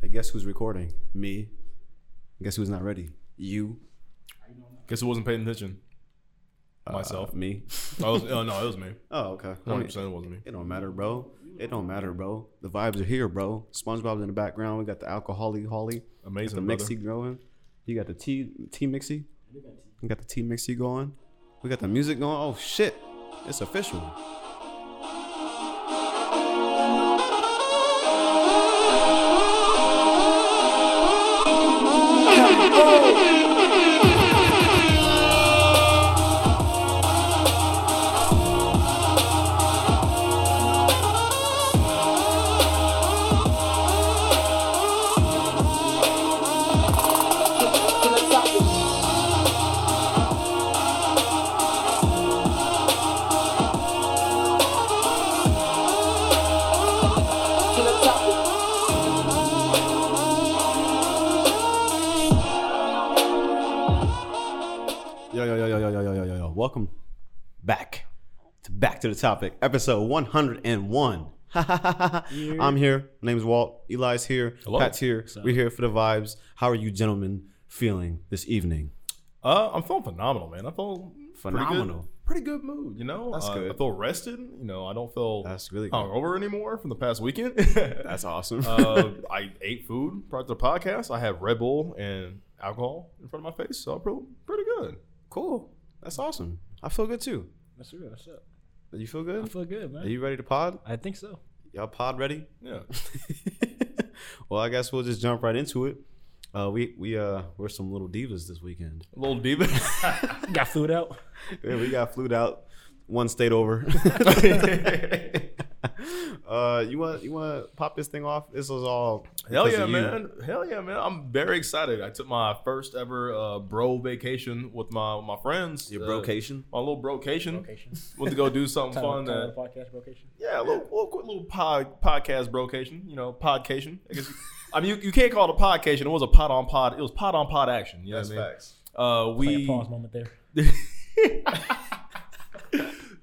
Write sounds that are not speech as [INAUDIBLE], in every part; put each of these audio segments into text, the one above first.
Hey, guess who's recording? Me. Guess who's not ready? You. Guess who wasn't paying attention? Uh, [LAUGHS] Myself. me. I was. Oh no, it was me. Oh, okay. I One mean, percent, it wasn't me. it don't matter, bro. It don't matter, bro. The vibes are here, bro. SpongeBob's in the background. We got the alcoholic holly, the Amazing, brother. mixie going. You got the tea tea mixie. You got the tea mixie going. We got the music going. Oh shit. It's official. Yo, yo, yo, yo, yo, yo, yo, yo, yo, yo. Welcome back to Back to the Topic, episode [LAUGHS] 101. I'm here. My name's Walt. Eli's here. Hello. Pat's here. We're here for the vibes. How are you gentlemen feeling this evening? Uh, I'm feeling phenomenal, man. I feel pretty good- Phenomenal. Pretty good, mood, you know. That's Uh, good. I feel rested. You know, I don't feel That's really good. hungover anymore from the past [LAUGHS] weekend. [LAUGHS] That's awesome. Oh. uh, I ate food prior to the podcast. I had Red Bull and alcohol in front of my face, so I feel pretty good. [LAUGHS] cool. That's awesome. I feel good too. That's true. That's it. You feel I good? feel good, Are man. you ready to pod? I think so. Y'all pod ready? [LAUGHS] Yeah. well, I guess we'll just jump right into it. Uh, we we uh we're some little divas this weekend. [LAUGHS] little [LAUGHS] diva. Got food out. Yeah, we got flued out one state [LAUGHS] over. [LAUGHS] uh, you want you want to pop this thing off? This was all Hell because yeah, of you. man! Hell yeah, man! I'm very excited. I took my first ever uh, bro vacation with my my friends. Your uh, brocation. my little brocation. Location. Went to go do something [LAUGHS] fun. Time, time uh, of the podcast location. yeah, a little, little, quick little pod, podcast brocation. You know, podcation. I guess. I mean, you, you can't call it a podcation. It was a pod on pod. It was pod on pod action. You know what I mean? facts. Uh, Like we a pause moment [LAUGHS] there.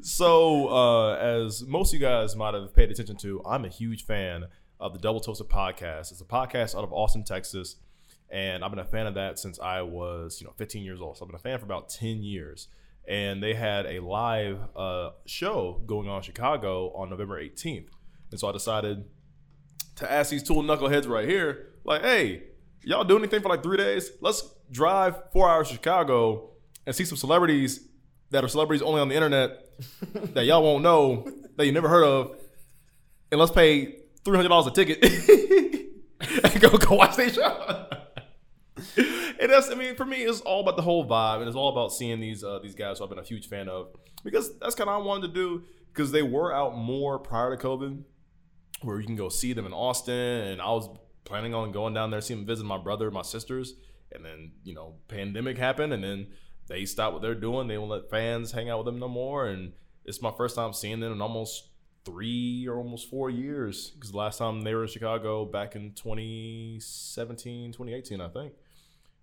so uh, as most of you guys might have paid attention to, I'm a huge fan of the Double Toasted podcast. It's a podcast out of Austin, Texas, and I've been a fan of that since I was you know 15 years old. So I've been a fan for about 10 years. And they had a live uh, show going on in Chicago on November 18th, and so I decided to ask these two knuckleheads right here, like, hey, y'all do anything for like three days? Let's drive four hours to Chicago and see some celebrities that are celebrities only on the internet that y'all won't know, that you never heard of, and let's pay three hundred dollars a ticket [LAUGHS] and go go watch their show. And that's, I mean, for me, it's all about the whole vibe, and it's all about seeing these uh, these guys who I've been a huge fan of because that's kind of I wanted to do because they were out more prior to COVID where you can go see them in Austin. And I was planning on going down there, seeing, visiting my brother, my sisters, and then you know, pandemic happened, and then they stopped what they're doing. They won't let fans hang out with them no more. And it's my first time seeing them in almost three or almost four years because the last time they were in Chicago back in 2017, 2018, I think.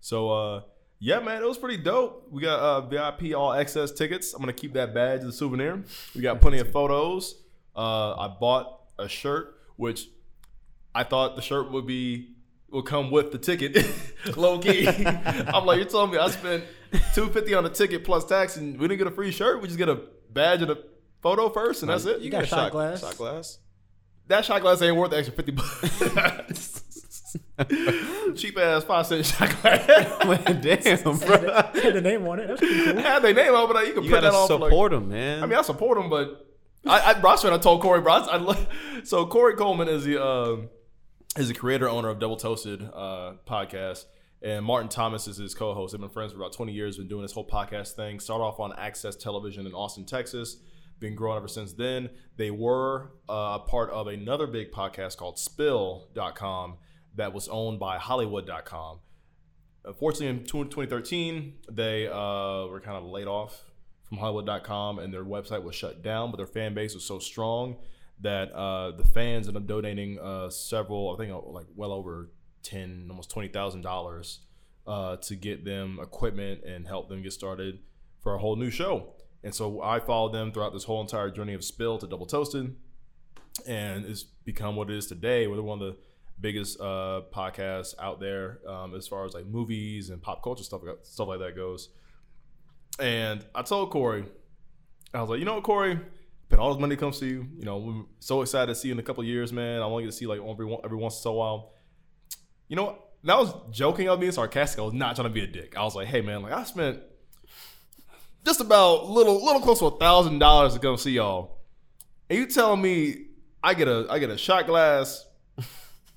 So uh yeah, man, it was pretty dope. We got uh VIP all access tickets. I'm gonna keep that badge as a souvenir. We got plenty of photos. Uh I bought a shirt, which I thought the shirt would be would come with the ticket. [LAUGHS] Low [LAUGHS] key. I'm like, you're telling me I spent two fifty on the ticket plus tax and we didn't get a free shirt, we just get a badge and a photo first and that's it. You got shot glass. Shot glass. That shot glass ain't worth the extra fifty [LAUGHS] bucks. Cheap ass five cent shot [LAUGHS] [LAUGHS] glass. [LAUGHS] Damn, bro. Had the name on it. That's pretty cool. Had their name on, but you can You put that gotta on. for, like- support him, man. I mean, I support him, but I, I, bro, I swear I told Corey, bro. I, I lo- so Corey Coleman is the um is the creator owner of Double Toasted uh, podcast, and Martin Thomas is his co-host. They've been friends for about twenty years. Been doing this whole podcast thing. Started off on Access Television in Austin, Texas. Been growing ever since then. They were uh, part of another big podcast called Spill.com that was owned by Hollywood.com unfortunately Uh, in 2013 they uh, were kind of laid off from hollywood.com and their website was shut down but their fan base was so strong that uh, the fans ended up donating uh, several i think uh, like well over 10 almost $20000 uh, to get them equipment and help them get started for a whole new show and so i followed them throughout this whole entire journey of spill to double toasted and it's become what it is today where they're one of the biggest uh, podcast out there um, as far as like movies and pop culture stuff uh, stuff like that goes. And I told Corey, I was like, you know what, Corey, but all this money comes to you. You know, we're so excited to see you in a couple of years, man. I want you to see like every one- every once in a while. You know, what? and I was joking. I was being sarcastic. I was not trying to be a dick. I was like, hey, man, like I spent just about little little close to a thousand dollars to come see y'all, and you telling me I get a I get a shot glass,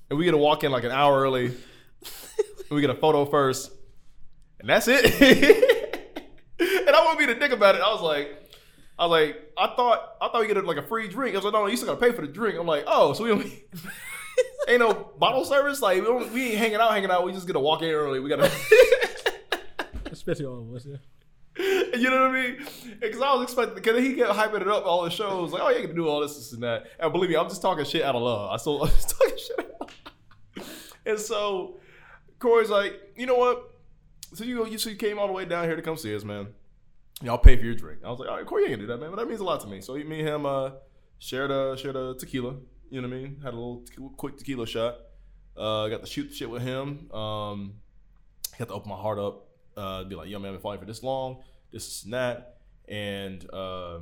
and we get to walk in like an hour early, and we get a photo first, and that's it. [LAUGHS] and I won't be the dick about it. I was like. I was like, I thought, I thought we get like a free drink. I was like, no, you still gotta pay for the drink. I'm like, oh, so we don't, [LAUGHS] ain't no bottle service. Like we, don't, we ain't hanging out, hanging out. We just get to walk in early. We gotta, Especially all of us. [LAUGHS] Yeah. you know what I mean? Because I was expecting, because he kept hyping it up all the shows. Like, oh, you can do all this, this, and that. And believe me, I'm just talking shit out of love. I still, [LAUGHS] I'm just talking shit. Out of love. [LAUGHS] And so Corey's like, you know what? So you, you, so you came all the way down here to come see us, man. Y'all pay for your drink. I was like, all right, Corey, you ain't gonna do that, man. But that means a lot to me. So me and him uh, shared a shared a tequila. You know what I mean? Had a little te- quick tequila shot. Uh, got to shoot the shit with him. Um, got to open my heart up. Uh, be like, yo, man, I've been fighting for this long. This is that. And uh,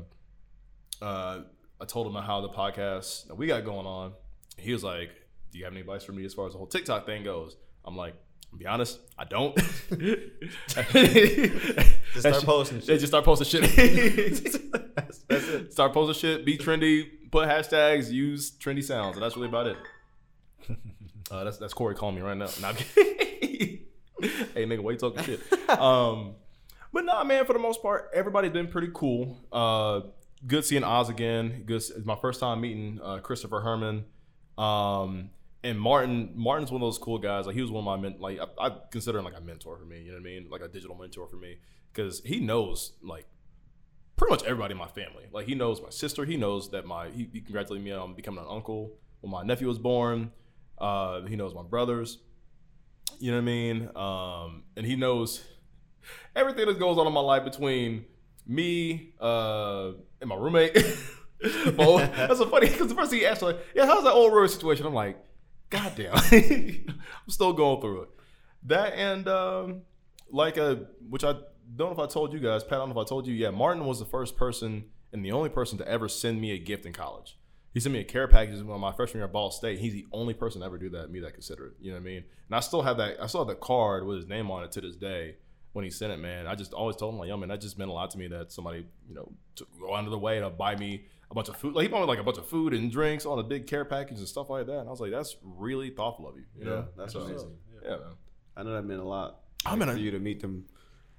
uh, I told him how the podcast that we got going on. He was like, do you have any advice for me as far as the whole TikTok thing goes? I'm like, to be honest, [LAUGHS] I don't. Just That start shit- posting they shit. just start posting shit. [LAUGHS] That's, that's it. start posting shit. Be trendy. Put hashtags. Use trendy sounds. And that's really [LAUGHS] about it. Uh, that's that's Corey calling me right now. Nah, I'm kidding. [LAUGHS] hey nigga, why you talking shit? Um, but nah, man. For the most part, everybody's been pretty cool. Uh, good seeing Oz again. Good. It's my first time meeting uh, Christopher Herman. Um, and Martin, Martin's one of those cool guys. Like he was one of my men. Like I, I consider him like a mentor for me. You know what I mean? Like a digital mentor for me because he knows like pretty much everybody in my family. Like he knows my sister. He knows that my he, he congratulated me on becoming an uncle when my nephew was born. Uh, he knows my brothers. You know what I mean? Um, and he knows everything that goes on in my life between me uh, and my roommate. [LAUGHS] my old- that's so funny because the first thing he asked, like, "Yeah, how's that old roommate situation?" I'm like, "God damn, [LAUGHS] I'm still going through it." That and um, like a which I don't know if I told you guys, Pat. I don't know if I told you. Yeah, Martin was the first person and the only person to ever send me a gift in college. He sent me a care package when my freshman year at Ball State. He's the only person to ever do that. Me that considerate. You know what I mean? And I still have that. I still have the card with his name on it to this day. When he sent it, man, I just always told him like, "Yo, man, that just meant a lot to me that somebody, you know, to go out of their way to buy me a bunch of food. Like he bought me like a bunch of food and drinks on a big care package and stuff like that." And I was like, "That's really thoughtful of you." you Yeah, know? that's So, amazing. Yeah, man. I know that meant a lot. I mean, for I- you to meet them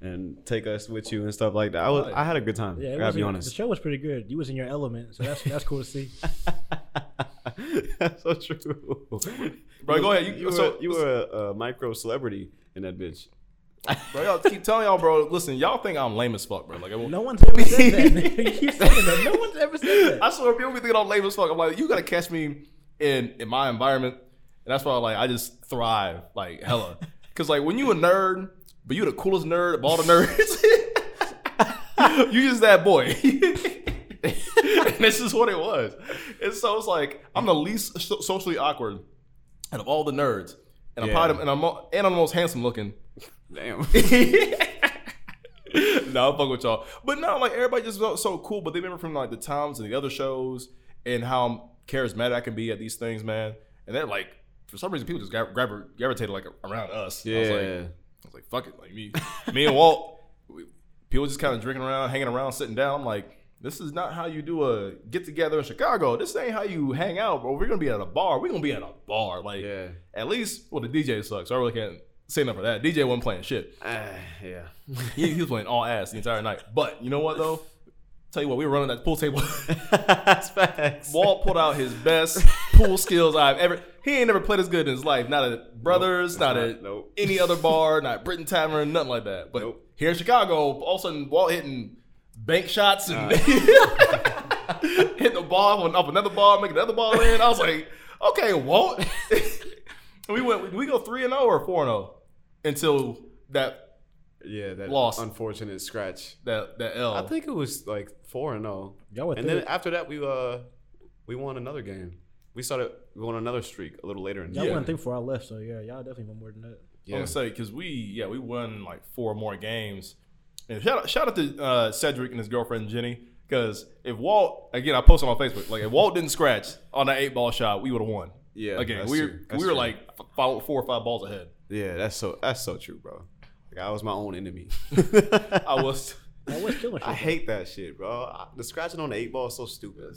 and take us with you and stuff like that. I was, I had a good time. Yeah, I it gotta was be in- honest. The show was pretty good. You was in your element, so that's that's cool to see. [LAUGHS] That's so true. Bro, You- go ahead. You- you were, so- you were a, a micro celebrity in that bitch. Bro, y'all keep telling y'all, bro. Listen, y'all think I'm lame as fuck, bro. Like, I, won't- [LAUGHS] No one's ever said that. man. you keep saying that. [LAUGHS] No one's ever said I that. swear, people be thinking I'm lame as fuck. I'm like, you gotta catch me in in my environment, and that's why like I just thrive like hella. Cause like when you a nerd, but you the coolest nerd of all the nerds, [LAUGHS] you just that boy. [LAUGHS] and this is what it was. And so it's like I'm the least so- socially awkward out of all the nerds, and I'm Yeah. probably and I'm mo- and I'm the most handsome looking. Damn. [LAUGHS] no, I fuck with y'all. But no, like everybody just felt so cool. But they remember from like the times and the other shows and how charismatic I can be at these things, man. And that like for some reason people just gra- gra- gravitated like around us. I was like, yeah. I was like, fuck it, like me, me and Walt. we- People just kind of drinking around, hanging around, sitting down. I'm like, this is not how you do a get together in Chicago. This ain't how you hang out, bro. We're gonna be at a bar. We're gonna be at a bar. Like, Yeah. at least, well, the DJ sucks. I really can't say nothing for that. DJ wasn't playing shit Ah, yeah. he, he was playing all ass the entire night. But you know what though? Tell you what, we were running that pool table. [LAUGHS] [LAUGHS] That's facts. Walt pulled out his best pool skills I've ever. He ain't never played as good in his life. Not at Brothers, it's not, not. at Nope. any other bar, not Britain Tavern, nothing like that. But Nope. here in Chicago, all of a sudden, Walt hitting bank shots and [LAUGHS] hitting the ball went up another ball, making another ball in. I was like, okay, Walt. [LAUGHS] we went. did we go three and zero or four and zero until that Yeah, that Lost. unfortunate scratch. that that L. I think it was like four and zero. Y'all were And then third. after that, we uh, we won another game. We started we went on another streak a little later in the Yeah. Y'all year. won three before I left, so yeah, y'all definitely won more than that. Yeah. I'm gonna say because we yeah we won like four more games. And shout out, shout out to uh, Cedric and his girlfriend Jenny because if Walt again I posted on my Facebook like if Walt didn't scratch on that eight ball shot we would have won. Yeah, again that's we true. were, we That's were true. like f- five, four or five balls ahead. Yeah, that's so that's so true, bro. Like I was my own enemy. I [LAUGHS] was I was killing shit. I hate that shit, bro. I- The scratching on the eight ball is so stupid.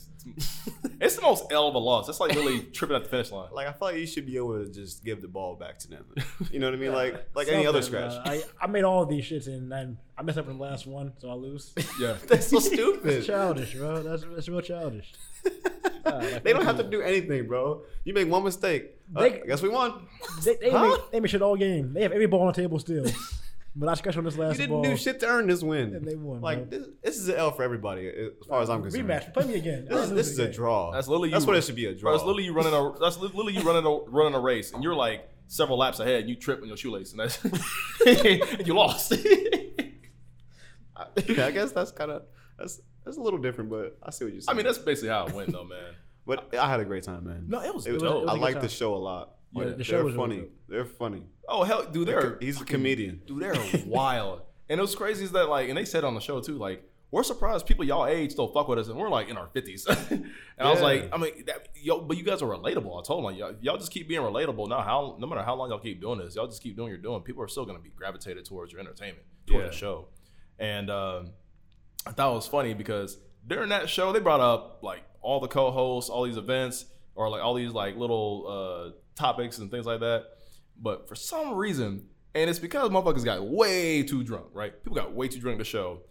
it's the most L of a loss. That's like really [LAUGHS] tripping at the finish line. Like I feel like you should be able to just give the ball back to them. You know what I mean? Like like any other Something, scratch. uh, I, I made all these shits and then I messed up in the last one, so [LAUGHS] I lose. [LAUGHS] Yeah. [LAUGHS] that's so stupid. That's childish, bro. That's, that's real childish. [LAUGHS] like, they don't have to do anything, bro. You make one mistake. Uh, They- I guess we won. They, they, Huh? make, they make shit all game. They have every ball on the [LAUGHS] table still. but I scratched on this You last didn't ball. do shit to earn this win. And they won, Like bro. this, this is an L for everybody, as far as I'm concerned. Rematch. Play me again. This, this is a draw. That's literally That's you- what it should be a draw. Bro, it's [LAUGHS] literally you running a that's literally you running a running a race and you're like several laps ahead and you trip on your shoelace and that's [LAUGHS] and you lost. [LAUGHS] I, I guess that's kind of that's that's a little different, but I see what you're saying. I mean that's basically how it went though, man. but I had a great time, man. No, it was, It was- dope. it was I a good like the time. show a lot. Yeah, Like, the show they're was really funny. dope. They're funny. oh hell, dude, they're He's a comedian. dude, they're wild. And it was crazy is that like, and they said on the show too, like we're surprised people y'all age still fuck with us, and we're like in our fifties. [LAUGHS] and I was Yeah. like, I mean, that, yo, but you guys are relatable. I told them like, y'all, y'all just keep being relatable. Now, how no matter how long y'all keep doing this, y'all just keep doing your doing. People are still gonna be gravitated towards your entertainment, toward Yeah. the show. And um, I thought it was funny because during that show they brought up like all the co-hosts, all these events, or like all these like little uh, topics and things like that. But for some reason, and it's because motherfuckers got way too drunk, right? People got way too drunk to show.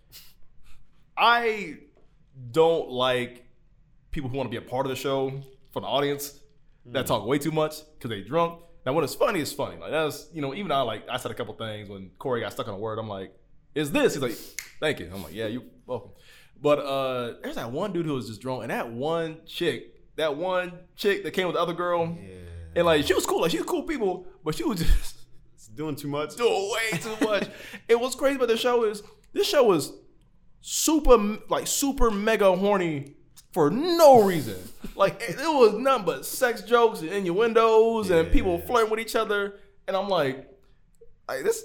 I don't like people who want to be a part of the show for the audience that talk way too much because they drunk. Now, when it's funny, it's funny. Like that's you know, even I like I said a couple things when Corey got stuck on a word. I'm like, "Is this?" He's like, "Thank you." I'm like, "Yeah, you're welcome." But uh there's that one dude who was just drunk, and that one chick, that one chick that came with the other girl, and like she was cool, like she was cool people, but she was just It's doing too much. doing way too much. and what's crazy about the show is this show was super like super mega horny for no reason. Like it it was nothing but sex jokes and innuendos and people Yeah. flirting with each other. And I'm like, like this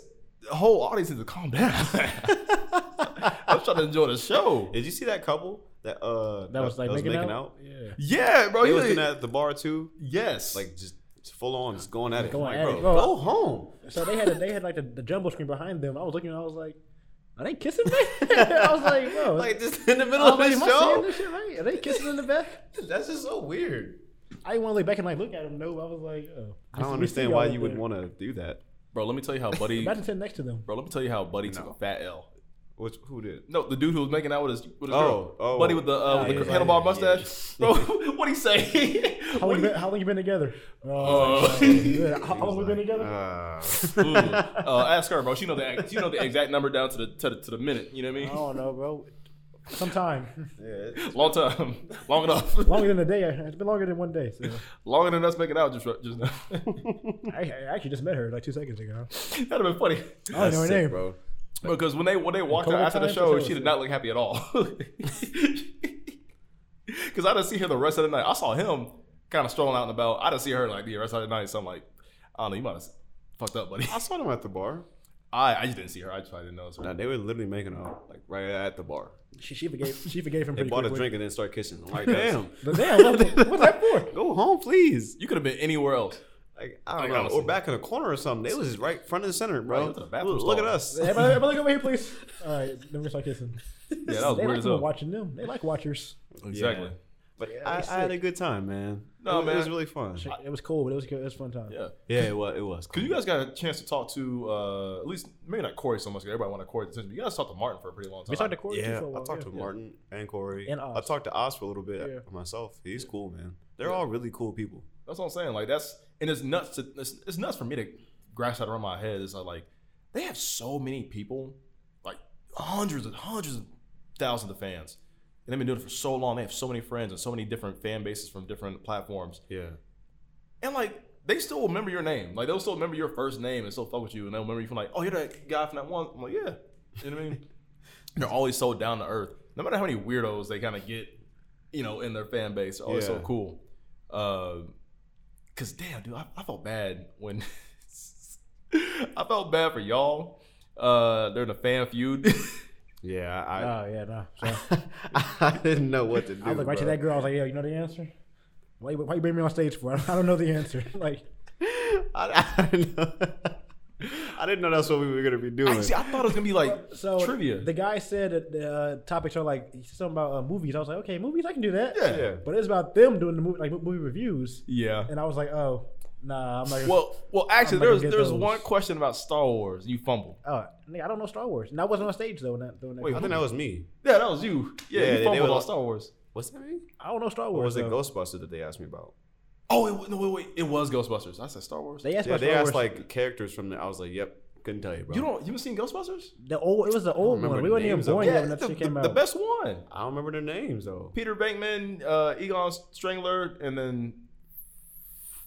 the whole audience needs to calm down. [LAUGHS] I'm trying to enjoy the show. Did you see that couple that uh That was like making, out? Yeah. Yeah, bro. They You was like, doing that at the bar too. yes. Like just full on, just going at it. Going Like, at bro, it, bro. go home. So they had a, they had like the, the jumbo screen behind them. I was looking and I was like, are they kissing me? [LAUGHS] I was like, [LAUGHS] bro. Like just in the middle I of was like, the Oh, am I seeing show. this shit right? Are they kissing in the back? That's just so weird. I didn't want to look back and like look at them. No, I was like, oh. I [LAUGHS] don't understand why you would want to do that. bro, let me tell you how Buddy Imagine sitting next to them. Bro, let me tell you how Buddy took a fat L. Which who [LAUGHS] did? No, the dude who was making out with his, with his Oh, girl. oh. Buddy with the, uh, with the yeah, handlebar yeah, mustache. [LAUGHS] Bro, [LAUGHS] what'd he say? [LAUGHS] How long, What you do you- been, how long you been together? Oh, Oh. I was like, oh, good. how, how long we [LAUGHS] been together? Uh, Ooh. [LAUGHS] Uh, ask her, bro. She know the ex- she know the exact number down to the to the, to the minute. You know what I I mean? don't know, bro. Sometime. yeah, Long time, [LAUGHS] long enough, [LAUGHS] Longer than a day. It's been longer than one day. So. longer than us making out just right- just now. [LAUGHS] I, I actually just met her like two seconds ago. That'd have been funny I don't know her name. bro. because when they when they walked out COVID after the times, show, it's she did always- not look happy at all. [LAUGHS] Because I didn't see her the rest of the night. I saw him kind of strolling out and about. I didn't see her like the rest of the night. So I'm like, I don't know. You might have fucked up, buddy. I saw them at the bar. I I just didn't see her. I just probably didn't notice her. No, they were literally making out like right at the bar. She, she forgave she forgave him They pretty bought a quickly. drink and then start kissing. I'm like, [LAUGHS] damn, But damn, [LAUGHS] what- what's that for? go home, please. You could have been anywhere else. Like, I don't Like, know, honestly. or back in the corner or something. They was just right front of the center, bro. Right, to the bathroom look, look at stall. us. Everybody, everybody look over here, please. All right, then we start kissing. Yeah, that was they weird like as people hell. watching them. They like watchers. Exactly. Yeah. But Yeah, I, it's I had a sick. good time, man. No, it, was- man. it was really fun. It was cool, but it was good. It was a fun time. Yeah. Yeah, it was. It was. Because you guys got a chance to talk to, uh, at least, maybe not Corey so much, 'cause everybody wanted Corey's attention, but you guys talked to Martin for a pretty long time. We talked to Corey too yeah, for a while. I talked to yeah. Martin and Corey. And I Oz. talked to Oz for a little bit Yeah. myself. He's cool, man. They're all really cool people. That's what I'm saying. Like, that's, and it's nuts to, it's, it's nuts for me to grasp that around my head. It's like, like, they have so many people, like hundreds and hundreds of thousands of fans. And they've been doing it for so long. They have so many friends and so many different fan bases from different platforms. Yeah. And like they still remember your name. Like they'll still remember your first name and still fuck with you. And they'll remember you from like, oh, you're that guy from that one. I'm like, yeah. You know what I [LAUGHS] mean? they're always so down to earth. No matter how many weirdos they kind of get, you know, in their fan base, they're always so Yeah. cool. Uh, Cause damn, dude, I, I felt bad when [LAUGHS] I felt bad for y'all. Uh, they're in a fan feud. [LAUGHS] Yeah, I, Oh yeah, no. So I didn't know what to do. I looked right to bro. that girl. I was like, "Yo, you know the answer? Why you, why you bring me on stage for? [LAUGHS] I don't know the answer." Like, [LAUGHS] I, I didn't know. [LAUGHS] I didn't know that's what we were gonna be doing. I, see, I thought it was gonna be like so trivia. The guy said that the uh, topics are like he said something about uh, movies. I was like, "Okay, movies, I can do that." Yeah. Yeah. But it's about them doing the movie, like movie reviews, [LAUGHS] yeah. and I was like, "Oh, nah, I'm like, Well, well, actually, I'm not gonna there's get there's those. one question about Star Wars. You fumbled. oh, nigga, I don't know Star Wars." And I wasn't on stage though. When that, doing that Wait, I think that was me. Yeah, that was you. Yeah, Yeah, you they- they fumbled were on like- Star Wars. Was that me? I don't know Star Wars. Or was it though. Ghostbuster that they asked me about? Oh, it, wa- no, wait, wait, it was Ghostbusters. I said Star Wars. They asked Yeah, about they Star asked Wars. like characters from the. I was like, yep, couldn't tell you, bro. you don't. You haven't seen Ghostbusters? the old. It was the old remember one. the We weren't even names of- born Yeah, yet when that the, shit came the- out. the best one. I don't remember their names though. Peter Bankman, uh, Egon Strangler, and then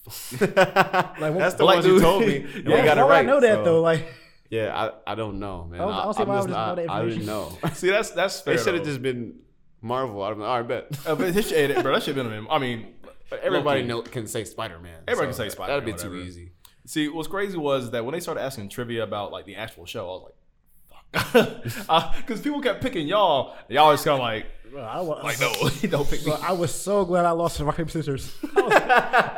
[LAUGHS] That's the Black ones you dude. told me. And Yeah. we got it Why would right. I know that so- though? Like, Yeah, I, I don't know, man. I don't- I don't see I'm why I just would just not- know that I didn't know. information. see that's that's fair. they should have though. just been Marvel. I'd have been, all right, bet. Uh, but it should- hey, bro, that should have been a meme. I mean, [LAUGHS] Everybody low-key. know, can say Spider Man. Everybody can say Spider-Man, That'd be too whatever. easy. See, what's crazy was that when they started asking trivia about like the actual show, I was like, "Fuck," [LAUGHS] because people kept picking y'all. Y'all just kind of like, bro, I was, like no, [LAUGHS] don't pick me. bro, I was so glad I lost to rock paper scissors. [LAUGHS] I was,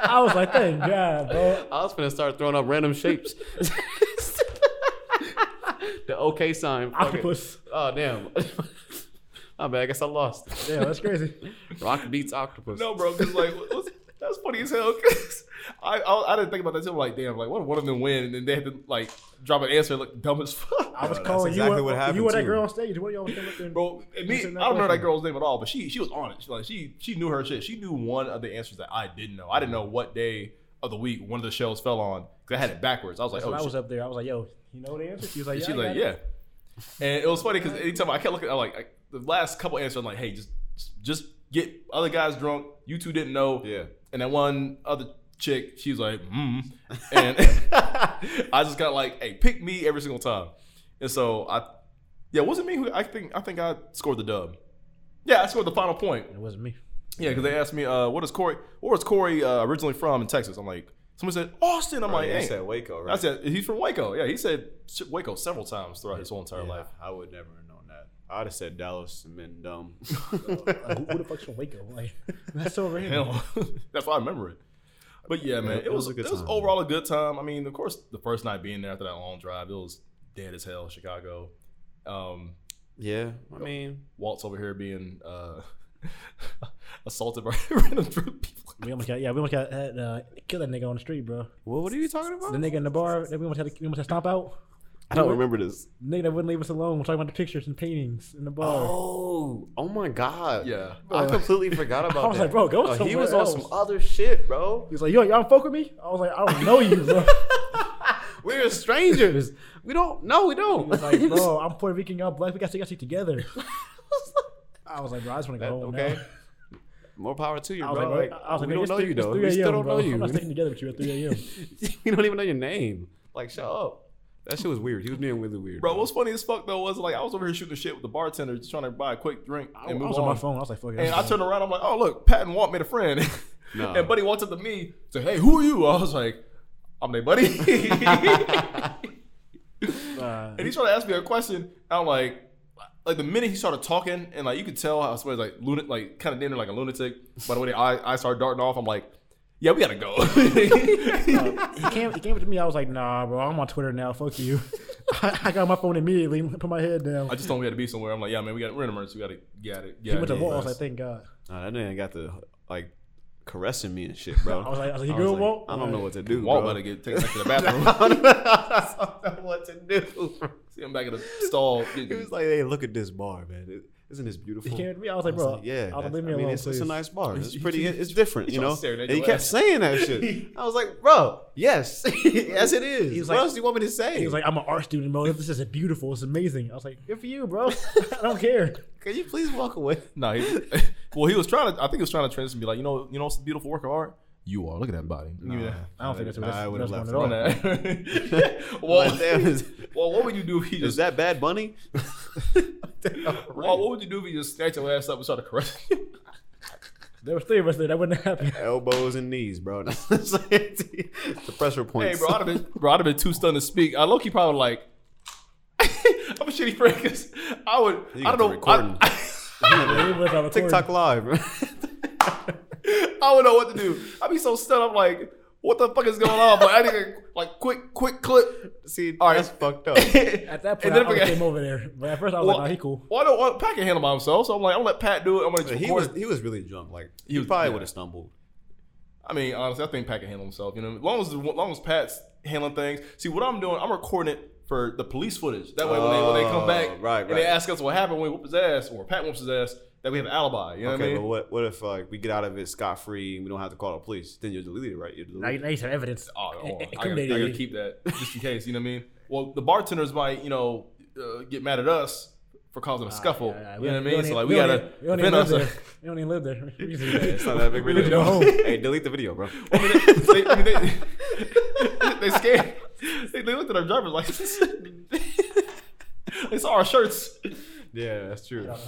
I was like, thank God, bro. I was gonna start throwing up random shapes. [LAUGHS] the okay sign. fuck it. Octopus. Oh damn. [LAUGHS] My bad. I guess I lost. Yeah, that's crazy. Rock beats octopus. No, bro, because like what- what's, that's funny as hell. 'cause I, I I didn't think about that until like, damn, like what if one of them win and then they had to like drop an answer like dumb as fuck. I was that's calling exactly you. what What happened you were that too. girl on stage. What y'all was coming up there? and- Bro, and me, I Answering don't that know that question. girl's name at all, but she she was on it. She, like she she knew her shit. She knew one of the answers that I didn't know. I didn't know what day of the week one of the shows fell on because I had it backwards. I was like, when oh, I shit. was up there, I was like, yo, you know the answer? She was like, And yeah. she's I like, got yeah. it. And it was funny because anytime I kept looking, I like I, the last couple answers, I'm like, hey, just just get other guys drunk. You two didn't know. Yeah. And that one other chick, she was like, hmm. [LAUGHS] And [LAUGHS] I just got like, hey, pick me every single time. And so I, yeah, was it me who I think I think I scored the dub. Yeah, I scored the final point. It wasn't me. Yeah, because they asked me, uh, what is Corey? Where is Corey uh, originally from in Texas? I'm like, someone said Austin. I'm Oh, Right, like, they "Ain't." said Waco, right? I said he's from Waco. Yeah, he said s- Waco several times throughout his whole entire Yeah, life. I would never have known that. I'd have said Dallas and been [LAUGHS] dumb. Like, who, who the fuck's from Waco? Like, [LAUGHS] that's so random. Hell, [LAUGHS] that's why I remember it. But yeah, man, it it, was, was a good it was time. overall a good time. I mean, of course, the first night being there after that long drive, it was dead as hell. Chicago, um, yeah, I mean, Walt's over here being uh, [LAUGHS] assaulted by [LAUGHS] random people. We almost got yeah, we almost got had, uh, kill that nigga on the street, bro. well, what are you talking The about? nigga in the bar that we almost had to, we almost had to stomp out. I don't remember this. The nigga that wouldn't leave us alone. We're talking about the pictures and paintings in the bar. Oh, oh my God. Yeah. I completely [LAUGHS] forgot about that. I was like, bro, go Oh, He somewhere was on else. some other shit, bro. He's like, yo, y'all fuck with me? I was like, I don't know you, bro. We're strangers. We don't. No, we He don't. [LAUGHS] was like, bro, I'm Puerto Rican, y'all black. We got to get together. I was like, bro, I just want to That- go home. okay. Now. More power to you, bro. I was like, bro, Like, I was like, we nigga, don't it's know three- you it's though. 3 We still a.m., don't bro. know [LAUGHS] you. I'm not [LAUGHS] sticking together with you at 3 a.m. we don't even know your name. Like, shut up. That shit was weird. He was being really weird. Bro, what's funny as fuck though was like I was over here shooting the shit with the bartender, just trying to buy a quick drink I, I and move was on on. my phone. I was like, fuck it. And I'm I fine. turned around, I'm like, oh look, Patton Walt made a friend. [LAUGHS] No. And Buddy walked up to me, said, Hey, who are you? I was like, I'm their buddy. [LAUGHS] and Uh, he tried to ask me a question. I'm like, like the minute he started talking, and like you could tell how somebody's like lunatic, like kind of dinner like a lunatic. By the way, I I started darting off. I'm like, yeah, we gotta go. [LAUGHS] he came, he came up to me. I was like, nah, bro, I'm on Twitter now. Fuck you. [LAUGHS] I, I got my phone immediately. Put my head down. I just told him we had to be somewhere. I'm like, yeah, man, we got we're in emergency. We gotta get it. he went to Yeah, Walt. I was yeah. like, thank God. Nah, that nigga got the like caressing me and shit, bro. I was like, I was like, you good, Walt? I don't know what to do. Walt bro. [LAUGHS] better get taken back to the bathroom. [LAUGHS] I [LAUGHS] don't know what to do. See him back at the stall. getting- He was like, "Hey, look at this bar, man. It- Isn't this beautiful?" He came up to me. I was like, I was bro, like, yeah, I'll that's- leave me I mean, alone, it's, it's please. a nice bar. It's [LAUGHS] He- pretty. he- It's different, you know. staring And at he your kept ass. saying that shit. I was like, "Bro, yes, [LAUGHS] yes, it is. He was what like- else do you want me to say? He was like, I'm an art student, bro. This is beautiful. It's amazing. I was like, good for you, bro. [LAUGHS] I don't care. Can you please walk away?" No, he, [LAUGHS] well, he was trying to. I think he was trying to transition. Be like, you know, you know, it's a beautiful work of art. You are. Look at that body. [LAUGHS] Yeah. I don't think that's what that's- I would have that's left. [LAUGHS] going him. at well, Like, damn, is, [LAUGHS] well, what would you do if he is [LAUGHS] just? that Bad Bunny? [LAUGHS] well, what would you do if he just snatched your ass up and started caressing? you? There was three of us there. That wouldn't happen. [LAUGHS] Elbows and knees, bro. [LAUGHS] the pressure [LAUGHS] Hey, points. bro, I'd have been, bro, I'd have been too stunned to speak. I low key probably like, [LAUGHS] I'm a shitty friend 'cause I would, You I got don't know, the I, recording. It was [LAUGHS] our TikTok recording. live, bro. I [LAUGHS] would know what to do. I'd be so stunned. I'm like, what the fuck is going on? But I think like quick, quick clip. See, All right. that's fucked [LAUGHS] up. At that point, And I, then I would forget- came over there. But at first, I was Well, like, nah, he cool. Well, I don't want Pat can handle by himself, so I'm like, I'm gonna let Pat do it. I'm gonna just [LAUGHS] But he was record it. he was really drunk. Like he, was- probably yeah. would have stumbled. I mean, honestly, I think Pat can handle himself. You know, as long as as long as Pat's handling things. See, what I'm doing, I'm recording it for the police footage. That way, when, they, when they come Oh, back right, and they right. ask us what happened when we whoop his ass or Pat whoops his ass, that we have an alibi. You know okay, what I but mean? what what if like we get out of it scot free and we don't have to call the police? Then you're deleted, right? You're Now you, deleted. now you have evidence. Oh, [LAUGHS] oh, I, It- it gotta, I intimidated gotta you. keep that just in case. You know what I mean? Well, the bartenders might, you know, uh, get mad at us for causing a scuffle. Ah, Yeah, yeah, You know what I we mean? don't So even- like, we don't gotta even- we don't defend even live ourselves. there. We don't even live there. [LAUGHS] We just- It's not that big of a [LAUGHS] We live in a deal. home. Hey, delete the video, [LAUGHS] bro. I mean, they, they, I mean, they, [LAUGHS] they scared. They, they looked at our driver's license. they saw our shirts. That yeah, that's true. [LAUGHS]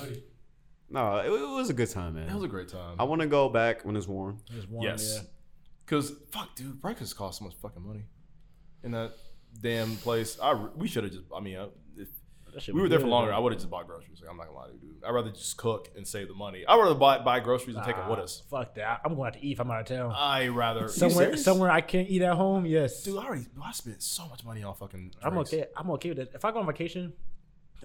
No, it, it was a good time, man. was a great time. I want to go back when it's warm. There's one, yes. yeah. Because, fuck, dude, breakfast cost so much fucking money in that damn place. I, re- we should have just, I mean, I, if That shit we was were there for good, longer, though. I would have just bought groceries. Like, I'm not gonna lie to you, dude. I'd rather just cook and save the money. I'd rather buy, buy groceries and take them Nah, with us. Ah, Fuck that. I'm going out to eat if I'm out of Uh, town. I rather. somewhere, You serious? somewhere I can't eat at home. Yes. Dude, I already, I spent so much money on fucking. I'm drinks. okay. I'm okay with it. If I go on vacation,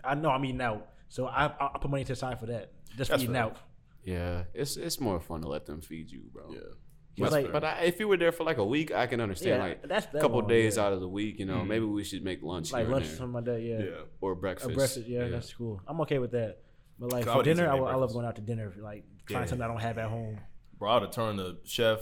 I know I'm eating out, so I I, I put money to the side for that. Just for That's eating fair. out. Yeah, it's it's more fun to let them feed you, bro. Yeah. But, That's fair. but I, if you were there for like a week, I can understand Yeah, like that's- a that couple long, days yeah. out of the week. You know, maybe we should make lunch Mm-hmm. Like here lunch and there. from my day. Yeah. Yeah. or breakfast. Or breakfast. Yeah, that's cool. I'm okay with that. But like I for would easily dinner, I, make would- I love breakfast. going out to dinner. Like find Yeah. something I don't have at home. Bro, I'd have turned the chef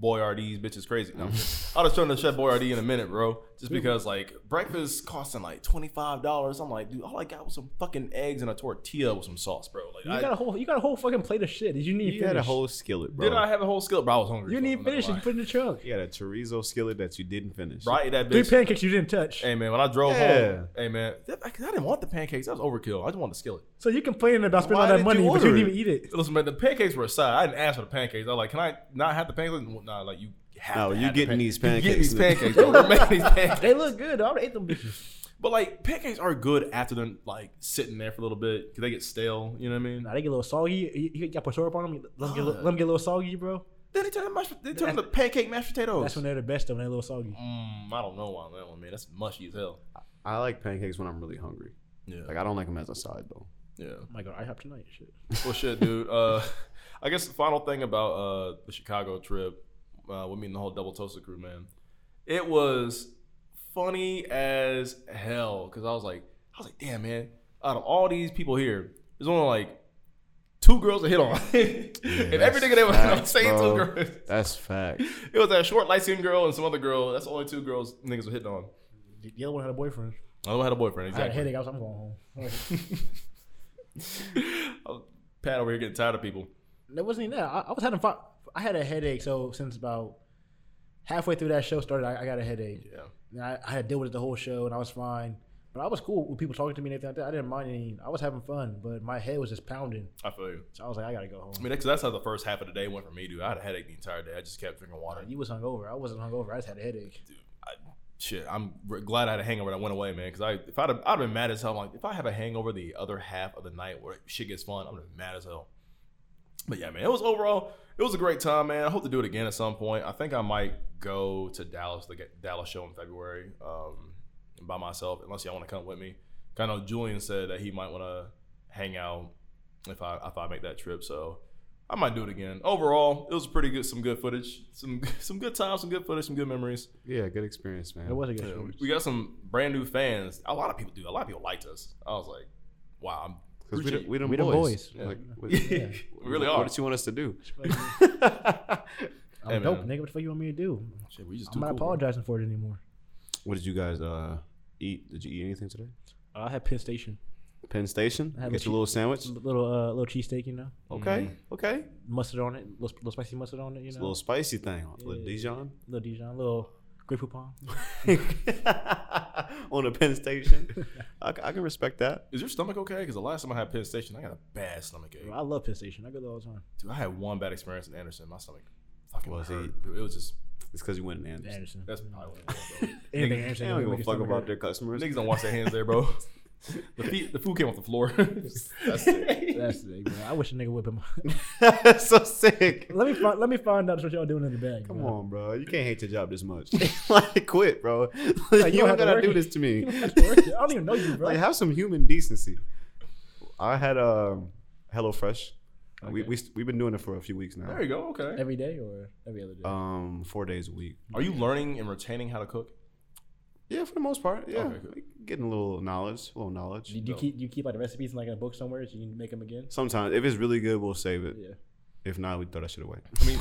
Boyardee's bitches crazy. No, I'm just- I'd have turned the chef Boyardee in a minute, bro. Just because like breakfast costing like twenty five dollars. I'm like, dude, all I got was some fucking eggs and a tortilla with some sauce, bro. Like, You I, got a whole you got a whole fucking plate of shit. that You need You finish. had a whole skillet, bro. did I have a whole skillet, bro? I was hungry. you bro, need I'm not finish. it, gonna You put it in the trunk. you had a chorizo skillet that you didn't finish. lie. Bro, I ate that Three bitch. pancakes you didn't touch. hey man, when I drove Yeah. home, hey man, that, I, 'cause I didn't want the pancakes. That was overkill. I just wanted the skillet. So you complaining about spending Why all that did money, you but you order didn't even eat it. Listen, man, the pancakes were aside. I didn't ask for the pancakes. I was like, can I not have the pancakes? Nah, like you have. No, to you have the getting pan- these You getting pancakes. these pancakes. bro. We're [LAUGHS] making [LAUGHS] these pancakes. They look good. though. I would ate them bitches. But like pancakes are good after them like sitting there for a little bit because they get stale. You know what I mean? Nah, they get a little soggy. You, you got put syrup on them. Let them, get a, little- Ugh. let them get a little soggy, bro. Then they turn the mashed, they turn into pancake mashed potatoes. That's when they're the best though. When they're a little soggy. mm, I don't know why on that one, man. That's mushy as hell. I like pancakes when I'm really hungry. Yeah, Like I don't like them as a side though. yeah. Oh my god, I have tonight. Shit. Well, shit, dude. Uh, [LAUGHS] I guess the final thing about uh the Chicago trip uh, with me and the whole double toasted crew, man. It was funny as hell because I was like, I was like, damn, man. Out of all these people here, there's only like two girls to hit on, [LAUGHS] and every that's nigga they was I'm facts, saying two bro. girls. That's fact. [LAUGHS] It was that short, light skinned girl and some other girl. That's the only two girls niggas were hitting on. The the other one had a boyfriend. I don't had a boyfriend. I had a Exactly. [LAUGHS] headache. I was, I'm going home. Pat over here getting tired of people. That wasn't even that. I, I was having. Fun. I had a headache. So since about halfway through that show started, I, I got a headache. Yeah. And I, I had to deal with it the whole show, and I was fine. But I was cool with people talking to me and everything like that. I didn't mind any. I was having fun, but my head was just pounding. I feel you. So I was like, I gotta go I home. mean, that's, that's how the first half of the day went for me, dude. I had a headache the entire day. I just kept drinking water. You was hungover. I wasn't hungover. I just had a headache. Shit, I'm r- glad I had a hangover that went away, man. Because I, if I'd, have, I'd have been mad as hell. I'm like, if I have a hangover the other half of the night where shit gets fun, I'm gonna be mad as hell. But yeah, man, it was overall, it was a great time, man. I hope to do it again at some point. I think I might go to Dallas, the Dallas show in February, um, by myself, unless y'all want to come with me. 'Cause I know Julian said that he might want to hang out if I if I make that trip, so I might do it again. Overall, it was pretty good, some good footage, some [LAUGHS] some good times, some good footage, some good memories. [LAUGHS] Yeah, good experience, man. It was a good Yeah, show. we- we got some brand new fans. A lot of people do. A lot of people liked us. I was like, wow, I'm [LAUGHS] Because we, done- we, done We done boys. boys. Like, [LAUGHS] what, we really what are. did you want us to do? I'm Hey, dope, man. nigga. What the fuck you want me to do? Shit, we just I'm not cool, bro. apologizing for it anymore. [LAUGHS] What did you guys uh, eat? Did you eat anything today? I had Penn Station. Penn Station. I had Get a your little sandwich. little uh, little cheesesteak, you know, Okay, okay. mustard on it, little, little spicy mustard on it, you know, little little, spicy thing. Little Dijon. Dijon, little grape poupon. [LAUGHS] on a Penn Station. I, c- I can respect that. Is your stomach okay? Because the last time I had Penn Station, I got a bad stomach ache. Bro, I love Penn Station. I go there all the time. Dude, I had one bad experience in Anderson. My stomach fucking Was was he- hurt. Dude, It Mm. was just It's because you went in Anderson. Anderson. that's probably what it was. Bro. niggas- Anything They Anderson. don't will give make a your fuck stomach about hurt. their customers. Niggas don't [LAUGHS] wash their hands there, bro. [LAUGHS] The, feet, the food came off the [LAUGHS] floor. That's it. That's the thing, bro. I wish a nigga [LAUGHS] whip him. That's so sick. let me find, let me find out what y'all doing in the bag. Come bro. [LAUGHS] on, bro. You can't hate your job this much. [LAUGHS] like, quit, bro. [LAUGHS] you don't don't have to gotta work do it. this to [LAUGHS] me. I don't even know you, bro. Like, have some human decency. I had um, HelloFresh. We we we've been doing it for a few weeks now. There you go. Okay. every day or every other day. Um, four days a week. Are you learning and retaining how to cook? Yeah, for the most part. Yeah, Okay, good. getting a little knowledge, a little knowledge. do you keep do you keep like the recipes in like a book somewhere so you can make them again? Sometimes, if it's really good, we'll save it. Yeah. If not, we throw that shit away. I mean,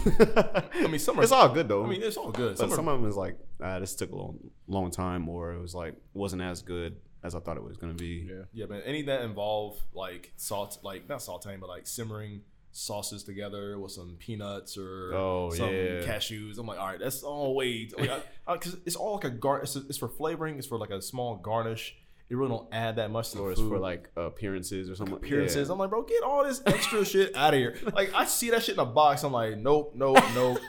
I mean, some [LAUGHS] are. it's all good though. I mean, it's all good. but Some, some, are, of them is like, ah, this took a long, long time, or it was like wasn't as good as I thought it was gonna be. yeah, man. Any that involve like salt, like not sautéing, but like simmering sauces together with some peanuts or Oh, some yeah. cashews. I'm like, all right, that's all way because it's all like a gar. It's, it's for flavoring. It's for like a small garnish. It really don't add that much to the Or food. it's for like appearances or something. appearances. Yeah. I'm like, bro, get all this [LAUGHS] extra shit out of here. Like, I see that shit in a box. I'm like, nope, nope, [LAUGHS] nope.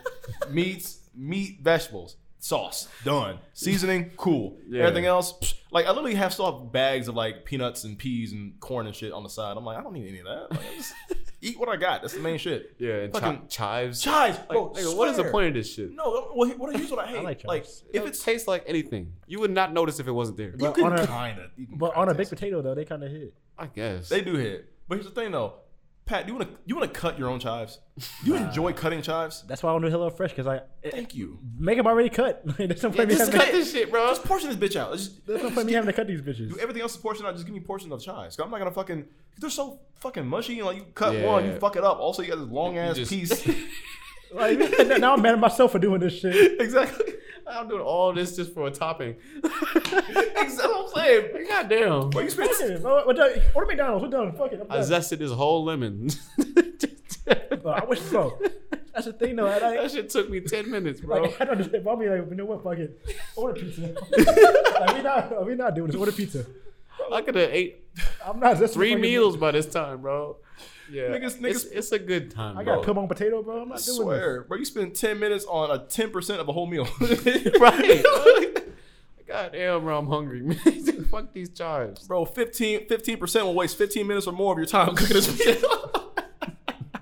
Meats, meat, vegetables, sauce, [LAUGHS] done. Seasoning, cool. Yeah. Everything else, psh. like, I literally have still have bags of like peanuts and peas and corn and shit on the side. I'm like, I don't need any of that. Like, I [LAUGHS] just eat what I got. That's the main shit. Yeah, and chi- Fucking- chives. Chives, bro. Nigga, what is the swear. point of this shit? No, well, what here's what I hate. like like, chives. if If it's it tastes like anything, you would not notice if it wasn't there. you But can on a- kinda, you can But kinda on a taste baked potato though, they kind of hit. I guess. They do hit. But here's the thing though, Pat, do you want to you want to cut your own chives? Do you enjoy cutting chives? That's why I don't do Hello Fresh because I it, Thank you. make them already cut. [LAUGHS] That's no point me just having cut to- this shit, bro. Just portion this bitch out. Just, [LAUGHS] there's no just point me give- having to cut these do bitches. everything else is portion out. Just give me portion of chives. 'Cause I'm not gonna fucking. They're so fucking mushy. And like you cut Yeah. one, you fuck it up. Also, you got this long [LAUGHS] ass just- piece. Like, [LAUGHS] now I'm mad at myself for doing this [LAUGHS] shit. exactly. I'm doing all this just for a [LAUGHS] topping. Exactly. I'm saying. Goddamn. Bro, you spent Damn, bro, we're done. Order McDonald's. We're done. Fuck it. I'm I done. zested this whole lemon. Bro, I that [LAUGHS] wish so. That's the thing though. I, I, shit took me 10 minutes, bro. Like, I don't understand. But I'll be like, you know what? Fuck it. [LAUGHS] Order pizza. like, we not, we not doing this. Order pizza. I could have ate I'm not. That's three meals by this time, bro. Yeah. Niggas- niggas- It's, it's a good time, I bro. [LAUGHS] got on potato, bro. I'm I not doing swear, bro. You spend ten minutes on a ten percent of a whole meal. [LAUGHS] right. Goddamn, bro. I'm hungry, man. [LAUGHS] Fuck these chives. Bro, 15 percent will waste fifteen minutes or more of your time cooking this [LAUGHS] meal. this.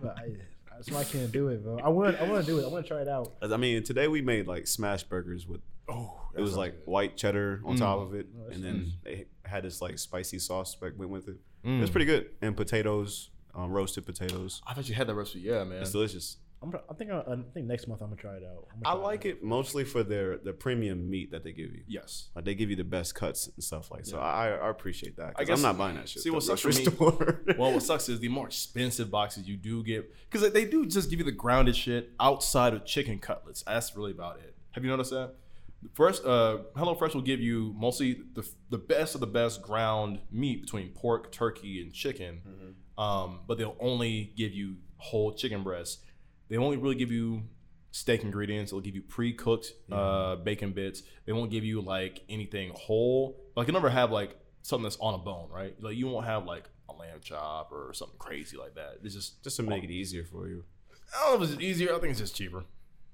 But I, that's why I can't do it, bro. I want. I want to do it. I want to try it out. I mean, today we made like smash burgers with oh, It was like white cheddar on top of it, that's and then they had this like spicy sauce that went with it. It was pretty good, and potatoes, um, roasted potatoes. Mm. I thought you had that recipe. Yeah, man. It's delicious. I'm, I think. I, I think next month I'm gonna try it out. I'm I gonna try like it mostly for their the premium meat that they give you. yes. Like they give you the best cuts and stuff like. So I, I appreciate that. I I guess- I'm not buying that shit. see, at the what sucks [LAUGHS] for grocery me- store. Well, what sucks is the more expensive boxes you do get because they do just give you the grounded shit outside of chicken cutlets. That's really about it. Have you noticed that? First, uh, HelloFresh will give you mostly the the best of the best ground meat between pork, turkey, and chicken, um, but they'll only give you whole chicken breasts. They only really give you steak ingredients. They'll give you pre-cooked uh, Mm-hmm. bacon bits. They won't give you like anything whole. Like you'll never have like something that's on a bone, right? Like you won't have like a lamb chop or something crazy like that. It's just just to make it easier for you. I don't know if it's easier. I think it's just cheaper.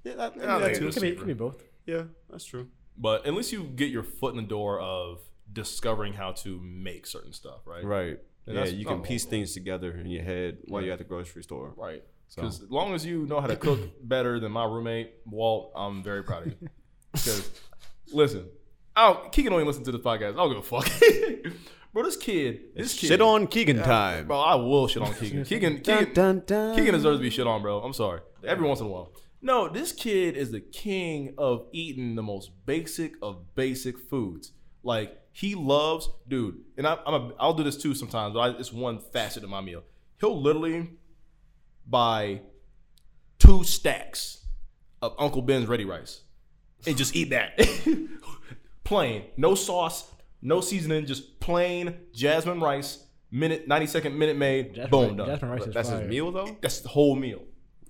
Yeah, that, Yeah, that they- too. It could be, it could be both. yeah, that's true. But at least you get your foot in the door of discovering how to make certain stuff, right? Right. And yeah, that's you can not piece horrible. things together in your head while Yeah. you're at the grocery store. Right. So- Because as long as you know how to [LAUGHS] cook better than my roommate Walt, I'm very proud of you. Because listen, I'll, Keegan only listens to this podcast. I don't give a fuck, [LAUGHS] bro. This kid, this kid, Shit on Keegan time. bro. I will shit [LAUGHS] on Keegan. Keegan, Keegan, Dun, dun. Keegan deserves to be shit on, bro. I'm sorry. Every once in a while. No, this kid is the king of eating the most basic of basic foods. Like he loves, dude. And I, I'm a, I'll do this too sometimes, but I, it's one facet of my meal. He'll literally buy two stacks of Uncle Ben's ready rice and just eat that. [LAUGHS] plain, no sauce, no seasoning, just plain jasmine rice. Minute, ninety second minute made. Jasmine, boom, done. Jasmine rice is That's fire. his [LAUGHS] meal though. That's the whole meal.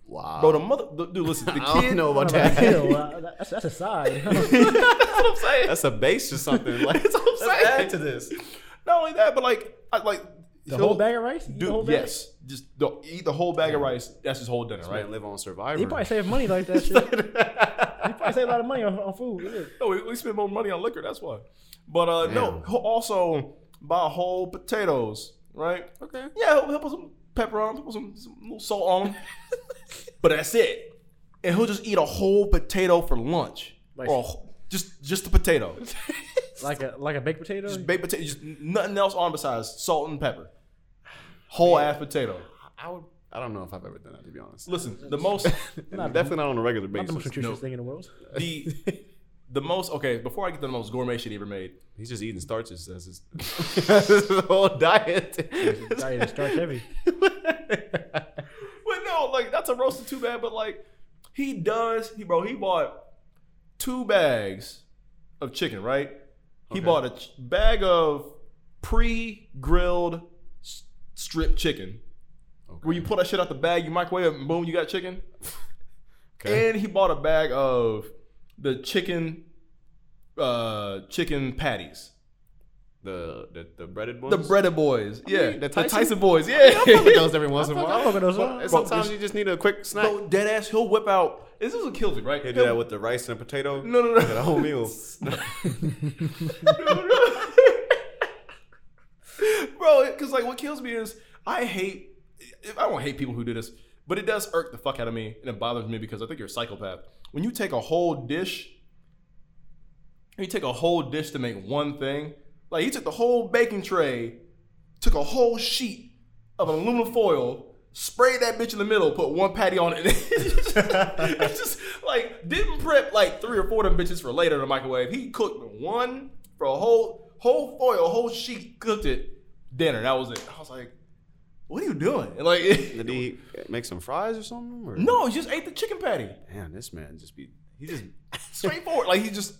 Wow. [LAUGHS] Bro, the mother, the, dude, listen, the Oh. I kid, [LAUGHS] don't know I about don't know about that. [LAUGHS] that. Ew, uh, that's, that's a side. [LAUGHS] what I'm saying. That's a base or something. Like, That's what I'm let's saying. add to this. Not only that, but like, I, like The he'll- whole bag of rice? Eat the Dude, whole bag? yes, just the, eat the whole bag of rice. That's his whole dinner, right? Man, live on Survivor. He [LAUGHS] probably saved money like [LAUGHS] that shit. he probably saved a lot of money on, on food. yeah. [LAUGHS] No, we, we spend more money on liquor. That's why. But uh, no, Damn. he'll also buy whole potatoes, right? okay. Yeah, he'll, he'll put some pepper on them, put some, some little salt on [LAUGHS] them. but that's it. And he'll just eat a whole potato for lunch, Like- or a wh- just just the [LAUGHS] potato, Like a like a baked potato. just baked potato, just nothing else on besides salt and pepper. Whole ass potato. I would. I don't know if I've ever done that to be honest. Listen, the most [LAUGHS] And definitely not on a regular Not the most basis. nutritious no. thing in [LAUGHS] the world. the the most okay. Before I get to the most gourmet shit he ever made, He's just eating starches. That's his, [LAUGHS] that's his whole [LAUGHS] diet. Diet is starch heavy. [LAUGHS] But no, like not to roast it too bad, but like he does. He bro, he bought two bags of chicken, right? He Okay. bought a ch- bag of pre-grilled s- strip chicken. Where you pull that shit out the bag, you microwave it, and boom, you got chicken. [LAUGHS] Okay. And he bought a bag of the chicken, uh, chicken patties, [LAUGHS] The, the the breaded ones. the breaded boys, yeah, mean, the the Tyson, Tyson- boys, yeah. I fuck with [LAUGHS] those every once in a I fuck with while. those. But huh? Sometimes you just need a quick snack. So dead ass, he'll whip out. This is what kills me, right? He'll do He'll- that with the rice and [LAUGHS] the potato. No, no, no. Got a whole meal. [LAUGHS] Bro, because like what kills me is I hate. I don't hate people who do this, but it does irk the fuck out of me, and it bothers me because I think you're a psychopath. When you take a whole dish, you take a whole dish to make one thing. Like he took the whole baking tray, took a whole sheet of aluminum foil, sprayed that bitch in the middle, put one patty on it. [LAUGHS] it's just, it's just, like didn't prep like three or four of them bitches for later in the microwave. He cooked one for a whole whole foil, whole sheet, cooked it, dinner. That was it. I was like, what are you doing? And like [LAUGHS] Did he make some fries or something? Or? No, he just ate the chicken patty. Man, this man just be. He just. Straightforward. like he just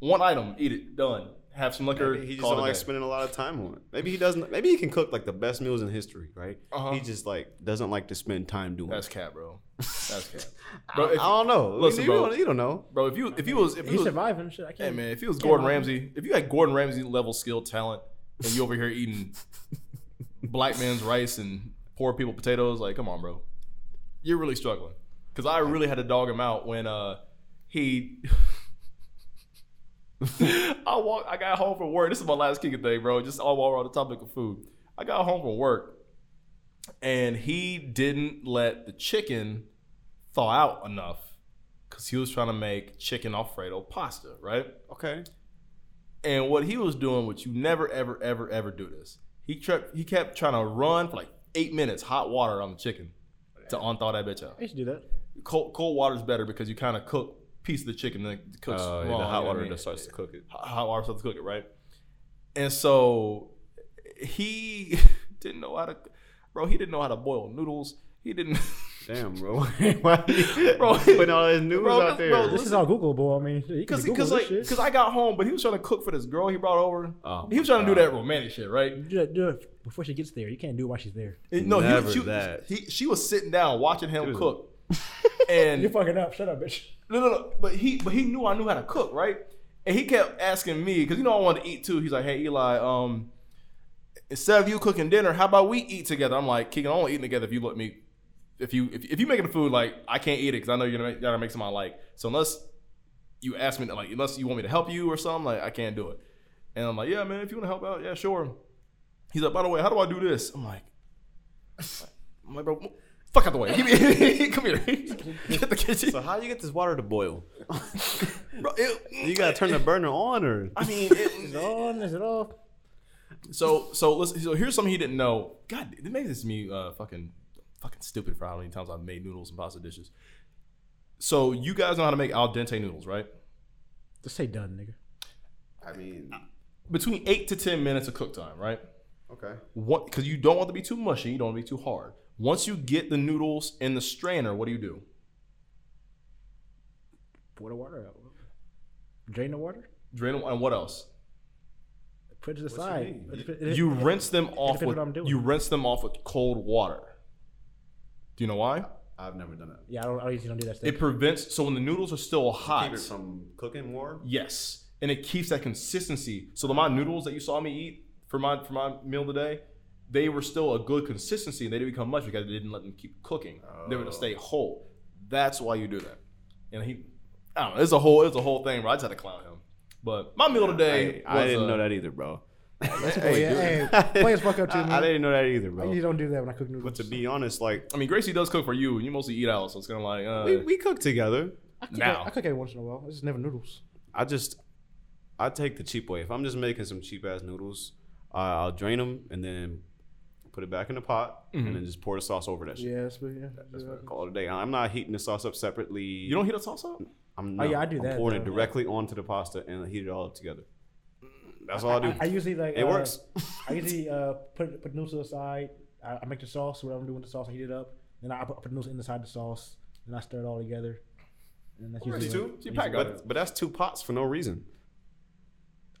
one item, eat it, done. Have some liquor. Maybe he just call it don't a like day. spending a lot of time on it. Maybe he doesn't. Maybe he can cook like the best meals in history, right? Uh-huh. He just like doesn't like to spend time doing. That's it. cat, bro. That's cat. I- Bro, I, if, don't know. Listen, you, bro. Don't, you don't know. bro, if you if you was if you He's was, surviving. Shit, I Hey can't. man, if he was Can't Gordon lie. Ramsay, if you had Gordon Ramsay level skill talent, and you over here eating black man's rice and poor people potatoes, like come on, bro, you're really struggling. Because I really had to dog him out when uh he. [LAUGHS] I walk. I got home from work. This is my last kicking thing, bro. Just all while we're on the topic of food, I got home from work, and he didn't let the chicken thaw out enough because he was trying to make chicken alfredo pasta, right? Okay. And what he was doing, which you never, ever, ever, ever do this. He kept he kept trying to run for like eight minutes, hot water on the chicken to unthaw that bitch out. I used to do that. Cold cold water's better because you kind of cook piece of the chicken and then it cooks Uh, yeah, raw, you the know hot what I water mean? just starts to cook it. hot hot water starts to cook it, right? And so he [LAUGHS] didn't know how to, bro. He didn't know how to boil noodles. He didn't. [LAUGHS] Damn, bro. [LAUGHS] Why you Bro, [LAUGHS] putting all this news bro, out bro, there? listen, This is all Google, boy. I mean, because Cause, cause like, cause I got home, but he was trying to cook for this girl he brought over. Oh, he was my trying to do God. that romantic shit, right? do that, do it before she gets there. You can't do it while she's there. It- no, Never he, she, that. He, she was sitting down watching him Dude. cook, and [LAUGHS] You're fucking up. Shut up, bitch. no, no, no. But he, but he knew I knew how to cook, right? And he kept asking me because you know I wanted to eat too. He's like, "Hey, Eli, um, instead of you cooking dinner, how about we eat together?" I'm like, "Keegan, I only eating together if you let me. If you if, if you making the food, like I can't eat it because I know you're gonna make, gotta make something I like. So unless you ask me, to, like, unless you want me to help you or something, like I can't do it." And I'm like, "Yeah, man, if you want to help out, yeah, sure." He's like, "By the way, how do I do this?" I'm like, "I'm like, bro." Fuck out the way. Give me, [LAUGHS] come here. Get the kitchen. So how do you get this water to boil? Bro, it- you gotta turn the burner on, or I [LAUGHS] mean, it, Is it on? Is it off? so so listen. So here's something he didn't know. God, it makes this me uh, fucking fucking stupid for how many times I've made noodles and pasta dishes. So you guys know how to make al dente noodles, right? Just say done, nigga. I mean, Between eight to ten minutes of cook time, right? okay. What? Because you don't want to be too mushy. You don't want to be too hard. Once you get the noodles in the strainer, what do you do? Pour the water out. Drain the water. Drain them and what else? Put it to the you side. mean? It dep- it- You rinse them off depends with what I'm doing. you rinse them off with cold water. Do you know why? I've never done that. Yeah, I don't. I usually don't do that stuff. It prevents so when the noodles are still hot. Keep it from cooking more. Yes. and it keeps that consistency. So the my noodles that you saw me eat for my for my meal today, they were still a good consistency. and They didn't become much because I didn't let them keep cooking. They were to Oh. stay whole. That's why you do that. And he, I don't know. It's a whole it's a whole thing. Bro, I just had to clown him. But my meal today, I, I was, didn't uh, know that either, bro. Oh, yeah, [LAUGHS] hey, players fuck up too, I, I man. didn't know that either, bro. You don't do that when I cook noodles. But to be honest, like I mean, Gracie does cook for you, and you mostly eat out, so it's kind of like uh, we, we cook together. I cook, now. I cook every once in a while. It's just never noodles. I just I take the cheap way. If I'm just making some cheap ass noodles, uh, I'll drain them and then put it back in the pot Mm-hmm. and then just pour the sauce over that shit. Yeah, that's, yeah, yeah. Call it a day. I'm not heating the sauce up separately. you don't heat a sauce up. I'm no, Oh, yeah, I do I'm that, pouring it though. directly onto the pasta and I heat it all up together. Mm, That's all I, do. I usually like it uh, works. I usually uh, put put noodles to the side. I, I make the sauce. Whatever I'm doing with the sauce, I heat it up. Then I put, put noodles inside the sauce. Then I stir it all together. And that's usually. [LAUGHS] Two, [LAUGHS] what- you pack up. But, but that's two pots for no reason.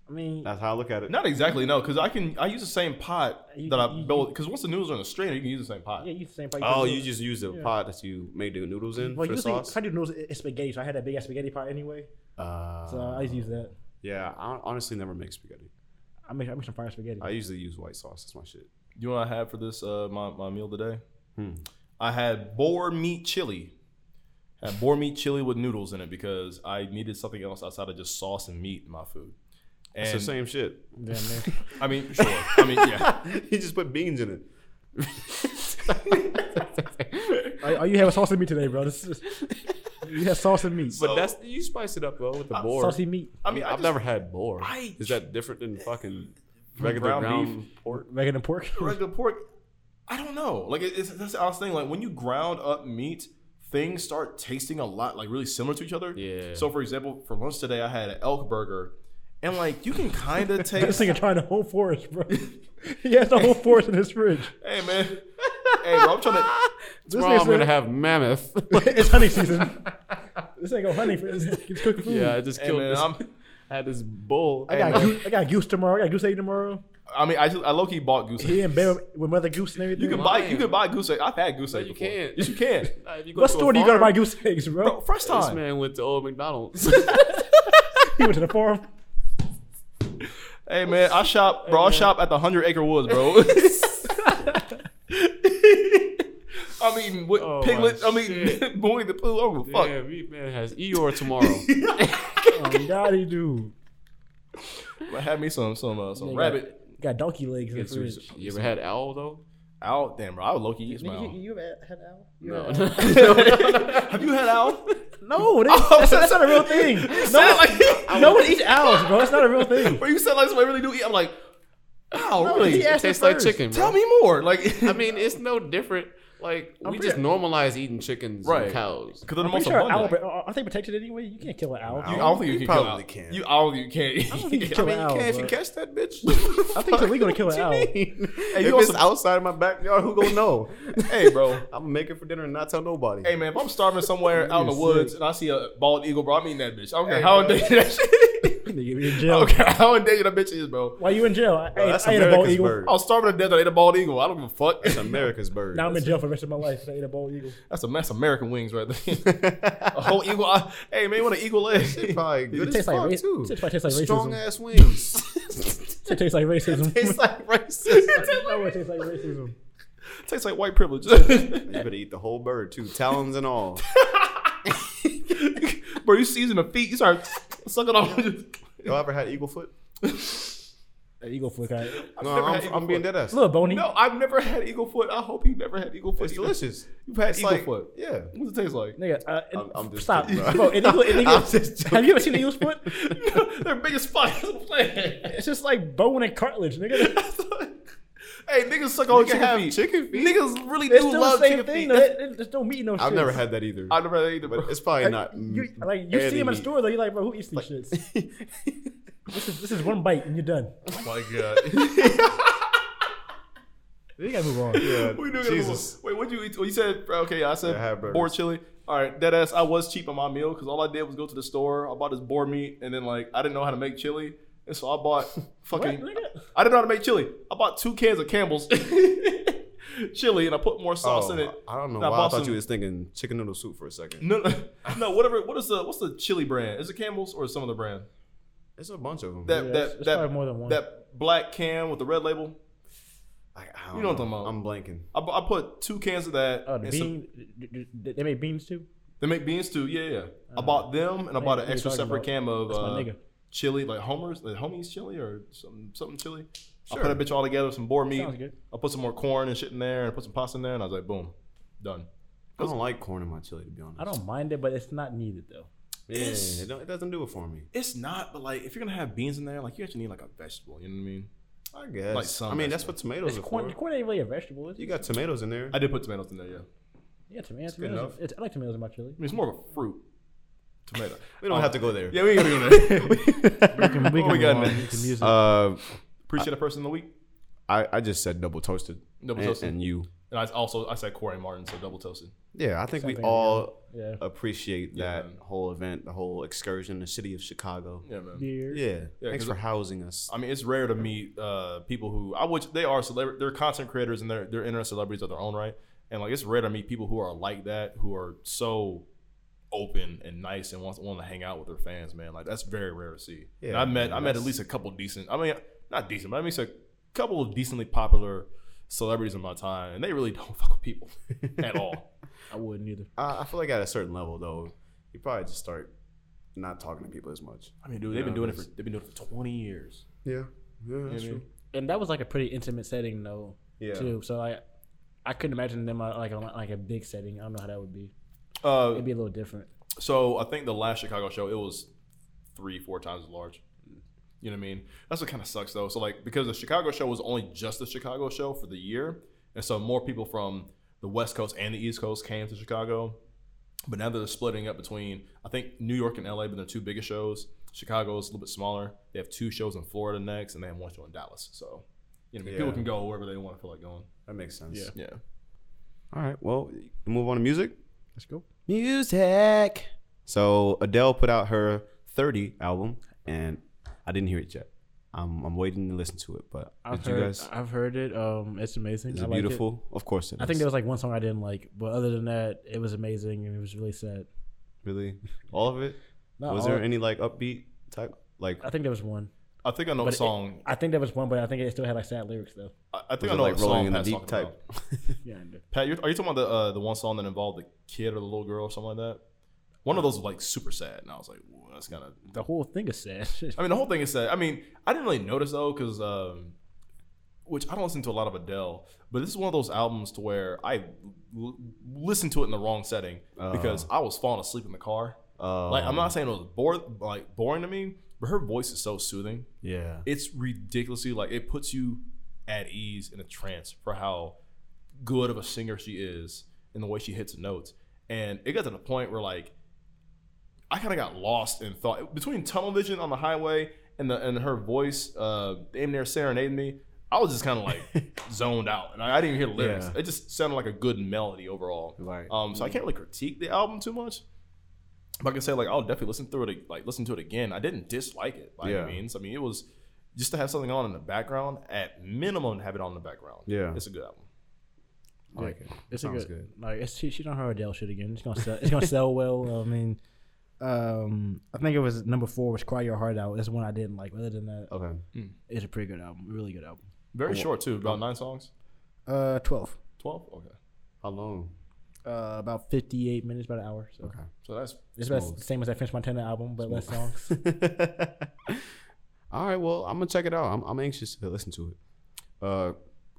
I mean, That's how I look at it. Not exactly, no, because I can I use the same pot You- that you- I you- built. Because once the noodles are in the strainer, you can use the same pot. yeah, you same. Probably Oh, put you noodles- just use the Yeah. pot that you made the noodles in Well, for the usually sauce. I do noodles. It's spaghetti, so I had that big ass spaghetti pot anyway. Uh, So I just use that. yeah, I honestly never make spaghetti. I make I make some fire spaghetti. I usually use white sauce. That's my shit. You know what I had for this uh, my my meal today? Hmm. I had boar meat chili. Had boar meat chili with noodles in it because I needed something else outside of just sauce and meat in my food. And It's the same shit. Damn, man. I mean, sure. I mean, yeah. he just put beans in it. Are, are you having sauce and meat today, bro? This is, you have sauce and meat. [LAUGHS] but that's you spice it up though with the boar. Uh, Saucy meat. I mean, [LAUGHS] I've I just, never had boar. I- Is that different than fucking regular ground ground pork? Regular pork. regular pork. I don't know. Like it- it's that's the honest thing. Like when you ground up meat, things start tasting a lot like really similar to each other. Yeah. So for example, for lunch today, I had an elk burger, and like you can [LAUGHS] kind of [LAUGHS] This taste. nigga trying to whole forest, bro. he has the whole forest in his fridge. hey man, hey bro, [LAUGHS] I'm trying to. This Tomorrow I'm nigga's- gonna have mammoth. [LAUGHS] it's hunting season. this ain't go hunting for He's cooking food. yeah, I just Hey killed man, this. I'm, I had this bull. I got, goose, I got goose tomorrow. I got goose egg tomorrow. I mean, I just I low key bought goose. He eggs. in bed with mother goose and everything. You can buy you can buy goose egg. I've had goose egg. you before. can't. Yes, you [LAUGHS] can. what store do you go to buy goose eggs, bro? Bro, first This time. man went to old McDonald's. He went to the farm. Hey man, I shop, bro. I shop at the Hundred Acre Woods, [LAUGHS] bro. [LAUGHS] I'm eating with Oh, my piglets. I'm [LAUGHS] eating Winnie the Pooh. Oh fuck. Damn, he man has Eeyore tomorrow. Oh, God, he do. I had me some some uh, some Nigga. rabbit. Got donkey legs in the It's- fridge. you ever had owl though? Owl, damn bro. I would low key eat some owl. ever had owl? No. [LAUGHS] [LAUGHS] Have you had [LAUGHS] [LAUGHS] owl? No, they, [LAUGHS] that's, that's not a real thing. No, Oh, like, [LAUGHS] no one eats owls, bro. It's not a real thing. bro, you said like somebody really do eat. I'm like, owl, [LAUGHS] No, really? he it asked tastes me like first. chicken. Bro. Tell me more. Like, I [LAUGHS] mean, it's no different. Like we pretty- just normalize eating chickens Right. and [LAUGHS] cows. because they're the Pretty most sure owl, abundant. but aren't they protected anyway? You can't kill an owl. You- I don't think you, You can probably kill owl. can. You, I don't think you can. [LAUGHS] don't think you can kill an owl, bro. catch that bitch. [LAUGHS] I think [LAUGHS] it's illegal to kill an owl. you want some- outside my backyard, [LAUGHS] [LAUGHS] who gonna know? hey, bro. I'm gonna make it for dinner and not tell nobody. Hey man, if I'm starving somewhere out in the You're woods and I see a bald eagle, bro, I'm eating that bitch. I don't care Hey, how bro. endangered that shit. [LAUGHS] [LAUGHS] Nigga, you in I jail. don't care how endangered that bitch is, bro. Why you in jail? I, Bro, I, that's I ate a bald America's eagle. Oh, bird. I was starving to death. I ate a bald eagle. I don't give a fuck. It's America's bird. Now I'm in jail for the rest of my life. I ate a bald eagle. That's a mess. American wings [LAUGHS] right [LAUGHS] there. a whole eagle. I, hey man, you want an eagle leg? [LAUGHS] probably good It tastes like, race, it probably tastes like Strong racism. ass wings. [LAUGHS] It tastes like racism. [LAUGHS] tastes like racist. I would taste like racism. Tastes like white privilege. [LAUGHS] You better eat the whole bird too, talons and all. bro, you season the feet. You start sucking [LAUGHS] off. Y'all ever had eagle foot? An eagle flick. All right. No, never had I'm, eagle I'm being foot. dead ass. A little bony. no, I've never had eagle foot. I hope you never had eagle foot. it's either. delicious. You've had It's eagle like, foot. yeah. What's it taste like? Nigga, uh, and- I'm- I'm just [LAUGHS] stop, kidding, bro. bro. an eagle, an eagle, I'm just [LAUGHS] have you ever seen an eagle's foot? [LAUGHS] They're big as fuck. That's what I'm saying. [LAUGHS] It's just like bone and [LAUGHS] cartilage, nigga. hey, niggas suck on You can chicken have feet. chicken feet. Niggas really It's do still the love same chicken thing. feet. Though. That- It- it don't meat no shit. I've never had that either. I've never had that either, [LAUGHS] but but it's it's probably not. You, like you see him in the store though, you're like, bro, who eats [LAUGHS] these shits? This is this is one bite and you're done. oh my god. [LAUGHS] We gotta move on. we do Jesus. Jesus. Wait, what'd you eat? Well, you said okay. I said Yeah, I had burgers. boar chili. All right, dead ass. I was cheap on my meal because all I did was go to the store. I bought this boar meat, and then like I didn't know how to make chili, and so [LAUGHS] I bought fucking. What, nigga? I didn't know how to make chili. I bought two cans [LAUGHS] of Campbell's chili, and I put more sauce in it. Oh, I don't know And why I bought thought some- you was thinking chicken noodle soup for a second. [LAUGHS] No, no, no, whatever. What is the what's the chili brand? Is it Campbell's or some other brand? It's a bunch of them. That Yeah, that it's- it's that, probably more than one. that black can with the red label. I, You know what I'm talking I'm blanking. I, bu- I put two cans of that. Oh, the and some- bean. d- d- d- They make beans too. they make beans too. Yeah, yeah. Uh-huh. I bought them and I I bought know an who extra you're talking separate about. can of That's my uh, nigga. chili, like Homer's, like Homie's chili or something, something chili. I Sure. put that bitch all together, some boar meat. Sounds good. I put some more corn and shit in there, and I put some pasta in there, and I was like, boom, done. I don't like corn in my chili, to be honest. I don't mind it, but it's not needed though. Yeah, It's- it, don't, it doesn't do it for me. It's not, but like if you're gonna have beans in there, like you actually need like a vegetable. You know what I mean? I guess. Like some I mean, that's vegetable. what tomatoes It's are corn. for. Corn ain't really a vegetable. Is it? You got tomatoes in there. I did put tomatoes in there. Yeah, I mean yeah, tomatoes. good tomatoes enough. it's, I like tomatoes in my chili. it's more of a fruit. Tomato. we don't have to go there. oh. Yeah, we ain't [LAUGHS] gonna go there. can, What we move got on. next? We can use it. Uh, Appreciate a person of the week. I, I just said double toasted. Double and, toasted. And you. And I also I said Corey Martin, so double toasted. Yeah, I think we Something all yeah. appreciate Yeah, that man. whole event, the whole excursion, the city of Chicago. Yeah, man. Beer. Yeah. Yeah, Thanks 'cause- for housing us. I mean, it's rare to meet uh, people who I would they are celebrity, they're content creators and they're they're internet celebrities of their own right. And like it's rare to meet people who are like that, who are so open and nice and want, want to hang out with their fans, man. Like that's very rare to see. Yeah, and I met man, I met at that's- least a couple decent. I mean, not decent, but I mean, it's a couple of decently popular celebrities in my time, and they really [LAUGHS] don't fuck [LAUGHS] with people at all. I wouldn't either. I, I feel like at a certain level, though, you probably just start not talking to people as much. I mean, dude, they've been Yeah, doing it for that's- they've been doing it for twenty years. Yeah. Yeah, You know what I mean? And that was like a pretty intimate setting though, Yeah. too. So I, I couldn't imagine them uh, like on like a big setting. I don't know how that would be. Uh, It'd be a little different. So I think the last Chicago show, it was three, four times as large. You know what I mean? That's what kind of sucks though. So like because the Chicago show was only just the Chicago show for the year, and so more people from the West Coast and the East Coast came to Chicago. But now they're splitting up between I think New York and LA, but their two biggest shows. Chicago is a little bit smaller. They have two shows in Florida next, and they have one show in Dallas. So you know, what I mean? people Yeah. can go wherever they want to feel like going. That makes sense. Yeah. Yeah. All right. Well, move on to music. Let's go. Music. So Adele put out her 30 album, and I didn't hear it yet. I'm, I'm waiting to listen to it, but I've did you heard. guys? I've heard it. Um, it's amazing. Is I it like beautiful? Of course it is. I think there was like one song I didn't like, but other than that, it was amazing and it was really sad. really all of it. Not was Uh, all- there any like upbeat type like? I think there was one. I think I know But a it- song. I think there was one, but I think it still had like sad lyrics though. I, I Was think it I know like a song rolling in the Pat's deep talking about. type? Yeah, I did. Pat, you're, are you talking about the uh, the one song that involved the kid or the little girl or something like that? One of those was like super sad, and I was like, Whoa, that's kind of. the whole thing is sad. [LAUGHS] I mean, the whole thing is sad. I mean, I didn't really notice though, because um, which I don't listen to a lot of Adele, but this is one of those albums to where I l- listened to it in the wrong setting because I was falling asleep in the car. Uh, Like, I'm not saying it was bored, like boring to me, but her voice is so soothing yeah. it's ridiculously like it puts you at ease in a trance for how good of a singer she is and the way she hits notes. And it got to the point where like I kind of got lost in thought between tunnel vision on the highway and the and her voice uh damn near serenading me. I was just kind of [LAUGHS] like zoned out, and I, I didn't even hear the lyrics. Yeah. It just sounded like a good melody overall. Right. Um, so I can't really critique the album too much. But I can say like I'll definitely listen through it like listen to it again. I didn't dislike it by Yeah. any means. I mean it was just to have something on in the background, at minimum have it on in the background. Yeah. It's a good album. I like it. it's a Sounds good, Like it's she, she done her Adele shit again. It's gonna sell. It's gonna sell well. I mean, um, I think it was number four was "Cry Your Heart Out." That's one I didn't like. Other than that, Okay. it's a pretty good album. Really good album. Very short too, about nine songs. Uh, twelve. Twelve? Okay. How long? Uh, about fifty-eight minutes, about an hour. So Okay. So that's it's about the same as that French Montana album, but less songs. [LAUGHS] All right, well, I'm gonna check it out. I'm, I'm anxious to listen to it. Uh,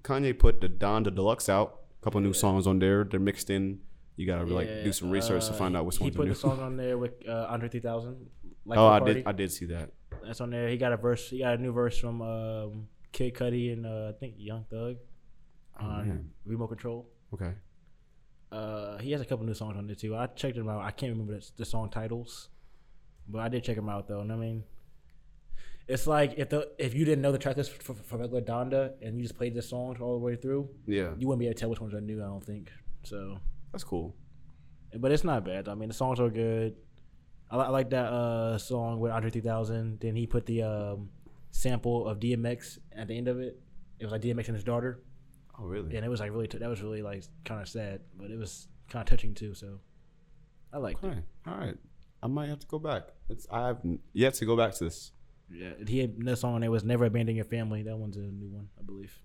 Kanye put the Don the Deluxe out. A couple new songs on there. They're mixed in. You gotta like do some research to Uh, find out which he ones He are put new. the song on there with uh, Andre 3000. Like oh, the I party. did. I did see that. That's on there. He got a verse. He got a new verse from um, Kid Cudi and uh, I think Young Thug on man. Remote Control. Okay. Uh, he has a couple new songs on there too. I checked him out. I can't remember the, the song titles, but I did check him out though. And I mean, it's like if the if you didn't know the track list for, for, for regular Donda and you just played this song all the way through, Yeah, you wouldn't be able to tell which ones are new. I don't think so. that's cool. But it's not bad. I mean, the songs are good. I, li- I like that uh, song with Andre 3000. Then he put the um, sample of DMX at the end of it. It was like DMX and his daughter, Oh, really? and it was like really t- that was really like kind of sad, but it was kind of touching too. So I liked All right. All right. I might have to go back. It's I have n- yet to go back to this. Yeah, he had another song on there was "Never Abandon Your Family." That one's a new one, I believe.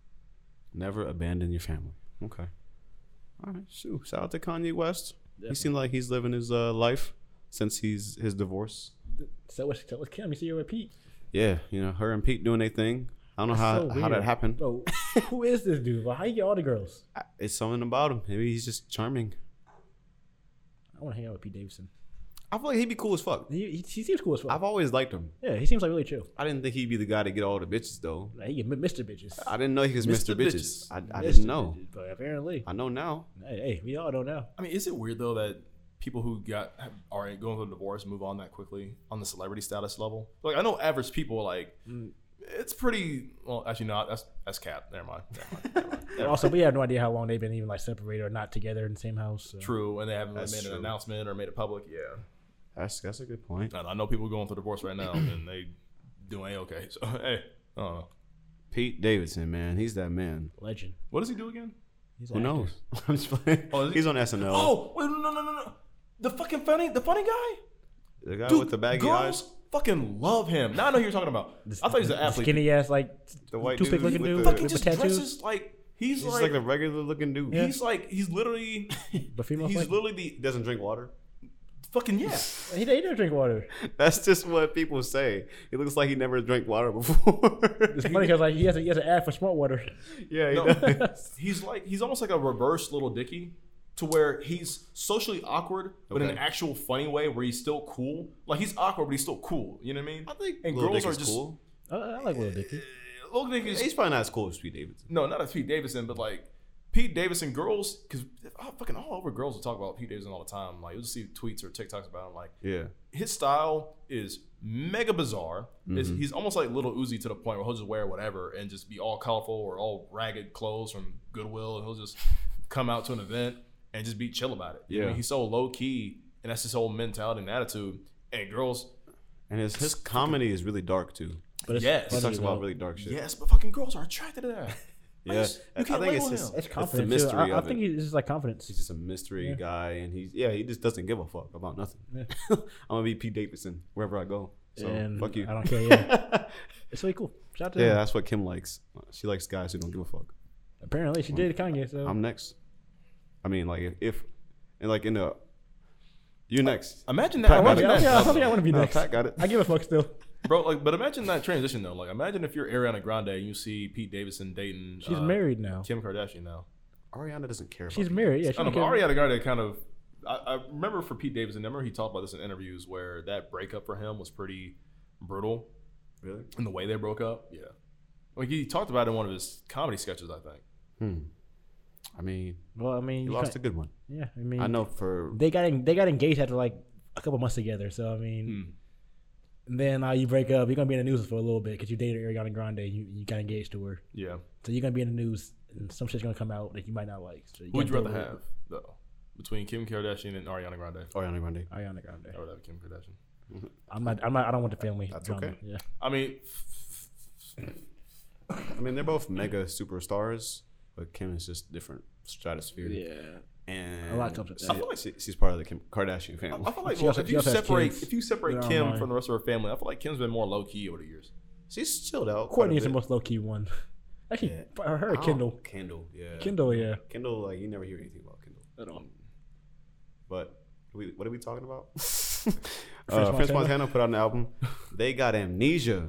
Never abandon your family. Okay. All right. Shoot. Shout out to Kanye West. He Definitely. seemed like he's living his uh, life since he's his divorce. So what's so what's Kim? You see her repeat, Yeah, you know, her and Pete doing their thing. I don't know That's how so how that weird. happened. bro? who is this dude? Bro? How you get all the girls? I- It's something about him. Maybe he's just charming. I want to hang out with Pete Davidson. I feel like he'd be cool as fuck. He, he, he seems cool as fuck. I've always liked him. yeah, he seems like really chill. I didn't think he'd be the guy to get all the bitches though. Like, he get mi- Mr. Bitches. I didn't know he was Mr. Mr. Bitches. Bitches. I, I Mr. didn't know. Bitches, but apparently, I know now. hey, hey, we all don't know. I mean, is it weird though that people who got are going through a divorce move on that quickly on the celebrity status level? Like, I know average people like Mm. it's pretty. Well, actually, no, that's that's cap. Never mind. Never mind. [LAUGHS] Never mind. And also, we have no idea how long they've been even like separated or not together in the same house. Uh, So. True, and they haven't really That's made true. an announcement or made it public. Yeah, That's that's a good point. And I know people going through divorce right now, and they doing okay. So [LAUGHS] hey, uh, I don't know. Pete Davidson, man, he's that man. Legend. What does he do again? He's Who an actor. knows? [LAUGHS] I'm just playing. Oh, is he- he's on SNL. Oh, wait, no, no, no, no, no. The fucking funny, the funny guy, the guy dude. with the baggy girls eyes. fucking love him. Now I know who you're talking about. I thought he was an The athlete. Skinny ass, like The white toothpick dude looking with dude the- He Fucking with just tattoos. dresses like he's, He's like, just like a regular looking dude. He he's like he's literally [LAUGHS] But female he's flank. literally the doesn't drink water. [LAUGHS] fucking yeah. He, he don't drink water. That's just what people say. He looks like he never drank water [LAUGHS] before. [LAUGHS] It's funny because like he has a, he has an ad for smart water. yeah, he No, does. he's like he's almost like a reverse little Dicky, to where he's socially awkward, but in an Okay. actual funny way where he's still cool. Like he's awkward, but he's still cool. You know what I mean? I think and Lil girls Dick are is just cool. I, I like little Dicky. Lil Dick is He's probably not as cool as Pete Davidson. no, not as Pete Davidson, but like Pete Davidson girls, because fucking all over girls will talk about Pete Davidson all the time. Like you'll just see tweets or TikToks about him. Like Yeah. his style is mega bizarre. It's, Mm-hmm. he's almost like little Uzi to the point where he'll just wear whatever and just be all colorful or all ragged clothes from Goodwill, and he'll just come out to an event and just be chill about it. You know what I mean? Yeah. he's so low key, and that's his whole mentality and attitude. And girls, And his, his comedy is really dark too. But it's Yes. He Funny talks about though. really dark shit. yes, but fucking girls are attracted to that. [LAUGHS] Yeah. Yes. You I can't think it's label just him. it's It's the confidence. too. mystery I, I of think it. he's just like confidence. He's just a mystery guy, and he's yeah, he just doesn't give a fuck about nothing. [LAUGHS] I'm gonna be Pete Davidson wherever I go. So and fuck you. I don't care. Yeah, it's really cool. Shout out [LAUGHS] to Yeah, him. that's what Kim likes. She likes guys who don't give a fuck. Apparently, she did Kanye. So I'm next. I mean, like if, if and like in the you're next. Imagine Pat that. got Imagine it. that. yeah, I don't think I want to be No, next. Pat got it. I give a fuck still. Bro, like, but imagine that transition though. Like, imagine if you're Ariana Grande and you see Pete Davidson dating. She's uh, married now. Kim Kardashian now. Ariana doesn't care. About She's me. married. Yeah, she I don't don't know. care. Ariana Grande kind of. I, I remember for Pete Davidson, remember he talked about this in interviews where that breakup for him was pretty brutal really. in the way they broke up. Yeah, like he talked about it in one of his comedy sketches, I think. Hmm. I mean, Well, I mean, you you lost a can't- good one. yeah, I mean, I know for they got en- they got engaged after like a couple months together. So I mean, Hmm. and then uh, you break up, you're gonna be in the news for a little bit because you dated Ariana Grande. You you got engaged to her, Yeah. so you're gonna be in the news, and some shit's gonna come out that you might not like. So Who would you gotta rather deal have though, between Kim Kardashian and Ariana Grande? Ariana Grande. with Ariana Grande. I would have Kim Kardashian. I'm not. I'm not. I don't want the family. That's drama. okay. Yeah. I mean, I mean, they're both mega superstars, but Kim is just different stratosphere. and A lot comes with she- that. I feel like she, she's part of the Kim Kardashian family. I feel like She well, also- if she you also has separate kids. if you separate They're Kim online. from the rest of her family, I feel like Kim's been more low key over the years. She's chilled out. quite a Courtney is the bit. most low key one. [LAUGHS] Actually, Yeah. for her, I don't- Kendall. Kendall, yeah. Kendall, yeah. Kendall, like you never hear anything about Kendall. At all. But we, what are we talking [LAUGHS] about? uh, Montana? French Montana put out an album. They got amnesia.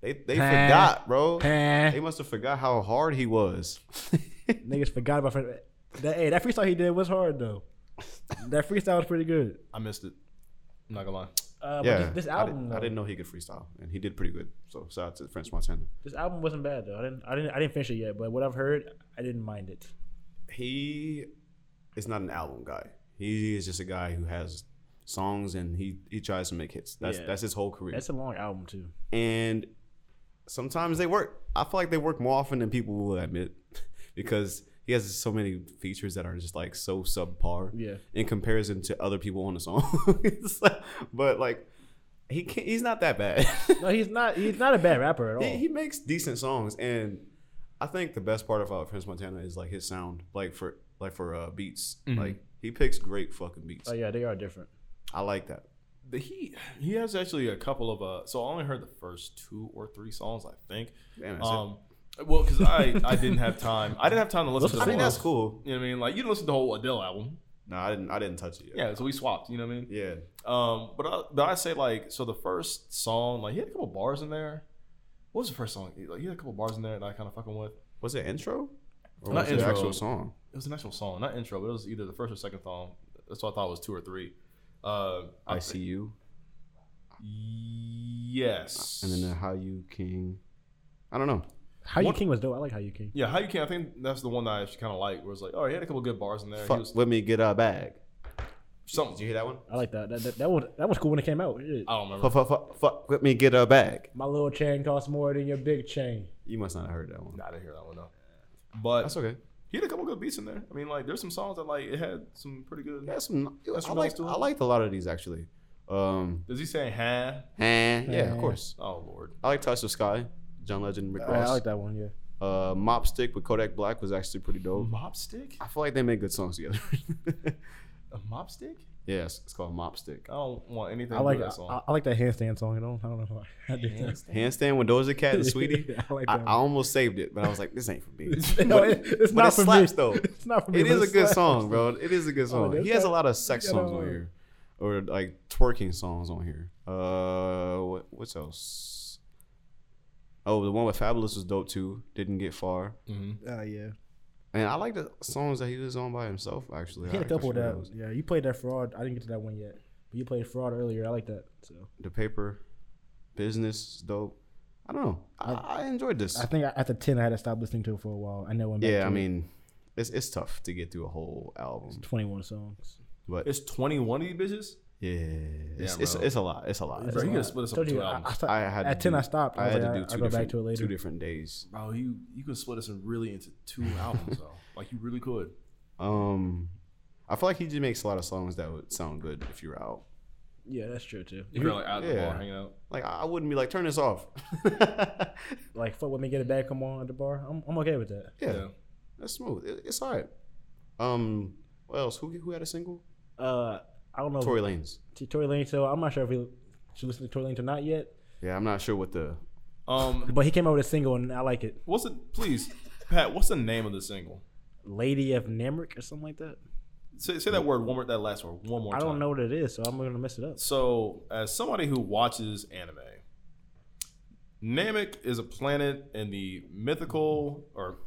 They they Huh? forgot, bro. Huh? They must have forgot how hard he [LAUGHS] was. Niggas forgot about French. That, hey, that freestyle he did was [LAUGHS] hard though. that freestyle was pretty good. I missed it. I'm not gonna lie. Uh, but yeah, this, this I, album, did, though, I didn't know he could freestyle, and he did pretty good. So shout out to French Montana. this album wasn't bad though. I didn't, I didn't, I didn't finish it yet. But what I've heard, I didn't mind it. he is not an album guy. He is just a guy who has songs and he he tries to make hits. That's Yeah. that's his whole career. That's a long album too. and sometimes they work. I feel like they work more often than people will admit [LAUGHS] because he has so many features that are just like so subpar Yeah. in comparison to other people on the song. [LAUGHS] It's like- but like he can't, he's not that bad. [LAUGHS] No, he's not. He's not a bad rapper at all. Oh. He, he makes decent songs, and I think the best part about Prince Montana is like his sound, like for Mm-hmm. like for uh, beats. Like he picks great fucking beats. oh yeah, they are different. I like that. the, he he has actually a couple of uh. So I only heard the first two or three songs, I think. Damn, that's it. Um, well, because I I didn't have time. I didn't have time to listen. to I the mean, whole- that's cool. You know what I mean? Like you didn't listen to the whole Adele album. No, I didn't. I didn't touch it yet. Yeah, so we swapped. You know what I mean? Yeah. Um, but I, but I say like so the first song like he had a couple bars in there. What was the first song? Like he had a couple bars in there that I kind of fucking with. Was it intro? Or Not was it intro. actual song? It was an actual song, not intro, but it was either the first or second song. That's what I thought it was two or three. Uh, I see you, Yes. and then uh, the How You King. I don't know. How You What- King was dope. I like How You King. yeah, how you can? I think that's the one that I actually kind of like. Where it's like, oh, he had a couple good bars in there. He Fuck was with me, get a bag. something. Did you hear that one? I like that. That that, that was that was cool when it came out. Shit. I don't remember. Fuck, fuck, fuck, fuck with me, get a bag. My little chain costs more than your big chain. You must not have heard that one. Nah, I didn't hear that one though. But That's okay. he had a couple good beats in there. I mean, like there's some songs that like it had some pretty good. Yeah, some, That's I, what I was liked, doing. I liked a lot of these actually. Um, Does he say "huh"? eh, yeah, of Eh. course. Oh lord. I like Touch the Sky, John Legend, Rick Uh, I, Ross. I like that one. Yeah. uh, Mop Stick with Kodak Black was actually pretty dope. Mopstick? I feel like they make good songs together. [LAUGHS] A mopstick? yes, it's called Mop Stick. I don't want anything I to do like with I, that song. I, I like that handstand song. You know. I don't know why. [LAUGHS] I did that. Handstand with Doja Cat [LAUGHS] and Sweetie. I like I, that. I almost saved it, but I was like, this ain't for me. one. [LAUGHS] no, it, it's but not it for slaps, me. [LAUGHS] though. It's not for me. It but is a good slaps. Oh, song, bro. It is a good song. that's He has a right. lot of sex Yeah, songs no. on here, or like twerking songs on here. Uh, what what's else? Oh, the one with Fabulous was dope too. Didn't get far, Mhm. Uh, yeah. and I like the songs that he was on by himself. Actually, He had I a couple of actually that. really was- Yeah, you played that fraud. I didn't get to that one yet, but you played fraud earlier. I like that. So The paper, business, is dope. I don't know. I, I enjoyed this. I think I- after ten, I had to stop listening to it for a while. I know when. yeah, I mean, it's it's tough to get through a whole album, twenty-one songs. but It's 21 of these bitches? yeah, it's, it's bro. it's a lot. It's a lot. Bro, That's you a could lot. split this up Told into you, two I, I albums. st- I had at to ten. do- I stopped. I had to do two. two I go back different to it later. two different days. Bro, you, you could split us in really into [LAUGHS] two albums, though. Like, you really could. Um, I feel like he just makes a lot of songs that would sound good if you were out. Yeah, that's true too. You were like out at the Yeah. bar hanging out. Like I I wouldn't be like, turn this off. [LAUGHS] Like fuck, let me get it back. Come on at the bar. I'm, I'm okay with that. yeah, Yeah. that's smooth. It- it's alright. Um, what else? Who who had a single? Uh, I don't know. Tory Tory, Lanez. Tory Lane. So I'm not sure if we should listen to Tory Lane or not yet. Yeah, I'm not sure what the. Um, But he came out with a single and I like it. what's the, please, Pat, what's the name of the single? Lady of Namrick or something like that. Say, say that word one more, that last word one more I time. don't know what it is, so I'm gonna mess it up. So, as somebody who watches anime, Namek is a planet in the mythical or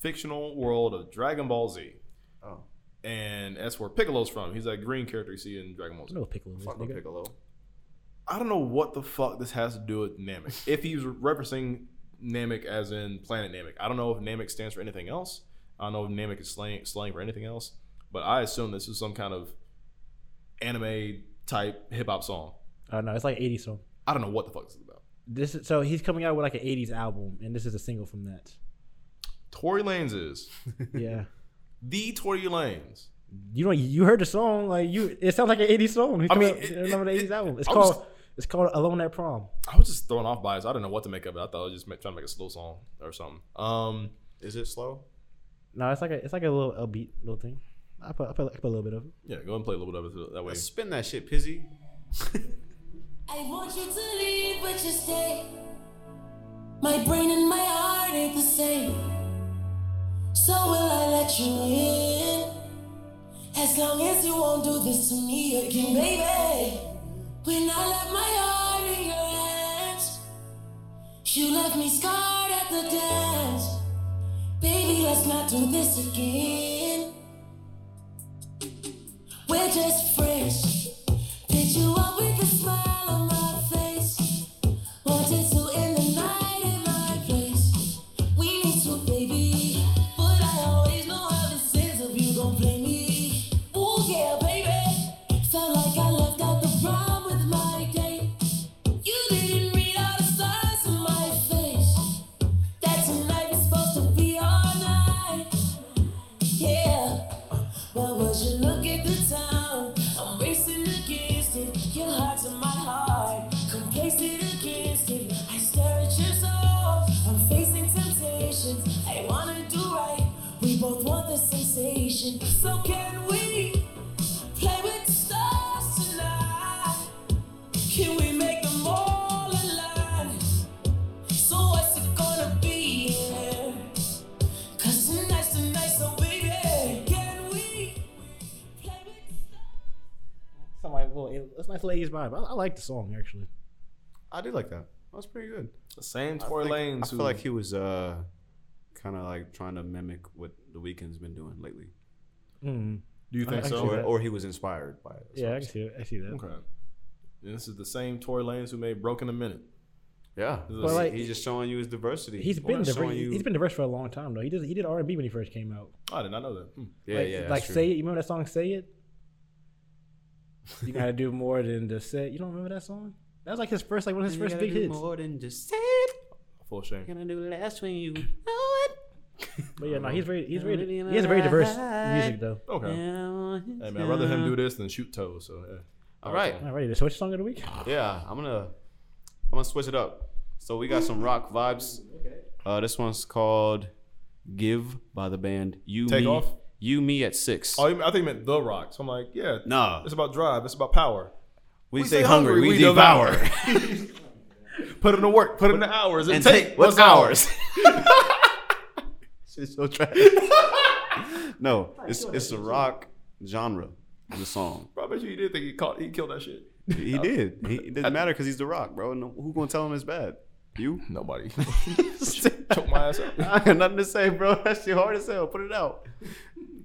fictional world of Dragon Ball Z. Oh, And that's where Piccolo's from. He's that green character you see in Dragon Ball I Z. know what Piccolo is. fuck with nigga. Piccolo. I don't know what the fuck this has to do with Namek. if he's referencing Namek as in Planet Namek, I don't know if Namek stands for anything else. I don't know if Namek is slang, slang for anything else. But I assume this is some kind of anime type hip hop song. Oh no, it's like 80s song. I don't know what the fuck this is about. This is, so he's coming out with like an 80s album, and this is a single from that. Tory Lanez [LAUGHS] is Yeah, the Tory Lanez. you don't you heard the song like you. It sounds like an 80s song. He's I mean, coming out- it- it's another it- 80s album. It's I was- called it's called Alone at Prom. I was just thrown off by this. I didn't know what to make of it. I thought I was just ma- trying to make a slow song or something. Um, Is it slow? No, it's like a it's like a little upbeat little thing. I put I put, I put a little bit of it. yeah, go ahead and play a little bit of it that way. Spin that shit, Pizzy. I want you to leave, but you stay. My brain and my heart ain't the same. So will I let you in? As long as you won't do this to me again, baby. When I left my heart in your hands, you left me scarred at the dance. Baby, let's not do this again. We're just friends. Did you walk with a smile on my face? Or did you end the night in my place? We need to, baby. But I always know ever since if you gon' play me. Ooh, yeah, baby. Felt like I left out the prom with my date. You didn't read all the signs in my face. That tonight was supposed to be our night. Yeah. But was you look at the time? I'm racing against it. Your heart to my heart. Complacent against it. I stare at your soul. I'm facing temptations. I wanna do right. We both want the sensation. So can we play with the stars tonight? Lane's vibe. I, I like the song actually. I did like that. That was pretty good. The same I Tory think- Lanez. I feel who- like he was uh, kind of like trying to mimic what The Weeknd's been doing lately, Mm. do you I- think I so? can see or, that. or he was inspired by it. That's Yeah, what I I'm can see that. I see that. Okay. And this is the same Tory Lanez who made Broken a Minute. Yeah, But, like- he's just showing you his diversity. He's Or been not diverse. showing you- He's been diverse for a long time though. He did he did R and B when he first came out. I did not know that. Hmm. yeah, like, yeah, that's like true. say it. You remember that song? Say [LAUGHS] it. You gotta do more than just say. it. You don't remember that song? That was like his first, like one of his first big hits. than just say it. Full of shame. Gonna do less when you know But yeah, no, he's very, he's very, Really he has very diverse right. music though. Okay. it. Hey man, I'd rather him do this than shoot toes. So yeah. All right. Alrighty, the switch song of the week. Yeah, I'm gonna I'm gonna switch it up. So we got some rock vibes. Uh, this one's called "Give" by the band You Take Me. Off? You Me at six. Oh, you mean- I think he meant The Rock. So I'm like, yeah, Nah, it's about drive. It's about power. we, say hungry, we, devour, put in the work. Put in the hours. [LAUGHS] It and take, take what's what's ours. ours. [LAUGHS] Shit's so trash. no, it's it's a rock genre. The song Bro, I bet you he did think he caught. He killed that shit. he did. He, it doesn't matter because he's the rock, bro. And who gonna tell him it's bad? You? Nobody. [LAUGHS] Choke my ass out. I got nothing to say, bro. [LAUGHS] That shit hard as hell. Put it out. [LAUGHS]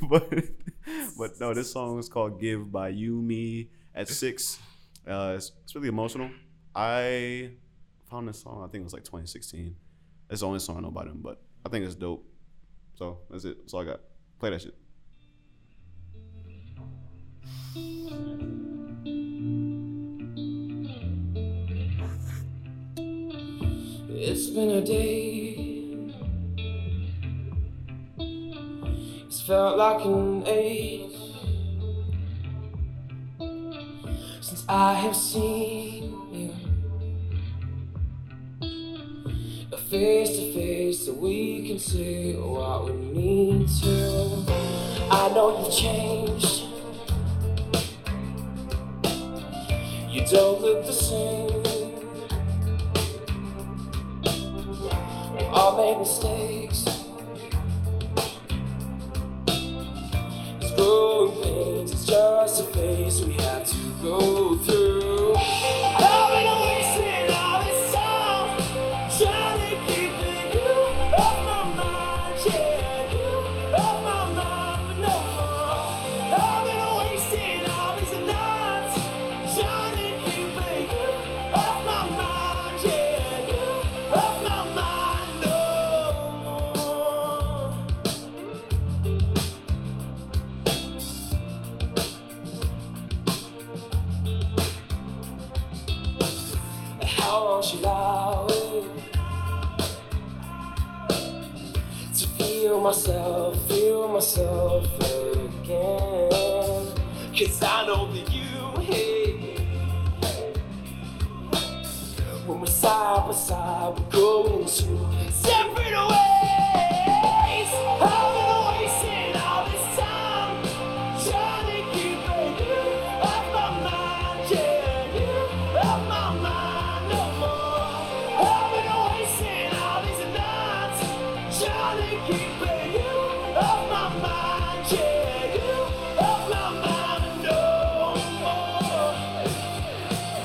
but but no, this song is called "Give" by You Me at six. Uh, it's, it's really emotional. I found this song. I think it was like 2016. It's the only song I know about him, but I think it's dope. So that's it. That's all I got. Play that shit. It's been a day. It's felt like an age since I have seen you. A face to face, so we can say what we need to. I know you've changed. You don't look the same. all made mistakes. It's growing pains, it's just a phase we have to go through. I've been wasting all this time trying to keep you off my mind, yeah, you off my mind, but no more. I've been wasting all these nights trying to keep you off my mind, yeah, you off my mind, no more. How long should I wait to feel myself, feel myself again? Cause I know that you hate me. When we're side by side, we're going to separate ways. I've been wasting all this time trying to keep you off my mind, yeah, you off my mind no more. I've been wasting all these nights trying to keep you off my mind, yeah, you off my mind no more.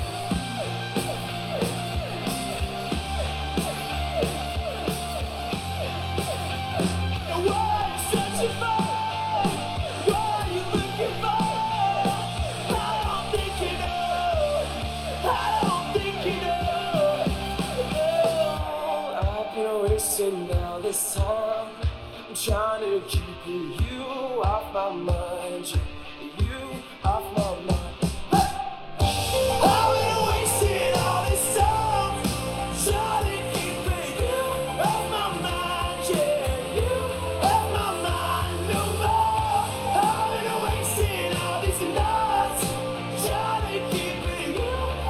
Trying to keep you off my mind, you off my mind. I've been wasting all this time trying to keep you off my mind, yeah, you off my mind no more. I've been wasting all these nights trying to keep you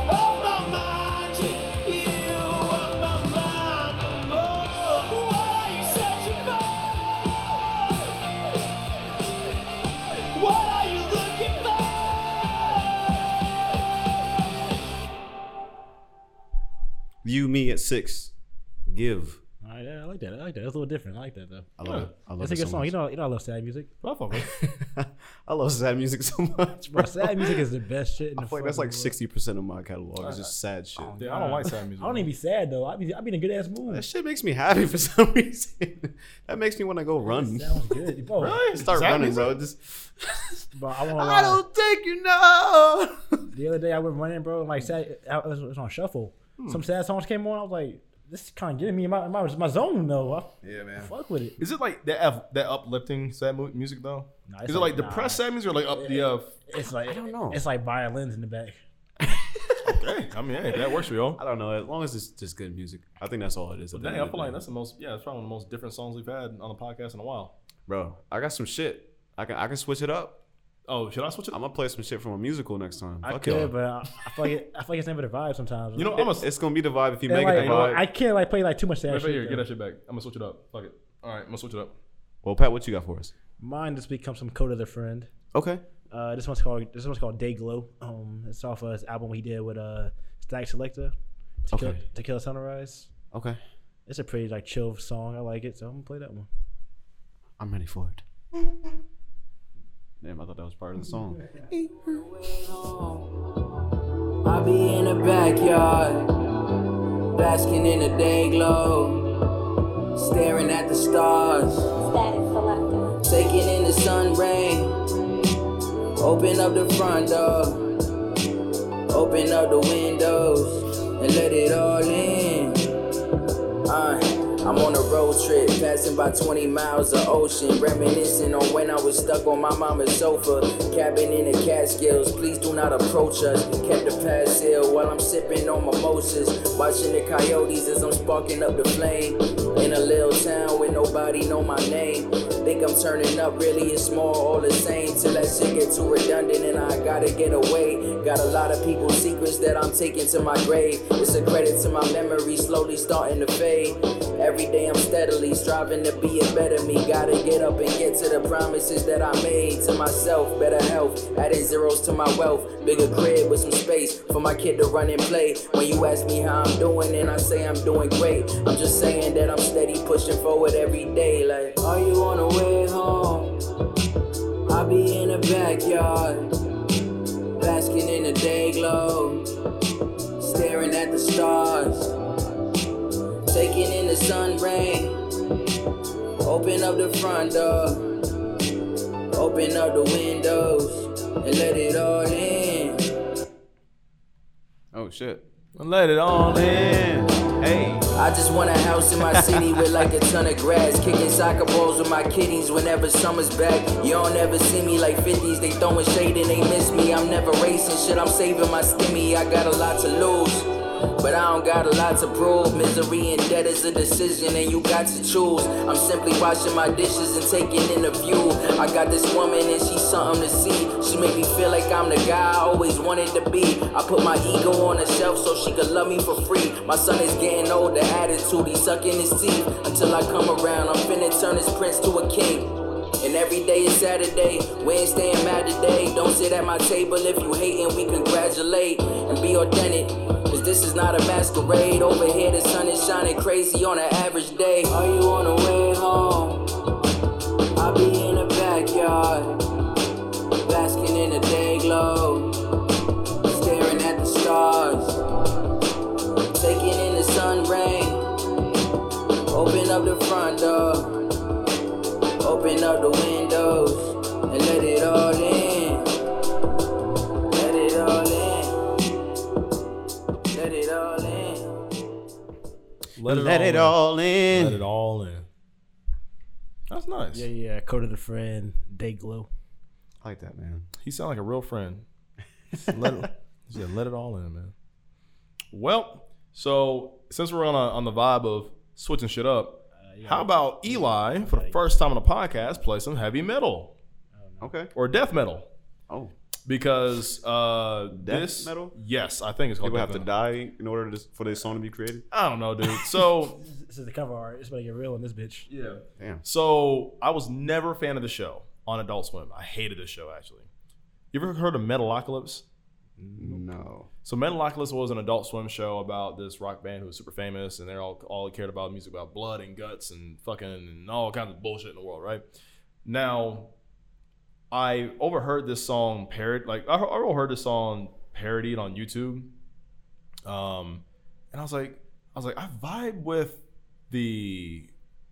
off my mind, yeah, you off my mind no more. What are you searching for? What are you looking for? You Me at six. Give All right, yeah, I like that. I like that. That's a little different. I like that though. I love it. I love That's a it good so song. much. You know, you know, I love sad music. But I fuck with it. [LAUGHS] I love sad music so much, [LAUGHS] bro. Bro, sad music is the best shit. In the I feel like that's fucking Uh, oh, like world. sixty percent of my catalog. It's just sad shit. Yeah, I don't like sad music. I don't even be sad though. I be, I be in a good ass That mood. shit makes me happy for some [LAUGHS] reason. that makes me want to go run. Sounds [LAUGHS] good, bro. Really? Start Sad running, music? bro. Just [LAUGHS] Bro, I won't I lie. don't think you know. [LAUGHS] The other day I went running, bro. and, Like sad, I was, it was on shuffle. Hmm. Some sad songs came on. I was like, this is kind of getting me in my in my, my zone though. I Yeah, man. fuck with it. Is it like that F, that uplifting sad mu- music though? Nah, is it's it like like- depressed nah. sad music or like up the uh, F? It's like I don't know. It's like violins in the back. Okay, I mean, hey, that works for [LAUGHS] y'all. I don't know. As long as it's just good music, I think that's all it is. at the Dang, end I of the feel like day. that's the most. Yeah, it's probably one of the most different songs we've had on the podcast in a while. bro. I got some shit. I can I can switch it up. Oh, should I switch it? I'm gonna play some shit from a musical next time. I Fuck could, y'all. but I, I feel like it, I feel like it's never the vibe sometimes. you know, bro. I'm a. It's gonna be the vibe if you And, make it like, the vibe. I can't like play like too much sad Right shit. here, get though. that shit back. I'm gonna switch it up. Fuck it. All right, I'm gonna switch it up. well, Pat, what you got for us? Mine just becomes some code of the friend. Okay. Uh, this one's called this one's called Day Glow. Um, it's off of his album he did with uh Stack Selector, to, kill, Okay. to Kill a Sunrise. Okay. It's a pretty like chill song. I like it, so I'm gonna play that one. I'm ready for it. Damn, I thought that was part of the song. I be in the backyard, basking in the day glow, staring at the stars, Static selector. taking in the sun rain. Open up the front door, open up the windows, and let it all in. Uh, I'm on a road trip, passing by 20 miles of ocean, reminiscing on when I was stuck on my mama's sofa. Cabin in the Catskills, please do not approach us. Kept the past sealed while I'm sipping on mimosas, watching the coyotes as I'm sparking up the flame. In a little town where nobody know my name. Think I'm turning up, really it's more all the same. Till that shit get too redundant and I gotta get away. Got a lot of people's secrets that I'm taking to my grave. It's a credit to my memory, slowly starting to fade. Every day I'm steadily striving to be a better me. Gotta get up and get to the promises that I made to myself. Better health, adding zeros to my wealth. Bigger crib with some space for my kid to run and play. When you ask me how I'm doing, and I say I'm doing great. I'm just saying that I'm steady pushing forward every day. Like, are you on the way home? I be in the backyard, basking in the day glow, staring at the stars, taking in the sun rain. Open up the front door, open up the windows, and let it all in. Oh shit. Let it all Man, hey. I just want a house in my city with like a ton of grass. Kicking soccer balls with my kiddies whenever summer's back. You don't ever see me like 50s. They throwing shade and they miss me. I'm never racing shit. I'm saving my stimmy. I got a lot to lose. But I don't got a lot to prove. Misery and debt is a decision, and you got to choose. I'm simply washing my dishes and taking in the view. I got this woman, and she's something to see. She make me feel like I'm the guy I always wanted to be. I put my ego on a shelf so she could love me for free. My son is getting older, attitude, he's sucking his teeth. Until I come around, I'm finna turn this prince to a king. And every day is Saturday, Wednesday and mad today. Don't sit at my table if you hating, we congratulate and be authentic. Cause this is not a masquerade. Over here the sun is shining crazy on an average day. Are you on the way home? I be in the backyard, basking in the day glow, staring at the stars, taking in the sun rain. Open up the front door. Open up the windows and let it all in. Let it all in. Let it all in. Let it, Let it all Let it in. all in. That's nice. Yeah, yeah, code of the friend, Day Glow. I like that, man. He sound like a real friend. let it, [LAUGHS] yeah, let it all in, man. Well, so since we're on a, on the vibe of switching shit up, how about Eli for the first time on the podcast play some heavy metal Okay. or death metal? Oh, Because uh, Death this metal? yes, I think it's called people death have to metal. die in order to, for this song to be created. I don't know, dude. [LAUGHS] So This is the cover art. It's about to get real in this [LAUGHS] bitch. yeah, Damn. So I was never a fan of the show on Adult Swim. I hated the show actually. You ever heard of Metalocalypse? No. So Men Like Us was an Adult Swim show about this rock band who was super famous, and they're all all cared about music about blood and guts and fucking and all kinds of bullshit in the world, right? Now, I overheard this song parod like I I overheard this song parodied on YouTube, um, and I was like, I was like, I vibe with the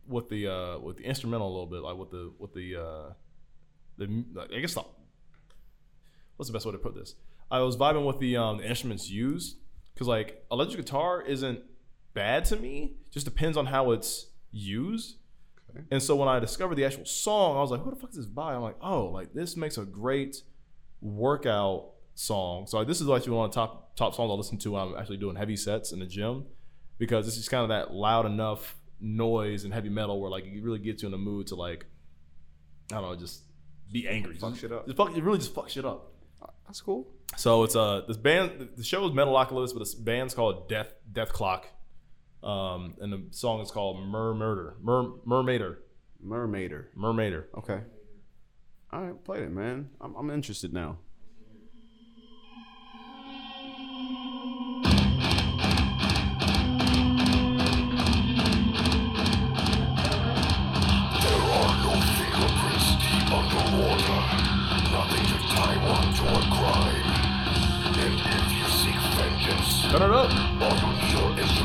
with the uh with the instrumental a little bit, like with the with the uh the m- like, I guess the what's the best way to put this? I was vibing with the um the instruments used because like electric guitar isn't bad to me. Just depends on how it's used. Okay. And so when I discovered the actual song, I was like, "Who the fuck is this by?" I'm like, "Oh, like this makes a great workout song." So this is actually one of the top top songs I listen to when I'm actually doing heavy sets in the gym because this is kind of that loud enough noise and heavy metal where like it really gets you in the mood to like I don't know, just be angry, Fuck Just- shit up. just fuck- it really just fucks shit up. That's cool. So it's uh this band the show is Metalocalypse, but this band's called Death Death Clock. Um and the song is called Mer Murder. Mer Mermaider. Mermaider. Mermaider. Okay. All right, play it, man. I'm, I'm interested now. Turn it up.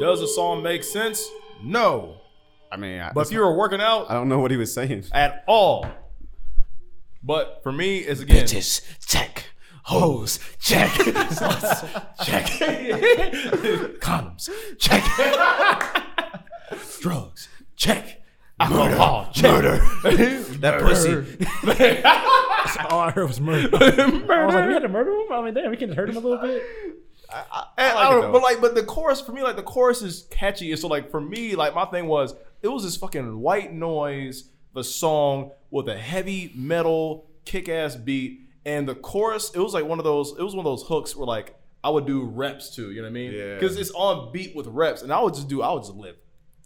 Does the song make sense? No. I mean, I, But that's if you were working out not- I don't know what he was saying. at all. But for me, it's again check. Hoes, [LAUGHS] check. check. Condoms, check. [LAUGHS] Drugs, check. Alcohol, check. [LAUGHS] that pussy. All Oh, [LAUGHS] I heard was murder. I was like, we had to murder him? I mean, damn, we can hurt him a little bit. And like I it, don't- though. but like, but the chorus for me, like the chorus is catchy. And so like for me, like my thing was it was this fucking white noise the song with a heavy metal kick ass beat and the chorus. It was like one of those. It was one of those hooks where like I would do reps to. You know what I mean? Yeah. Because it's on beat with reps, and I would just do. I would just live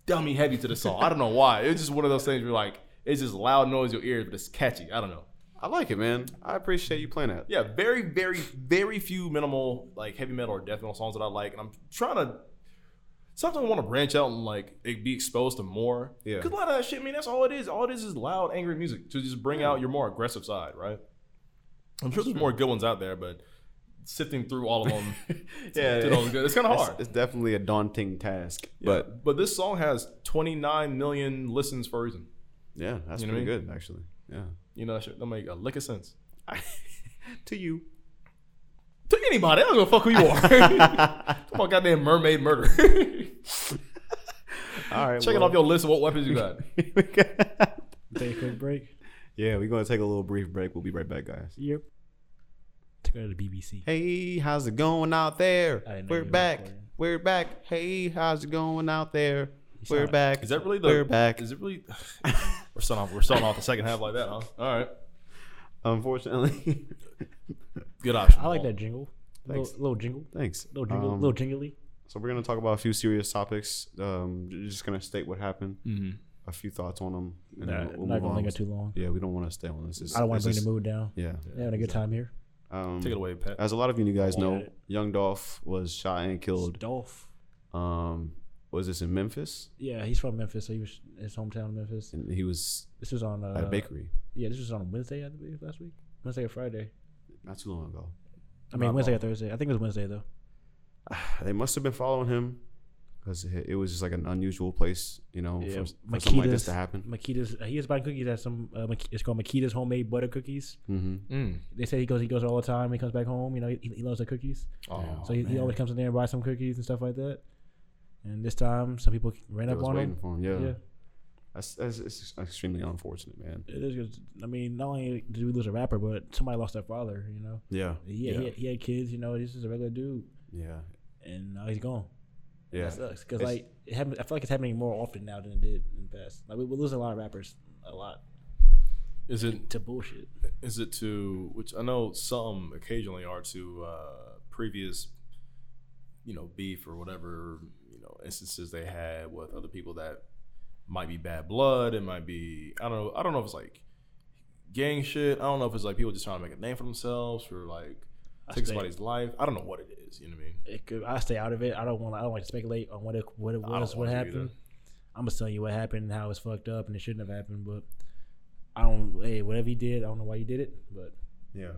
dummy heavy to the song. I don't know why. It's just one of those things where like it's just loud noise in your ears, but it's catchy. I don't know. I like it, man. I appreciate you playing that. Yeah, very, very, very few minimal like heavy metal or death metal songs that I like, and I'm trying to sometimes I want to branch out and like it- be exposed to more. Yeah. because a lot of that shit, man, that's all it is. All it is is loud, angry music to just bring out your more aggressive side, right? I'm sure there's more good ones out there, but sifting through all of them, [LAUGHS] Yeah, to those good, it's kind of It's, hard. it's definitely a daunting task, but but but this song has 29 million listens for a reason. yeah, that's You know what pretty I good actually. Yeah, [LAUGHS] You know, that shit don't make a lick of sense to you. to anybody. I don't give a fuck who you [LAUGHS] are. Come on, goddamn mermaid murder. All right, Check it off your list of what weapons you [LAUGHS] got. your. Take a quick break. [LAUGHS] yeah, we're gonna take a little brief break. We'll be right back, guys. Yep. To go to the BBC. Hey, how's it going out there? I didn't know We're you were back. recording. We're back. Hey, how's it going out there? sound We're like- back. Is that really the? We're back. Is it really? [SIGHS] we're starting off. We're starting off the second half like that, huh? All right. Unfortunately, [LAUGHS] Good option. I like Paul. that jingle. Little, Thanks. little jingle. thanks. Little jingle. Um, little jingly. So we're gonna talk about a few serious topics. Um, j- just gonna state what happened, Mhm. a few thoughts on them, and Mm-hmm. Nah, then we'll, we'll not move gonna on. linger too long. yeah, we don't want to stay on this. It's- I don't want it's to bring just- the mood down. Yeah. We're having a good time here. Um, Take it away, Pat. As a lot of you new guys know, it. Young Dolph was shot and killed. Dolph. Um, was this in Memphis? Yeah, he's from Memphis, so he was his hometown, Memphis. And he was This was on uh, at a bakery Yeah, this was on Wednesday, I believe, last week. Wednesday or Friday. not too long ago. I mean, Wednesday or Thursday. I think it was Wednesday though. They must have been following him because it was just like an unusual place, you know, for, for something like this Makita's. to happen. Makita's. He was buying cookies at some. Uh, Mak- it's called Makita's homemade butter cookies. hmm Mm. They say he goes. He goes all the time. When he comes back home. You know, he, he loves the cookies. Oh, so he, he always comes in there and buys some cookies and stuff like that. And this time, some people ran They up was on waiting him. for him. Yeah, Yeah, That's, that's, it's extremely unfortunate, man. it is. just- I mean, not only did we lose a rapper, but somebody lost their father. You know, Yeah, he had, yeah, he had, he had kids. You know, this is a regular dude, yeah, and now he's gone. yeah. That sucks because It's- like it happen, I feel like it's happening more often now than it did in the past. Like we, we're losing a lot of rappers, a lot is it to bullshit. is it to which I know some occasionally are to uh, previous, you know, beef or whatever you know instances they had with other people that might be bad blood. It might be I don't know. I don't know if it's like gang shit. I don't know if it's like people just trying to make a name for themselves or like take think- somebody's life. I don't know what it is. You know what I mean? It could, I stay out of it. I don't want. I don't like to speculate on what it, what it I don't was, what want to happened. either. I'm just telling you what happened and how it's fucked up and it shouldn't have happened. But I don't. Hey, whatever he did, I don't know why he did it. But Yeah.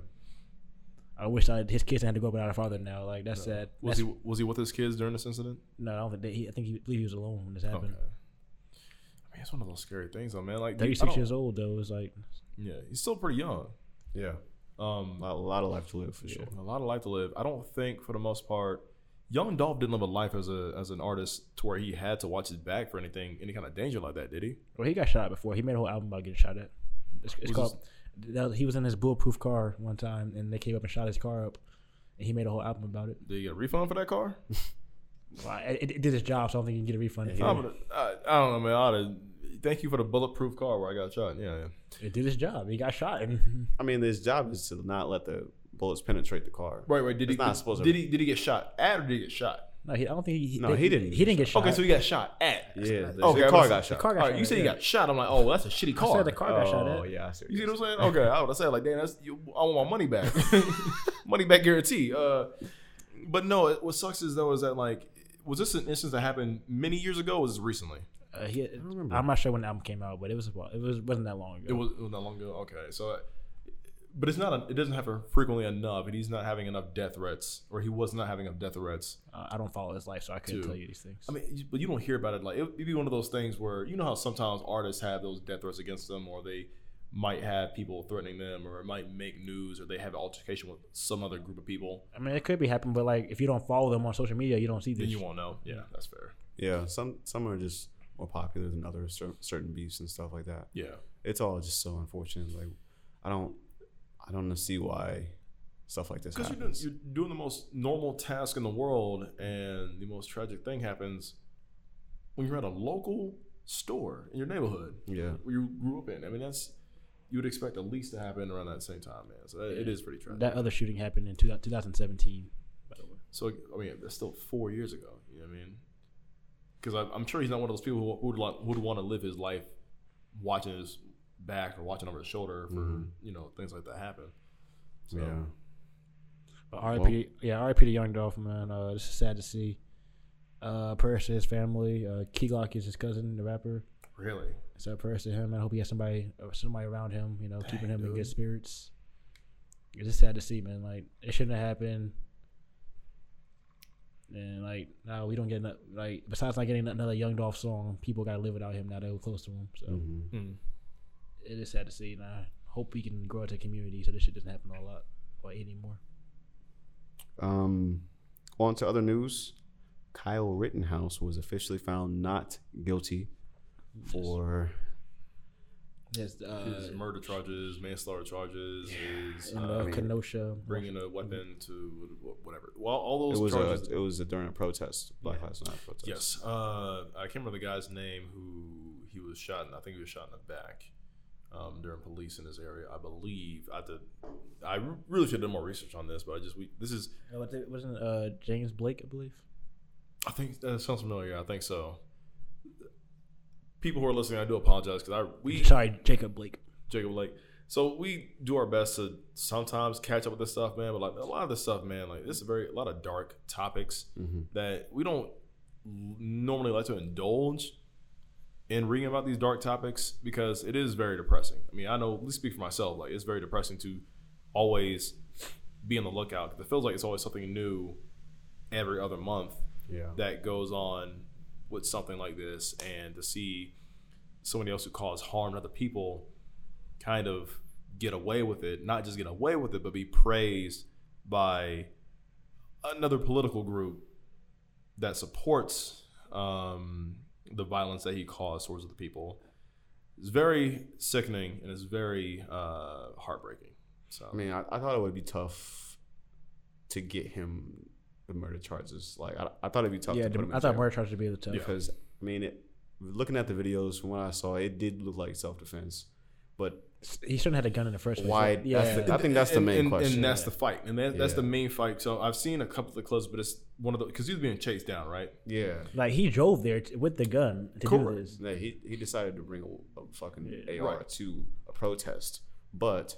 I wish I, his kids had to go up without a father now. Like that's sad. Was That's- he was he with his kids during this incident? no, I don't think they, he, I think he I believe he was alone when this Okay. I happened. mean, it's one of those scary things, though, man. Like you- I 36 don't- years old though. It's like Yeah, he's still pretty young. Yeah. Um, A lot, a lot of life to live for sure. A lot of life to live. I don't think, for the most part, Young Dolph didn't live a life as a as an artist to where he had to watch his back for anything, any kind of danger like that, did he? Well, he got shot before. He made a whole album about getting shot at. It's, it's Was called. that was- he was in his bulletproof car one time, and they came up and shot his car up. And he made a whole album about it. Did he get a refund for that [LAUGHS] car? Well, I- it, it did its job, so I don't think you can get a refund. I, for would've- I, I don't know, man. I oughta, thank you for the bulletproof car where I got shot. Yeah, yeah. it. It did its job. He got shot, and [LAUGHS] I mean, his job is to not let the bullets penetrate the car. Right, right. Did It's he? not supposed to- did he? Did he get shot at or did he get shot? no, he, I don't think he. No, he didn't He didn't get shot. Okay, so he got shot at. Yeah. The Okay, the I car was- got shot. car All got right, shot you at, said he yeah. got shot. I'm like, oh, well, that's a shitty I car. said the car got shot oh at. yeah. I see what You see you're what I'm saying? Okay, I would I said like, damn, that's you, I want my money back, [LAUGHS] money back guarantee. Uh, but no, it, what sucks is though is that like, was this an instance that happened many years ago? Or was this recently? Uh, he, I'm not sure when the album came out, but it was a while- it was wasn't that long ago. It was, it was not long ago. Okay, so, uh, but it's not. A, it doesn't happen frequently enough, and he's not having enough death threats, or he was not having enough death threats. Uh, I don't follow his life, so I couldn't Dude. tell you these things. I mean, you- but you don't hear about it. Like it, it'd be one of those things where you know how sometimes artists have those death threats against them, or they might have people threatening them, or it might make news, or they have an altercation with some other group of people. I mean, it could be happening, but like if you don't follow them on social media, you don't see this. Then you won't know. Yeah, that's fair. Yeah, some some are just more popular than others, cer- certain beefs and stuff like that. Yeah. It's all just so unfortunate. Like, I don't, I don't see why stuff like this Because you're doing, happens. you're doing the most normal task in the world, and the most tragic thing happens when you're at a local store in your neighborhood Yeah. where you grew up in. I mean, that's you would expect at least to happen around that same time, man. So that, it is pretty tragic. That other shooting happened in 2000- 2017. By the way, so I mean, that's still four years ago. You know what I mean? Because I'm sure he's not one of those people who, who would want, who would want to live his life watching his back or watching over his shoulder for you know things like that happen. So, Mm-hmm. Yeah. but RIP, yeah, RIP to Young Dolph, man. Uh, this is sad to see. Uh, prayers to his family. Uh, Key Glock is his cousin, the rapper. Really? So prayers to him. I hope he has somebody, uh, somebody around him. You know, keeping him in good spirits. It's just sad to see, man. Like it shouldn't have happened. And like now we don't get no- like besides not getting another Young Dolph song, people gotta live without him now. They were close to him, so Hmm. it is sad to see. And I hope we can grow into the community so this shit doesn't happen a lot or anymore. Um, on to other news. Kyle Rittenhouse was officially found not guilty for There's uh, His murder charges, manslaughter charges, his, in, uh, uh, Kenosha. bringing a weapon to wh- whatever. Well, all it those was uh, charges. a it was a during a protest Black Lives Matter protest. yes, uh, I can't remember the guy's name who he was shot. In, I think he was shot in the back um, during police in his area. I believe I did. I re- really should have done more research on this, but I just we, this is. Uh, what they- wasn't it, uh, James Blake, I believe. I think that sounds familiar. I think so. People who are listening, I do apologize because I we Sorry, Jacob Blake. Jacob Blake. So we do our best to sometimes catch up with this stuff, man. But like a lot of this stuff, man, like this is very a lot of dark topics that we don't normally like to indulge in reading about these dark topics because it is very depressing. I mean, I know, at least speak for myself, like it's very depressing to always be on the lookout because it feels like it's always something new every other month Yeah. that goes on with something like this and to see somebody else who caused harm to other people kind of get away with it not just get away with it but be praised by another political group that supports um, the violence that he caused towards the people it's very sickening and it's very uh, heartbreaking so I mean, I, I thought it would be tough to get him the murder charges. Like I, I thought it'd be tough. Yeah, to put him in I thought jail. murder charges would be the tough. because I mean, it, looking at the videos from what I saw, it did look like self defense, but He shouldn't have had a gun in the first place. why? Yeah. That's the, I think that's the and- main and, question. And that's the fight, and that, that's Yeah. the main fight. So I've seen a couple of the clips, but it's one of the because he was being chased down, right? yeah. Like he drove there t- with the gun to Correct. do this. No, he he decided to bring a, a fucking AR to a protest, but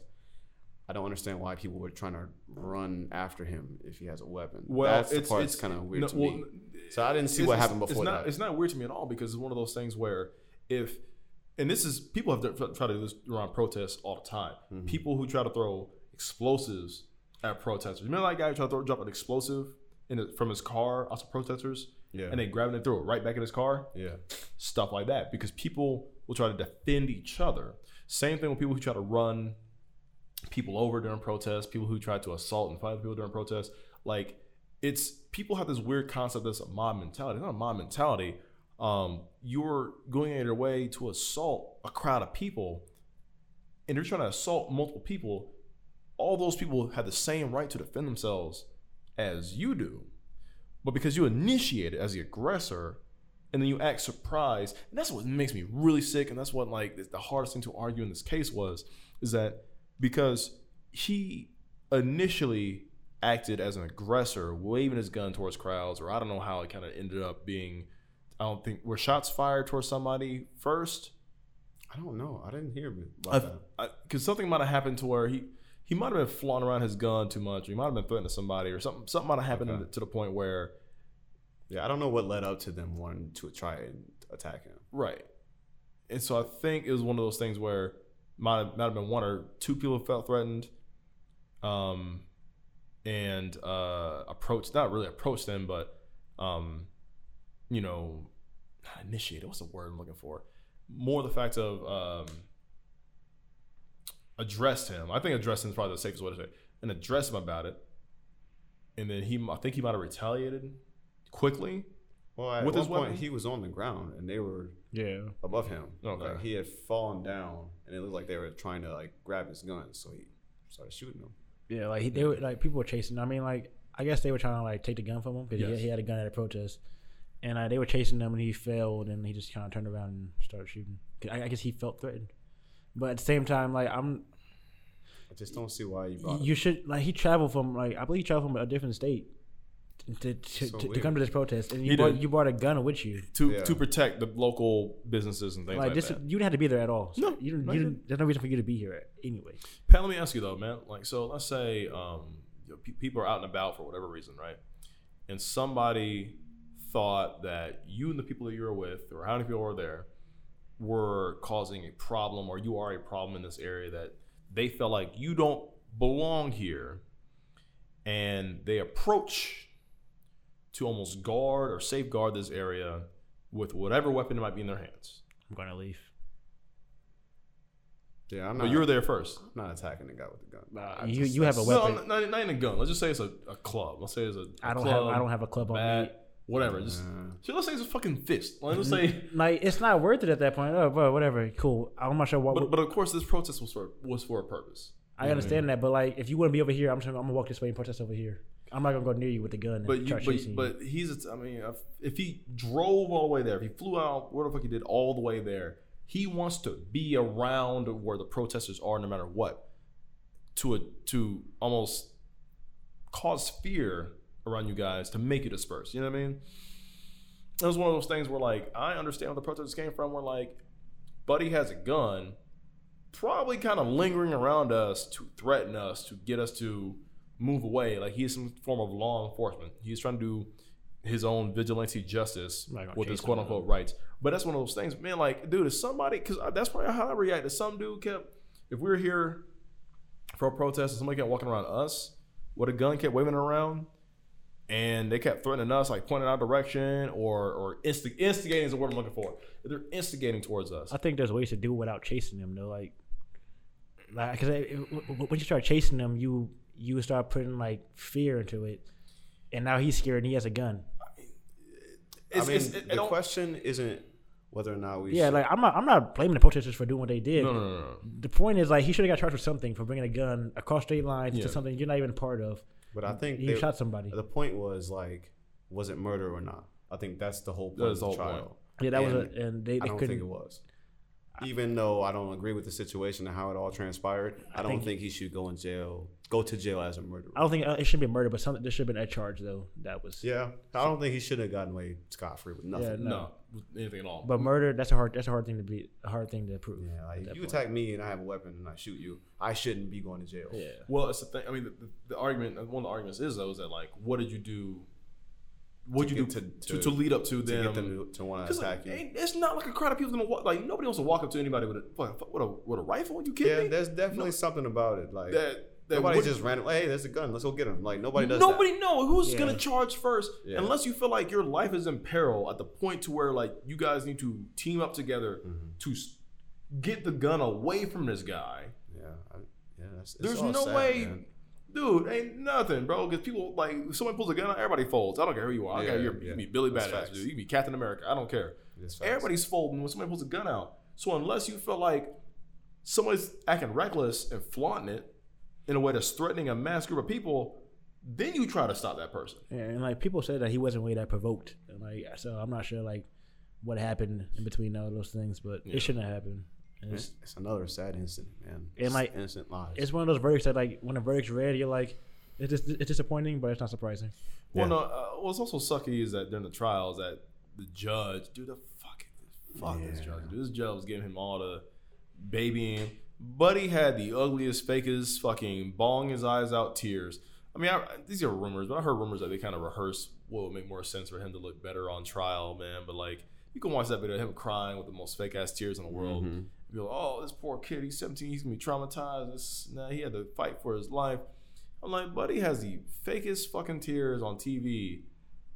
I don't understand why people were trying to run after him if he has a weapon. Well, that's the it's- part it's- that's kind of weird no, to well, me. So I didn't see It's- what it's- happened before it's not, that. It's not weird to me at all because it's one of those things where if and this is people have to- tried to do this around protests all the time. Mm-hmm. People who try to throw explosives at protesters. Remember that guy who tried to throw, drop an explosive in a, from his car also protesters, Yeah. and they grabbed it and threw it right back in his car. yeah, stuff like that because people will try to defend each other. Same thing with people who try to run people over during protests, people who try to assault and fight people during protests. Like it's people have this weird concept that's a mob mentality. It's not a mob mentality. Um, you're going out of your way to assault a crowd of people, and you're trying to assault multiple people. All those people have the same right to defend themselves as you do, but because you initiate it as the aggressor, and then you act surprised. And that's what makes me really sick. And that's what like is the hardest thing to argue in this case was is that because he initially acted as an aggressor, waving his gun towards crowds, or I don't know how it kind of ended up being. I don't think were shots fired towards somebody first I don't know. I didn't hear about that. because something might have happened to where he he might have been flaunting around his gun too much. He might have been threatening somebody, or something. Something might have happened Okay. to the point where Yeah, I don't know what led up to them wanting to try and attack him. Right. And so I think it was one of those things where might have, might have been one or two people felt threatened, um, and uh, approached not really approached them, but um, you know, not initiated. What's the word I'm looking for? More the fact of um, addressed him. I think addressing is probably the safest way to say, it. and addressed him about it. And then he, I think he might have retaliated quickly. Well, at With one his point, weapon? he was on the ground and they were Yeah. above him. Okay. Like, he had fallen down and it looked like they were trying to like grab his gun, so he started shooting him. Yeah. Like he, they were like people were chasing. I mean, like I guess they were trying to like take the gun from him because Yes. he, he had a gun at a protest. and uh, they were chasing him, and he failed, and he just kind of turned around and started shooting. 'Cause I, I guess he felt threatened, but at the same time, like I'm, I just don't see why you brought you should like he traveled from like I believe he traveled from a different state to to, So to, to weird. come to this protest, and you He brought, did. you brought a gun with you. to Yeah. to protect the local businesses and things like, Like this, that. you didn't have to be there at all. So No, you didn't. no, you you didn't, There's no reason for you to be here anyway. Pat, let me ask you though, man. Like, so let's say um, you know, pe- people are out and about for whatever reason, right? And somebody thought that you and the people that you were with, or how many people were there, were causing a problem, or you are a problem in this area that they felt like you don't belong here, and they approach to almost guard or safeguard this area with whatever weapon might be in their hands. I'm gonna leave. Yeah, I'm But not. you were there first. I'm not attacking the guy with the gun. Nah, I you- you have a that's- weapon. No, not, not even a gun. Let's just say it's a, a club. Let's say it's a. a I don't club, have. I don't have a club on me. bat, whatever. Just Yeah. so let's say it's a fucking fist. Like, Let's [LAUGHS] say, Like it's not worth it at that point. Oh, bro, whatever. Cool. I'm not sure what. but but of course, this protest was for was for a purpose. I understand that, but like, if you want to be over here, I'm just, I'm gonna walk this way and protest over here. I'm not gonna go near you with a gun. But and you, try chasing but, but he's. a t- I mean, if- if he drove all the way there, if he flew out, what the fuck he did all the way there, he wants to be around where the protesters are, no matter what. To a to almost cause fear around you guys to make you disperse. You know what I mean? It was one of those things where like I understand where the protesters came from. Where like Buddy has a gun, probably kind of lingering around us to threaten us to get us to move away. Like he is some form of law enforcement. He's trying to do his own vigilante justice Right, gonna with his chase him quote unquote rights. But that's one of those things, man. Like, dude, if somebody, because that's probably how I reacted. Some dude kept, if we were here for a protest and somebody kept walking around us with a gun, kept waving it around, and they kept threatening us, like pointing our direction or or insti- instigating is the word I'm looking for. They're instigating towards us. I think there's ways to do it without chasing them though. Like, like because when you start chasing them, you you start putting like fear into it, and now he's scared and he has a gun. It's- I mean, it's- it- it the don't- question isn't whether or not we. Yeah, should- like I'm not I'm not blaming the protesters for doing what they did. no, no, no, no. The point is like he should have got charged with something for bringing a gun across state lines Yeah. to something you're not even a part of. but I think You they- shot somebody. The point was like, was it murder or not? I think that's the whole point. That's of the the whole trial. point. Yeah, that was And a, and they, I they don't couldn't. think it was. Even though I don't agree with the situation and how it all transpired, I, don't think- think, he should go in jail. Go to jail as a murderer. I don't think uh, it should be murder, but something this should have been a charge though. That was yeah, I don't think he should have gotten away scot free with nothing. Yeah, Yeah, no. No, anything at all. But murder, that's a hard that's a hard thing to be a hard thing to prove. like, at if that you point. attack me and I have a weapon and I shoot you, I shouldn't be going to jail. Yeah. well, it's the thing. I mean, the, the, the argument, one of the arguments is though, is that like, what did you do? What did you get do to- to, to, to- lead up To to them? get them to, to want to Because attack like, you. ain't- it's not like a crowd of people gonna walk. Like nobody wants to walk up to anybody with a fuck, with a with a rifle. you kidding Yeah, me? there's definitely something about it. Like that that nobody would- just random. Hey, there's a gun. Let's go get him. Like nobody does. that. Nobody know who's Yeah. gonna charge first, Yeah. unless you feel like your life is in peril at the point to where like you guys need to team up together Mm-hmm. to s- get the gun away from this guy. Yeah, I, yeah. That's, it's There's all no sad, way, man. dude. Ain't nothing, bro. Because people like if someone pulls a gun, out, everybody folds. I don't care who you are. I Yeah, don't care. yeah. You can be Billy That's Badass, facts. dude. You can be Captain America. I don't care. It's facts. Everybody's folding when somebody pulls a gun out. So unless you feel like somebody's acting reckless and flaunting it in a way that's threatening a mass group of people, then you try to stop that person. Yeah, and like people said that he wasn't really that provoked. And, like so, I'm not sure like what happened in between all those things, but Yeah. it shouldn't have happened. And it's, It's, it's another sad incident, man. It's like, innocent lives. it's one of those verdicts that like when the verdict's read, you're like, it's just, it's disappointing, but it's not surprising. Well, no. Uh, what's also sucky is that during the trials, that the judge, dude, the fucking fuck this Yeah. judge, dude, this judge was giving him all the babying. Buddy had the ugliest, fakest, fucking bawling his eyes out tears. I mean, I, these are rumors, but I heard rumors that they kind of rehearse what would make more sense for him to look better on trial, man. But like, you can watch that video of him crying with the most fake ass tears in the world. Mhm. Be like, oh, this poor kid, he's 17, he's gonna be traumatized. This, nah, he had to fight for his life. I'm like, buddy has the fakest fucking tears on TV.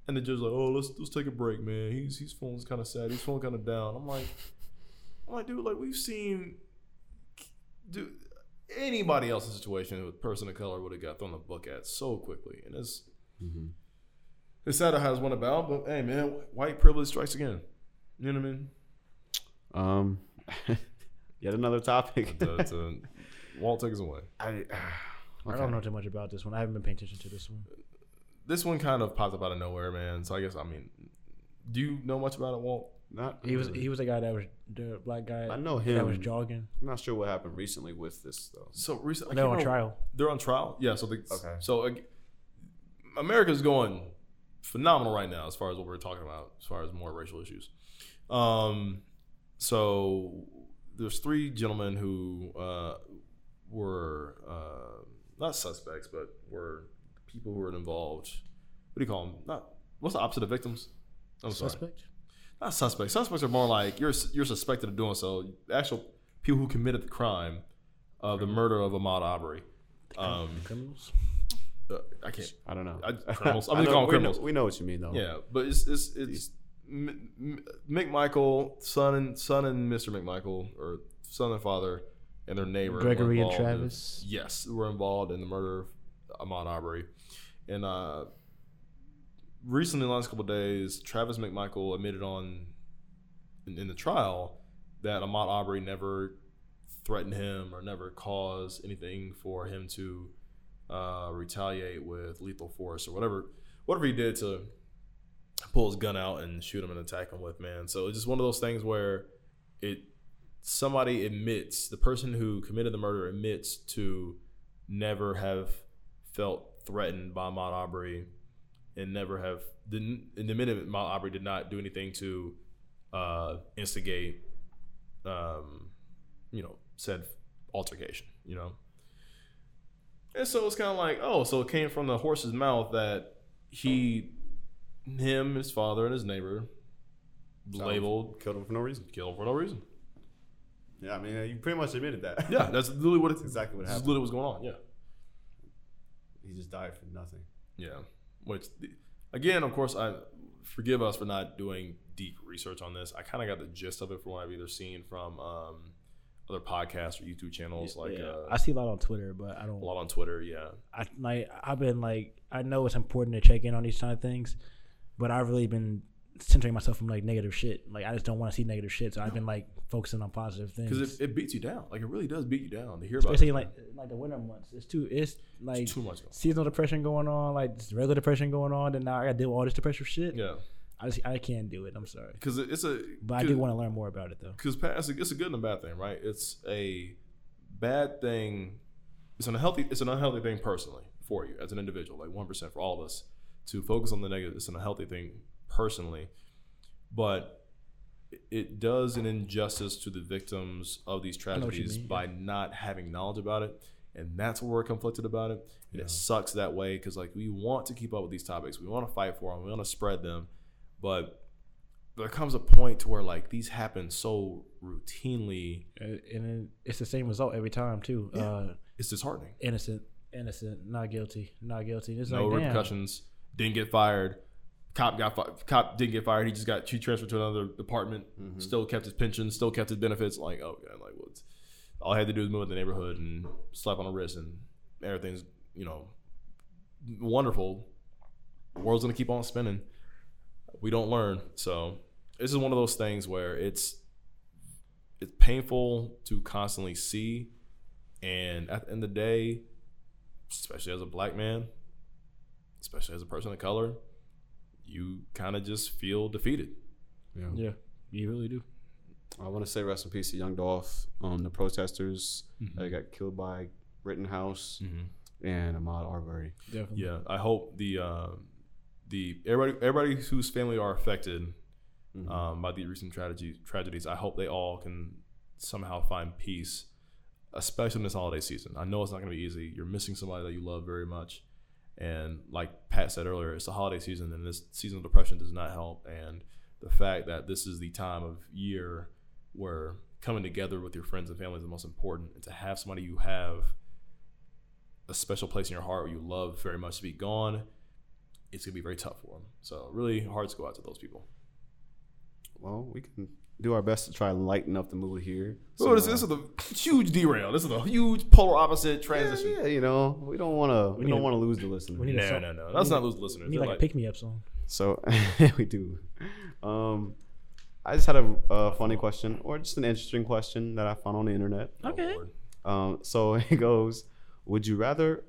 And the judge's like, oh, let's let's take a break, man. He's he's feeling kind of sad. He's feeling kind of down. I'm like, I'm like, dude, like we've seen, dude, anybody else's situation with person of color would have got thrown the book at so quickly. And it's Mm-hmm. Mhm. it's sad how it's went about, but hey, man, white privilege strikes again. You know what I mean? um, [LAUGHS] yet another topic. It's a- it's a- [LAUGHS] Walt takes away. [LAUGHS] I, [SIGHS] I don't know too much about this one. I haven't been paying attention to this one. This one kind of popped up out of nowhere, man. So I guess I mean, Do you know much about it, Walt? Not He was really. he was a guy that was the black guy. I know That was him. jogging. I'm not sure what happened recently with this though. So recently, They were on trial. They're on trial. Yeah. So the, Okay. So uh, America's going phenomenal right now as far as what we're talking about, as far as more racial issues. Um, so there's three gentlemen who uh, were uh, not suspects, but were people who were involved. What do you call them? Not what's the opposite of victims? I'm sorry Suspect. not suspects. Suspects are more like you're you're suspected of doing so. Actual people who committed the crime of the murder of Ahmad Aubrey. Um, Criminals. uh, I can't. I don't [LAUGHS] know. I- criminals. I'm I gonna know- call them we criminals. Know, we know what you mean though. Yeah, but it's it's it's M- M- McMichael, son and son and Mr. McMichael, or son and father, and their neighbor were Gregory and involved in- Travis. yes, were involved in the murder of Ahmad Aubrey, and uh, recently, in the last couple of days, Travis McMichael admitted on in, in the trial that Ahmad Aubrey never threatened him or never caused anything for him to uh, retaliate with lethal force or whatever whatever he did to pull his gun out and shoot him and attack him with man. So it's just one of those things where it somebody admits the person who committed the murder admits to never have felt threatened by Ahmad Aubrey and never have didn't and admitted Ahmad Aubrey did not do anything to uh, instigate um, you know said altercation you know and so it's kind of like oh so it came from the horse's mouth that he him his father and his neighbor labeled Killed him for no reason. kill for no reason Yeah, I mean, you pretty much admitted that. Yeah, that's literally what it's That's exactly what That's happened. literally what's going on. Yeah, [LAUGHS] He just died for nothing. yeah. Which, again, of course, I forgive us for not doing deep research on this. I kind of got the gist of it from what I've either seen from um, other podcasts or YouTube channels, like Yeah. uh, I see a lot on Twitter, but I a don't. lot on Twitter. Yeah, I like. I've been like. I know it's important to check in on these kind of things, but I've really been centering myself from like negative shit. Like I just don't want to see negative shit, so I've been like focusing on positive things. because it, it beats you down. Like it really does beat you down to hear about. especially it. like like the winter months. It's too it's like too much. Going seasonal depression going on, like just regular depression going on, and now I gotta deal with all this depressive shit. on. Yeah, I just I can't do it. I'm sorry, because it's a. but I do want to learn more about it though. because it's a, it's a good and a bad thing, right? It's a bad thing. It's an unhealthy. It's an unhealthy thing personally for you as an individual, like one percent for all of us to focus on the negative. It's an unhealthy thing personally, but it does an injustice to the victims of these know what you tragedies mean, by not having knowledge about it, and that's where we're conflicted about it. And it sucks that way because like we want to keep up with these topics, we want to fight for them, we want to spread them, but there comes a point to where like these happen so routinely Uh, And and it- it's the same result every time too. Uh, it's disheartening innocent, innocent, not guilty, not guilty. It's no like damn. repercussions didn't get fired cop got fi- cop didn't get fired he just got he transferred to another department still kept his pension still kept his benefits like oh god like what's all i had to do was move in the neighborhood and slap on the wrist and everything's you know wonderful the world's gonna keep on spinning we don't learn so this is one of those things where it's it's painful to constantly see and at the end of the day especially as a black man especially as a person of color you kind of just feel defeated Yeah, you really do. I want to say rest in peace to Young Dolph, um, the protesters that got killed by Rittenhouse and Ahmad Arbery. Definitely. yeah i hope the uh, the everybody everybody whose family are affected Mm-hmm. Uh, um, by the recent tragedy, tragedies i hope they all can somehow find peace especially in this holiday season i know it's not going to be easy you're missing somebody that you love very much and like pat said earlier it's the holiday season and this seasonal depression does not help and the fact that this is the time of year where coming together with your friends and family is the most important and to have somebody you have a special place in your heart where you love very much to be gone, it's gonna be very tough for them. So really hearts go out to those people. Well, we can do our best to try to lighten up the mood here. uh, So this, this is the huge derail. This is the huge polar opposite transition. yeah, you know, we don't want to. We, need don't to- want to lose the listener. We need a No, song- no, no. we That's need- not those listeners. we Need They're like, a like- pick me up song. So [LAUGHS] we do. Um, I just had a, a funny question, or just an interesting question that I found on the internet. Oh, Okay. Lord. Um, so [LAUGHS] it goes, would you rather?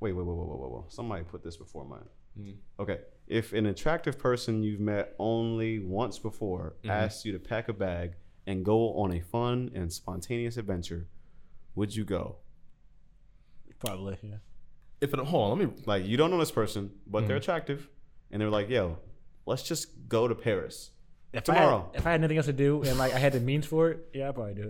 Wait, wait, wait, wait, wait, wait, wait. Somebody put this before mine. Hmm. Okay, if an attractive person you've met only once before Hmm. asks you to pack a bag and go on a fun and spontaneous adventure, would you go? Probably. Yeah. If it, hold on, let me. Like you don't know this person, but Hmm. they're attractive, and they're like, "Yo, let's just go to Paris If I tomorrow." had, if I had nothing else to do and like I had the means for it, yeah, I'd probably do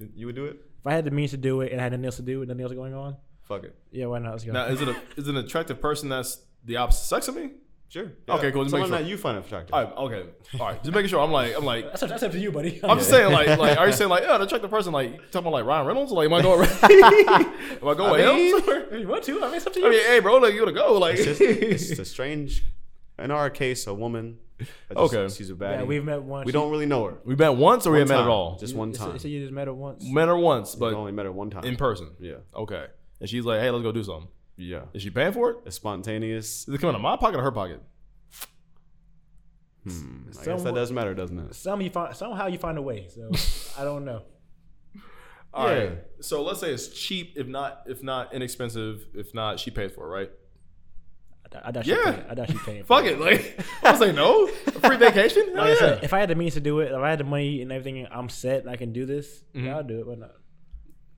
it. you would do it? If I had the means to do it and I had nothing else to do and nothing else going on, Fuck it. yeah, why not? Let's go. Now, is it a, is it an attractive person that's the opposite sex of me? Sure. Okay, cool, just make Someone sure. that you find attractive. All right, okay, all right. Just making sure. I'm like, I'm like, that's, up- that's up to you, buddy. I'm just saying, like, like, are you saying like, yeah, an attractive person, like, talking about like Ryan Reynolds? Like, am I going? [LAUGHS] [LAUGHS] am I going I with him? If [LAUGHS] you want to? I mean, it's up to [LAUGHS] you. I mean, hey, bro, like, you gotta go, like. It's just [LAUGHS] it's a strange. In our case, a woman. that just- Okay. She's a baddie. yeah, we've met once. we don't really know her. we met once, or we One haven't met time. at all. Just one So, time. so you just met her once. met her once, We but only met her one time. in person. Yeah. Okay. And she's like, hey, let's go do something. Yeah. Is she paying for it? It's spontaneous. Is it coming out of my pocket or her pocket? I guess that Somewhat- does matter, doesn't it? Some you find somehow you find a way. [LAUGHS] So I don't know. All right. Yeah. So let's say it's cheap, if not if not inexpensive, if not she paid for it, right? I, I doubt Yeah. she paid. I doubt she paid. Fuck it. Like [LAUGHS] I was like, no, A free vacation. Hell Like I said, yeah. if I had the means to do it, if I had the money and everything, I'm set and I can do this. Mm-hmm. Yeah, I'll do it. Why not?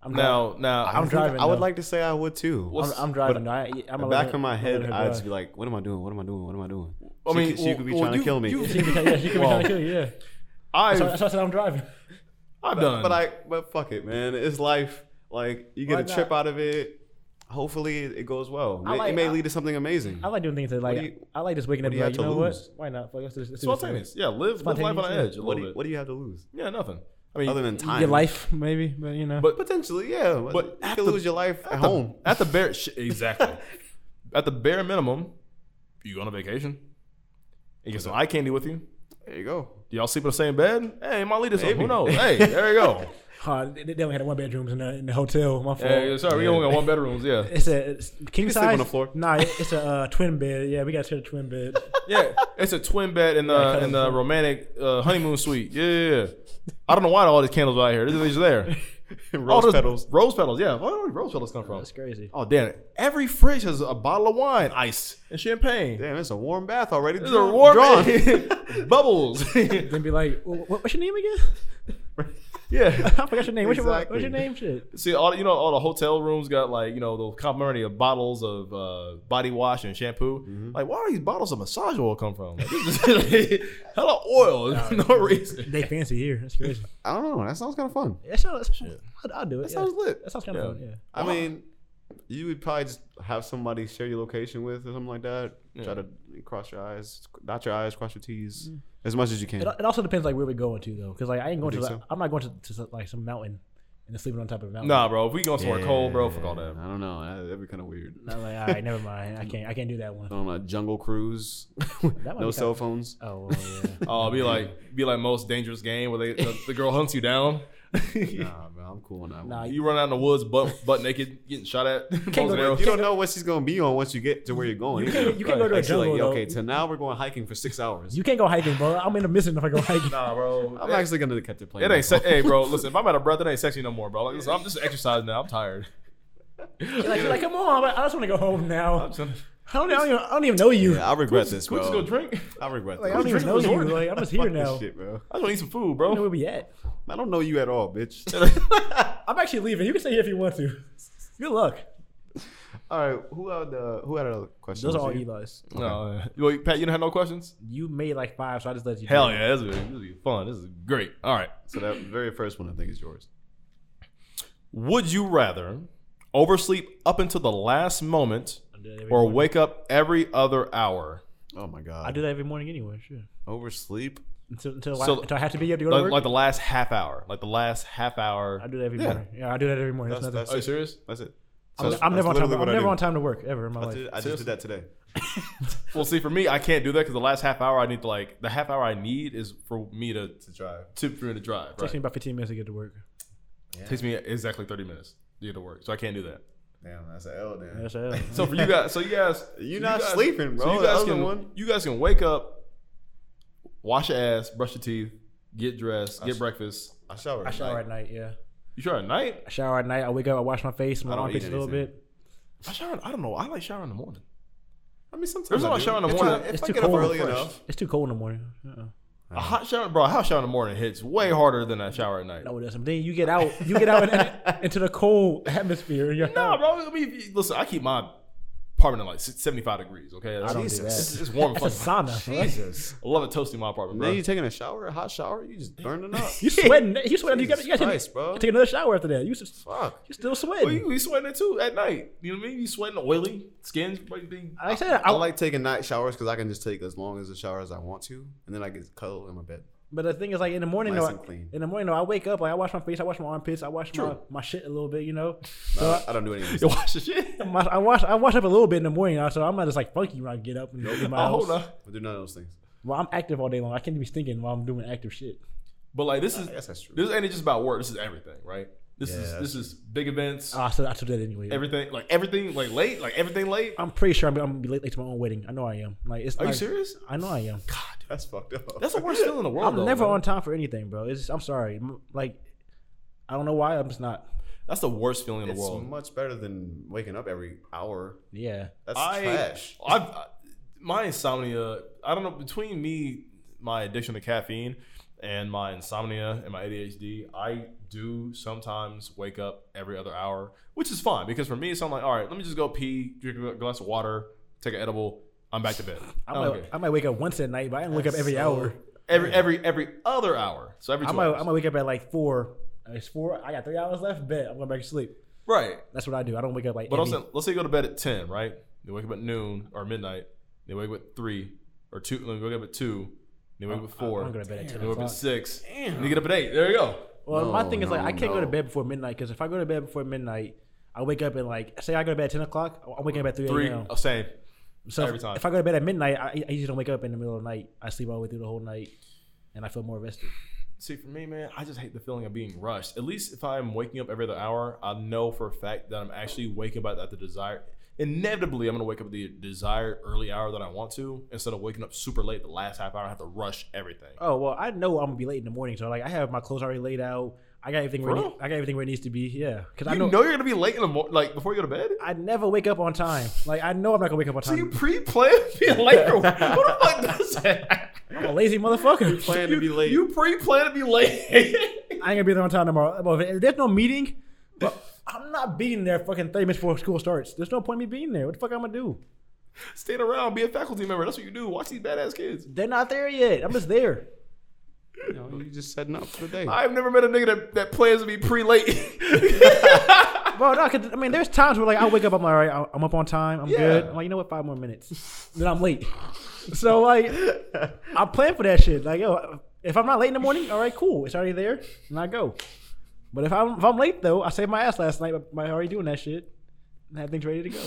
I'm Now now I'm I driving. think I would though. like to say I would too. What's- I'm, I'm driving. though. I, I'm the back of my head, I'd just be like, "What am I doing? What am I doing? What am I doing?" I she mean, could, she well- could be well, trying you- to kill me. [LAUGHS] you- [LAUGHS] she could, yeah, [LAUGHS] she could be Well, trying to kill you. Yeah, so, I've, that's why I said I'm driving. I've done but I, but fuck it, man. It's life. Like you get Why a trip not? out of it. Hopefully, it it goes well. I May- like- it may I- lead to something amazing. I like doing things that like do you- I like just waking up do and you be have like, you to know lose? what? Why not? Fuck, let's, do- let's do this thing. spontaneous. Yeah, live, live life on the Spontaneous, edge a little yeah. what, do you, bit. what do you have to lose? yeah, nothing. I mean Other than time, Your life, maybe, but you know. But- potentially, yeah. But you at could the- lose your life at, the- home. At the bare sh- [LAUGHS] exactly. at the bare minimum, you go on a vacation. You get some eye candy with you. There you go. Do y'all sleep in the same bed? Hey, it might lead to something. Who Maybe. knows? Hey, there you [LAUGHS] go. Huh, they, they only had one bedrooms in the, in the hotel. My fault. Hey, sorry, we only got one bedrooms. Yeah, It's a it's king sleep size. on the floor. Nah, it- it's a uh, twin bed. Yeah, we got to share a twin bed. yeah. It's a twin bed in Yeah, the cut in it. the romantic uh, honeymoon suite. Yeah, yeah, yeah. I don't know why all these candles out here. They're just [LAUGHS] there. All Rose those petals. Rose petals. Yeah. Where do rose petals come from? [LAUGHS] That's crazy. Oh damn it! Every fridge has a bottle of wine, ice, and champagne. Damn, it's a warm bath already. It's Drawn- a warm [LAUGHS] drawn. [LAUGHS] bubbles. Then be like, "Wh- wh- what's your name again? [LAUGHS] yeah. I forgot your name. What's, your, Exactly. what's your name? Shit. See, all you know, all the hotel rooms got like you know the complimentary of bottles of uh, body wash and shampoo. Mm-hmm. Like, where are these bottles of massage oil come from? Like, this is [LAUGHS] hella oil, [LAUGHS] no [LAUGHS] reason. They fancy here. That's crazy. [LAUGHS] I don't know. That sounds kind of fun. That sounds. [LAUGHS] That's, I'd, I'd do it. That yeah. sounds lit. That sounds kind of Yeah. fun. Yeah. I mean, you would probably just have somebody share your location with or something like that. Try to cross your eyes, dot your I's, cross your T's as much as you can. Mm. It, it also depends like where we're going to though, because like I ain't going to. think Like, so? I'm not going to, to like some mountain and then sleeping on top of a mountain. Nah, bro, if we going somewhere cold, bro, fuck all I that. don't know. That- That'd be kind of weird. I'm like, all right, never mind. I can't. I can't do that one. On a jungle cruise, [LAUGHS] That [LAUGHS] might no be cell kinda- phones. Oh well, yeah. Oh, be like, be like most dangerous game where they the, the girl hunts you down. [LAUGHS] Nah, man, I'm cool on that. Nah, one. you run out in the woods, butt butt naked, getting shot at. bows and go- arrows. You don't know what she's gonna be on once you get to where you're going. you either. can't. You can't go to a Like, she's like, jungle "Yeah, though. okay, till now we're going hiking for six hours. You can't go hiking, bro. I'm in the mission if I go hiking. Nah, bro. I'm actually gonna catch the plane. It ain't. back [LAUGHS] Se- hey, bro, listen. If I'm out of breath, it ain't sexy no more, bro. Like, listen, I'm just exercising now. I'm tired. [LAUGHS] You're like, you're like, come on, I just want to go home now. I'm just gonna, I don't, I don't, even, I don't even know you. home. Yeah, I regret this, can we bro. just go drink? I regret like, I this. don't even know you. Like, I'm just here Fuck this now. shit, bro. I just want to eat some food, I don't know bro. where we at. I don't know you at all, bitch. [LAUGHS] I'm actually leaving. You can stay here if you want to. Good luck. All right, who had uh, who had another question? Those are all Was it you? Eli's. No, yeah. Well, Pat, you don't have no questions? You made like five, so I just let you. do Hell it. yeah, this is, this is fun. This is great. All right. So that very first one, I think, is yours. Would you rather oversleep up until the last moment I do that every or morning. wake up every other hour? Oh my god! I do that every morning anyway. Sure. Oversleep. Until until, I, So- until I have to be up to go to Like, work. like the last half hour. Like the last half hour. I do that every Yeah. morning. Yeah, I do that every morning. That's That's, nothing. that's Are Oh, you it. serious? That's it. I'm, That's- I'm never on that's time. literally I'm what I never do. on time to work ever in my I life. did- I just did that today. Well, see, for me, I can't do that because the last half hour I need to, like, the half hour I need is for me to, to drive. To, for me to drive. Right? Takes me about 15 minutes to get to work. takes me exactly 30 minutes to get to work. So I can't do that. Damn, that's an L. Damn. That's it. [LAUGHS] So for you guys, so you guys, [LAUGHS] You're so not guys- sleeping, bro. So you The guys other can, one- you guys can wake up, wash your ass, brush your teeth, get dressed, get breakfast. I shower. I shower at night. Yeah. You shower at night? I shower at night. I wake up. I wash my face. My I don't armpits eat a little anything. bit. I shower. I don't know. I like showering in the morning. I mean, sometimes There's I not a do. shower in the If I- morning. If It's I too get up cold. early Fresh. enough, It's too cold in the morning. Uh-uh. A hot shower, bro. A hot shower in the morning hits way harder than a shower at night. No, it doesn't. Then you get out. You get out in- [LAUGHS] into the cold atmosphere. and You're Nah, bro. I mean, listen, I keep my apartment at like 75 degrees. Okay, I don't do that. It's, it's warm. as It's a fuck. sauna. bro. Jesus, I love it toasty in my apartment, bro. then you taking a shower, a hot shower, you just burning up. You sweating? You sweating? You got Jesus you got to Christ, take, bro. you take another shower after that. You s- [LAUGHS] Fuck. you still Well, sweating? you, you sweating it too at night. You know what I mean? You sweating oily skins. bro, you think- I said I, I like taking night showers because I can just take as long as the shower as I want to, and then I get cuddled in my bed. But the thing is, like in the morning, Nice though, and clean. in the morning, though, I wake up, like I wash my face, I wash my armpits, I wash my, my shit a little bit, you know. [LAUGHS] So I, I don't do any of this. You wash the [LAUGHS] shit. I, my, I wash I wash up a little bit in the morning, so I'm not just like funky when I get up and go in my Oh, house. hold on. I do none of those things. Well, I'm active all day long. I can't be thinking while I'm doing active shit. But like this is guess that's true. this ain't just about work. This is everything, right? This Yeah, is that's this is big events. Ah, so I took that anyway. everything like everything like late like everything late. I'm pretty sure I'm, I'm gonna be late, late to my own wedding. I know I am. Like, it's Are you like- serious? I know I am. That's fucked up. That's the worst feeling in the world. I'm though, never man. on time for anything, bro. It's just, I'm sorry. M- Like, I don't know why. I'm just not. That's the worst feeling in the it's world. much better than waking up every hour. Yeah. That's I, [LAUGHS] trash. I've I- my insomnia. I don't know between me, my addiction to caffeine, and my insomnia and my ADHD. I do sometimes wake up every other hour, which is fine because for me, it's I'm like, all right, let me just go pee, drink a glass of water, take an edible. I'm back to bed. I I'm might, okay. I might wake up once at night, but I don't wake up every so- hour. Every every every other hour. So every two I might, hours. I might wake up at like four. It's four. I got three hours left. Bet I'm going back to sleep. right. That's what I do. I don't wake up like. But I'm every- saying, let's say you go to bed at ten, right? They wake up at noon or midnight. They wake up at three or two. They wake up at two. They wake up at four. I'm going to bed at They ten wake up o'clock. at six. And you get up at eight. There you go. Well, my No, thing is like no, I can't go no. to bed before midnight because if I go to bed before midnight, I wake up at like say I go to bed at ten o'clock. I'm waking up at three, Three. a.m. oh, same. So if- every time. if I go to bed at midnight, I, I usually don't wake up in the middle of the night. I sleep all the way through the whole night, and I feel more rested. See, for me, man, I just hate the feeling of being rushed. At least if I'm waking up every other hour, I know for a fact that I'm actually waking up at the desired. Inevitably, I'm gonna wake up at the desired early hour that I want to, instead of waking up super late the last half hour. I have to rush everything. Oh well, I know I'm gonna be late in the morning, so like I have my clothes already laid out. I got everything. Where it For need- real? I got everything where it needs to be. Yeah, because I you know, know, you're gonna be late in the morning, like before you go to bed. I never wake up on time. Like I know I'm not gonna wake up on So you time. pre-plan being late for work? Who the fuck does that? I'm a lazy [LAUGHS] motherfucker. Plan to be late. You pre-plan to be late. [LAUGHS] I ain't gonna be there on time tomorrow. Well, if there's no meeting, but I'm not being there fucking 30 minutes before school starts. There's no point in me being there. What the fuck am I gonna do? Stand around, be a faculty member. That's what you do. Watch these badass kids. They're not there yet. I'm just there. you, know, you just setting up for the day. I've never met a nigga that, that plans to be pre-late. [LAUGHS] Well, no, 'cause, I mean, there's times where like I wake up, I'm like, all right, I- I'm up on time, I'm good. Yeah. I'm like, you know what, five more minutes, then [LAUGHS] I'm late. So like, I plan for that shit. Like, yo, if I'm not late in the morning, all right, cool, it's already there, and I go. But if I'm if I'm late though, I saved my ass last night by already doing that shit and had things ready to go.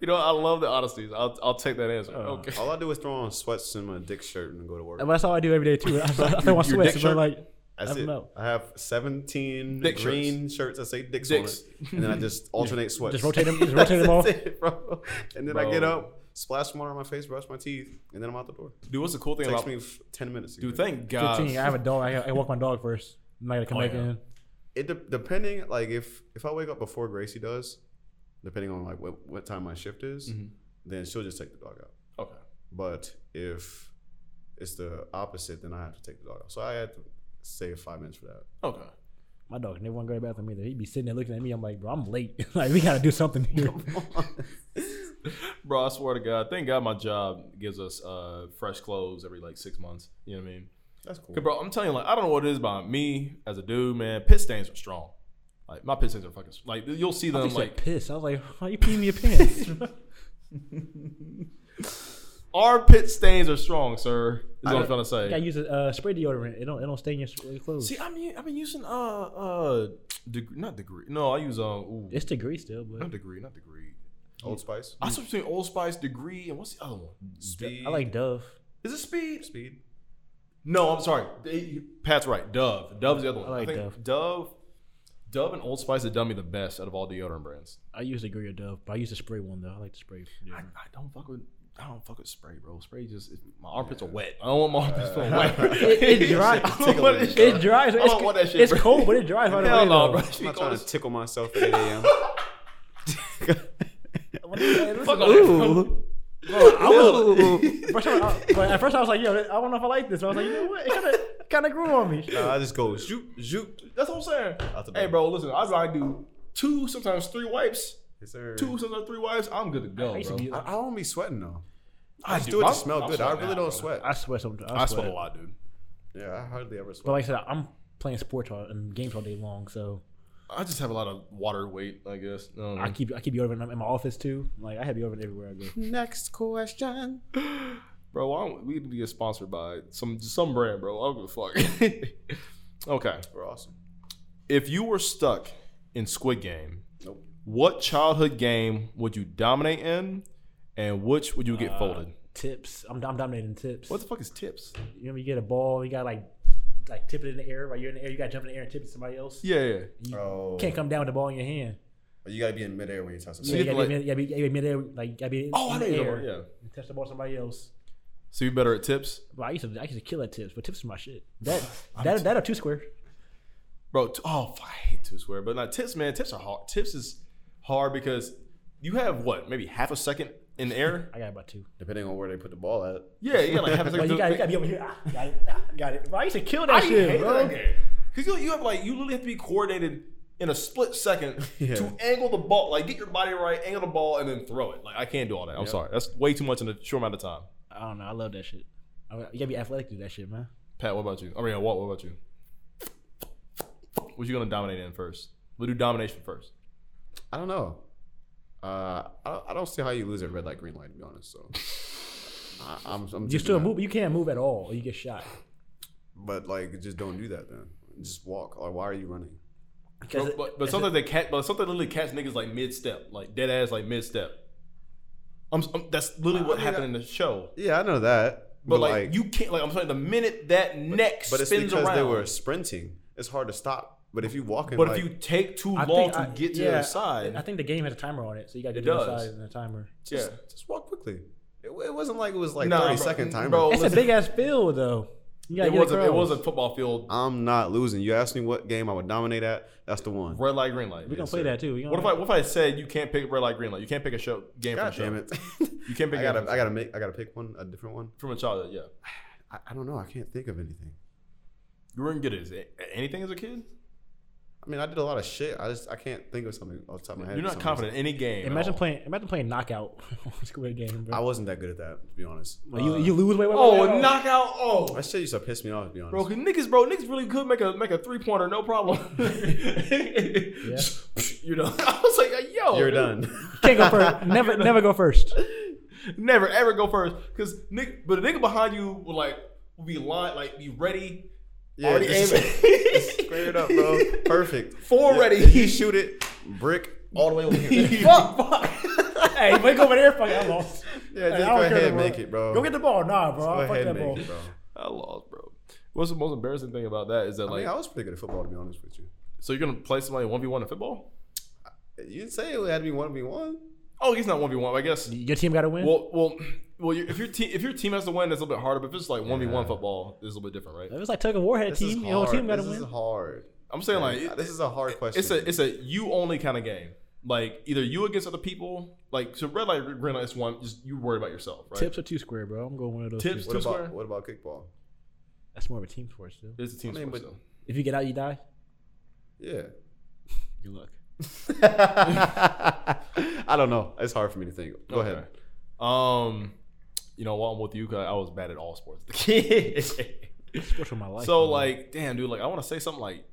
you know, I love the honesty. I'll, I'll take that answer. Uh, okay. All I do is throw on sweats and my dick shirt and go to work. And that's all I do every [LAUGHS] day too. I, I throw on Your- your sweats, dick but shirt? like, That's I don't it. know. I have 17 Dick green shirts. that say dicks, Dicks. on it. And then I just alternate sweats. Just rotate them- just rotate [LAUGHS] them That's all. it, bro. And then I get Bro. up, splash some water on my face, brush my teeth, and then I'm out the door. Dude, what's the cool thing It takes about me f- 10 minutes. to Dude, get there. thank God. 15. I have a dog. I, I walk my dog first. I'm not gonna come Oh, back yeah. in. It de- depending, like, if, if I wake up before Gracie does, depending on, like, what, what time my shift is, then she'll just take the dog out. Okay. But if it's the opposite, then I have to take the dog out. So I had to save five minutes for that. Okay. My dog never want to go to the bathroom either. He'd be sitting there looking at me. I'm like, bro, I'm late. [LAUGHS] like we gotta do something here. [LAUGHS] Bro, I swear to God, thank God my job gives us uh, fresh clothes every like six months. You know what I mean? That's cool. Cause bro, I'm telling you, like, I don't know what it is about me as a dude, man. Pit stains are strong. Like my pit stains are fucking like you'll see them He said like piss. I was like, why you peeing me [LAUGHS] your pants? our pit stains are strong, sir. Is what I'm trying to you gotta say. use a uh, spray deodorant. It don't it don't stain your, your clothes. See, I mean, I've been using uh uh degree, not degree. No, I use um ooh, it's degree still, not but degree, not degree. Old Spice. Mm. I switch between Old Spice, degree, and what's the other one? Speed. I like Dove. Is it speed? speed. No, I'm sorry. They- Pat's right. Dove. Dove's the other one. I like think Dove. Dove. Dove. and Old Spice have done me the best out of all deodorant brands. I use degree or Dove, but I use the spray one though. I like the spray. I, I don't fuck with. I don't fuck with spray, bro. Spray just it, my armpits are wet. I don't want my armpits feeling [LAUGHS] wet. [LAUGHS] It- it dry- I don't want that shit. [LAUGHS] It dries. I It's, don't want that shit. it's bro. cold, but it dries right Hell away. no, bro. though. I'm She not cold trying as- to tickle [LAUGHS] myself at 8 a.m. [LAUGHS] What do you say? [LAUGHS] Listen, Fuck all that. Bro, I was, first I, I- but at first I was like, yo, I don't know if I like this. But I was like, you know what? It kind of kind of grew on me. Nah, I just go shoot. Zoop. That's what I'm saying. Out the Hey, back. bro, listen. I was like, do two, sometimes three wipes. Yes, sir. Two, sometimes three wipes. I'm good to go, I used to bro. be- I, I don't be sweating though. I Just do. do it I'm- to smell I'm good. I sweating really now, don't bro. sweat. I sweat sometimes. I sweat a lot, dude. yeah, I hardly ever But sweat. like I said, I'm playing sports all, and games all day long, so I just have a lot of water weight, I guess. I don't know. I keep I keep Jordan in my office too. Like I have Jordan everywhere I go. Hmm. Next question. Bro, why don't we need to get sponsored by some some brand, bro. I don't give a fuck. [LAUGHS] okay. We're awesome. If you were stuck in Squid Game, Nope. what childhood game would you dominate in, and which would you get folded? Tips. I'm, I'm dominating tips. Uh, What the fuck is tips? You know, you get a ball, you got like like tip it in the air. While you're in the air, you got to jump in the air and tip it to somebody else. Yeah, yeah. Oh, Can't come down with the ball in your hand. you gotta be in midair when you touch the Yeah, you you ball. have gotta to, like- be, mid- you gotta be, you gotta be midair, like you gotta be in, Oh, I in know the you air. know. Yeah. and touch the ball to somebody else. So you're better at tips, Well, I used to I used to kill at tips, but tips is my [SIGHS] shit. That that that are two square. bro. T- oh, fuck, I hate to swear, but not tips, man. Tips are hard. Tips is hard because you have what, maybe half a second in the [LAUGHS] air. I got about two. Depending on where they put the ball at. Yeah, you got like half a But second. you to- got you gotta be over here. Ah, got it. Ah, got it. Bro, I used to kill that shit, bro. Because you, you have like you literally have to be coordinated in a split second [LAUGHS] Yeah. to angle the ball, like get your body right, angle the ball, and then throw it. Like I can't do all that. I'm sorry, that's way too much in a short amount of time. I don't know. I love that shit. I mean, you gotta be athletic to do that shit, man. Pat, what about you? I mean, Walt, what about you? What you gonna dominate in first? We'll do domination first. I don't know. Uh, I, I don't see how you lose at red light, green light. To be honest, [LAUGHS] so I, I'm, I'm You just still not- move, but you can't move at all, or you get shot. But like, just don't do that then. Just walk. Like, why are you running? Because But, but, but sometimes they catch, but sometimes literally catch niggas like mid step, like dead ass, like mid step. I'm, I'm- that's literally what mean, happened in the show. Yeah, I know that. But, like, you can't, like I'm saying, the minute that neck but it's spins because around, they were sprinting. It's hard to stop. But if you walk in, But like, if you take too I long think to I- get to yeah, the other side, I think the game has a timer on it, so you gotta It get to the other does. side and the timer. just, yeah. just walk quickly. It, it wasn't like it was like Nah, thirty bro. second time. Bro, It's a listen. big ass field though. You gotta it get was a, it across. was a football field, I'm not losing. You asked me what game I would dominate at. That's the one. red light, green light. We gonna play that too. We gonna- What if I what if I said you can't pick red light, green light? You can't pick a show game God from a show. damn [LAUGHS] it! You can't pick I a gotta, I gotta make, I gotta pick one, a different one. from a childhood. Yeah, I, I don't know. I can't think of anything. you weren't good at it- anything as a kid. I mean, I did a lot of shit. I just, I can't think of something off the top of my head. You're for not some confident reason. in any game. at Imagine all. playing. Imagine playing knockout [LAUGHS] on Squid Game, bro. I wasn't that good at that, to be honest. Like, you, you lose. Wait, wait, wait, Oh, wait, wait. knockout! Oh, That shit used to piss me off, to be honest. bro, 'cause niggas, bro, niggas really could make a make a three pointer, no problem. [LAUGHS] You know, [LAUGHS] I was like, yo, You're dude. done. [LAUGHS] Can't go first. Never, never go first. Never ever go first, cause nigga, but a nigga behind you will like will be line like be ready. yeah, already just, aiming. [LAUGHS] square it up, bro. Perfect. Four Yeah, [LAUGHS] ready. If you shoot it, brick all the way over here. fuck, fuck. hey, wake over there, fuck! I lost. Yeah, Hey, just I go don't ahead care and no more. make it, bro. Go get the ball. Nah, bro. Go I'll fuck ahead that and ball. make it, bro. I lost, bro. What's the most embarrassing thing about that is that I like, mean, I was pretty good at football, to be honest with you. so you're gonna play somebody one v one in football? You didn't say it had to be one v one. Oh, he's not one v one. I guess. Your team got to win. Well, well, well. you if your team if your team has to win, it's a little bit harder. But if it's like one v one Yeah. football, it's a little bit different, right? it was like tug of warhead This is team. Your whole hard. team got to This win. is hard. I'm saying like it- uh, this is a hard question. it's a it's a you only kind of game. Like either you against other people. Like so, red light, green light is one. Just you worry about yourself, right? Tips are two square, bro. I'm going one of those. Tips. two. what two about square. what about kickball? That's more of a team sport still. It's a team I mean, sport. but- so. If you get out, you die. Yeah. Good luck. [LAUGHS] I don't know. It's hard for me to think. Go ahead. Um, you know, while I'm with you, 'cause I was bad at all sports. [LAUGHS] so Sports of my life. man. like, damn, dude, like I want to say something like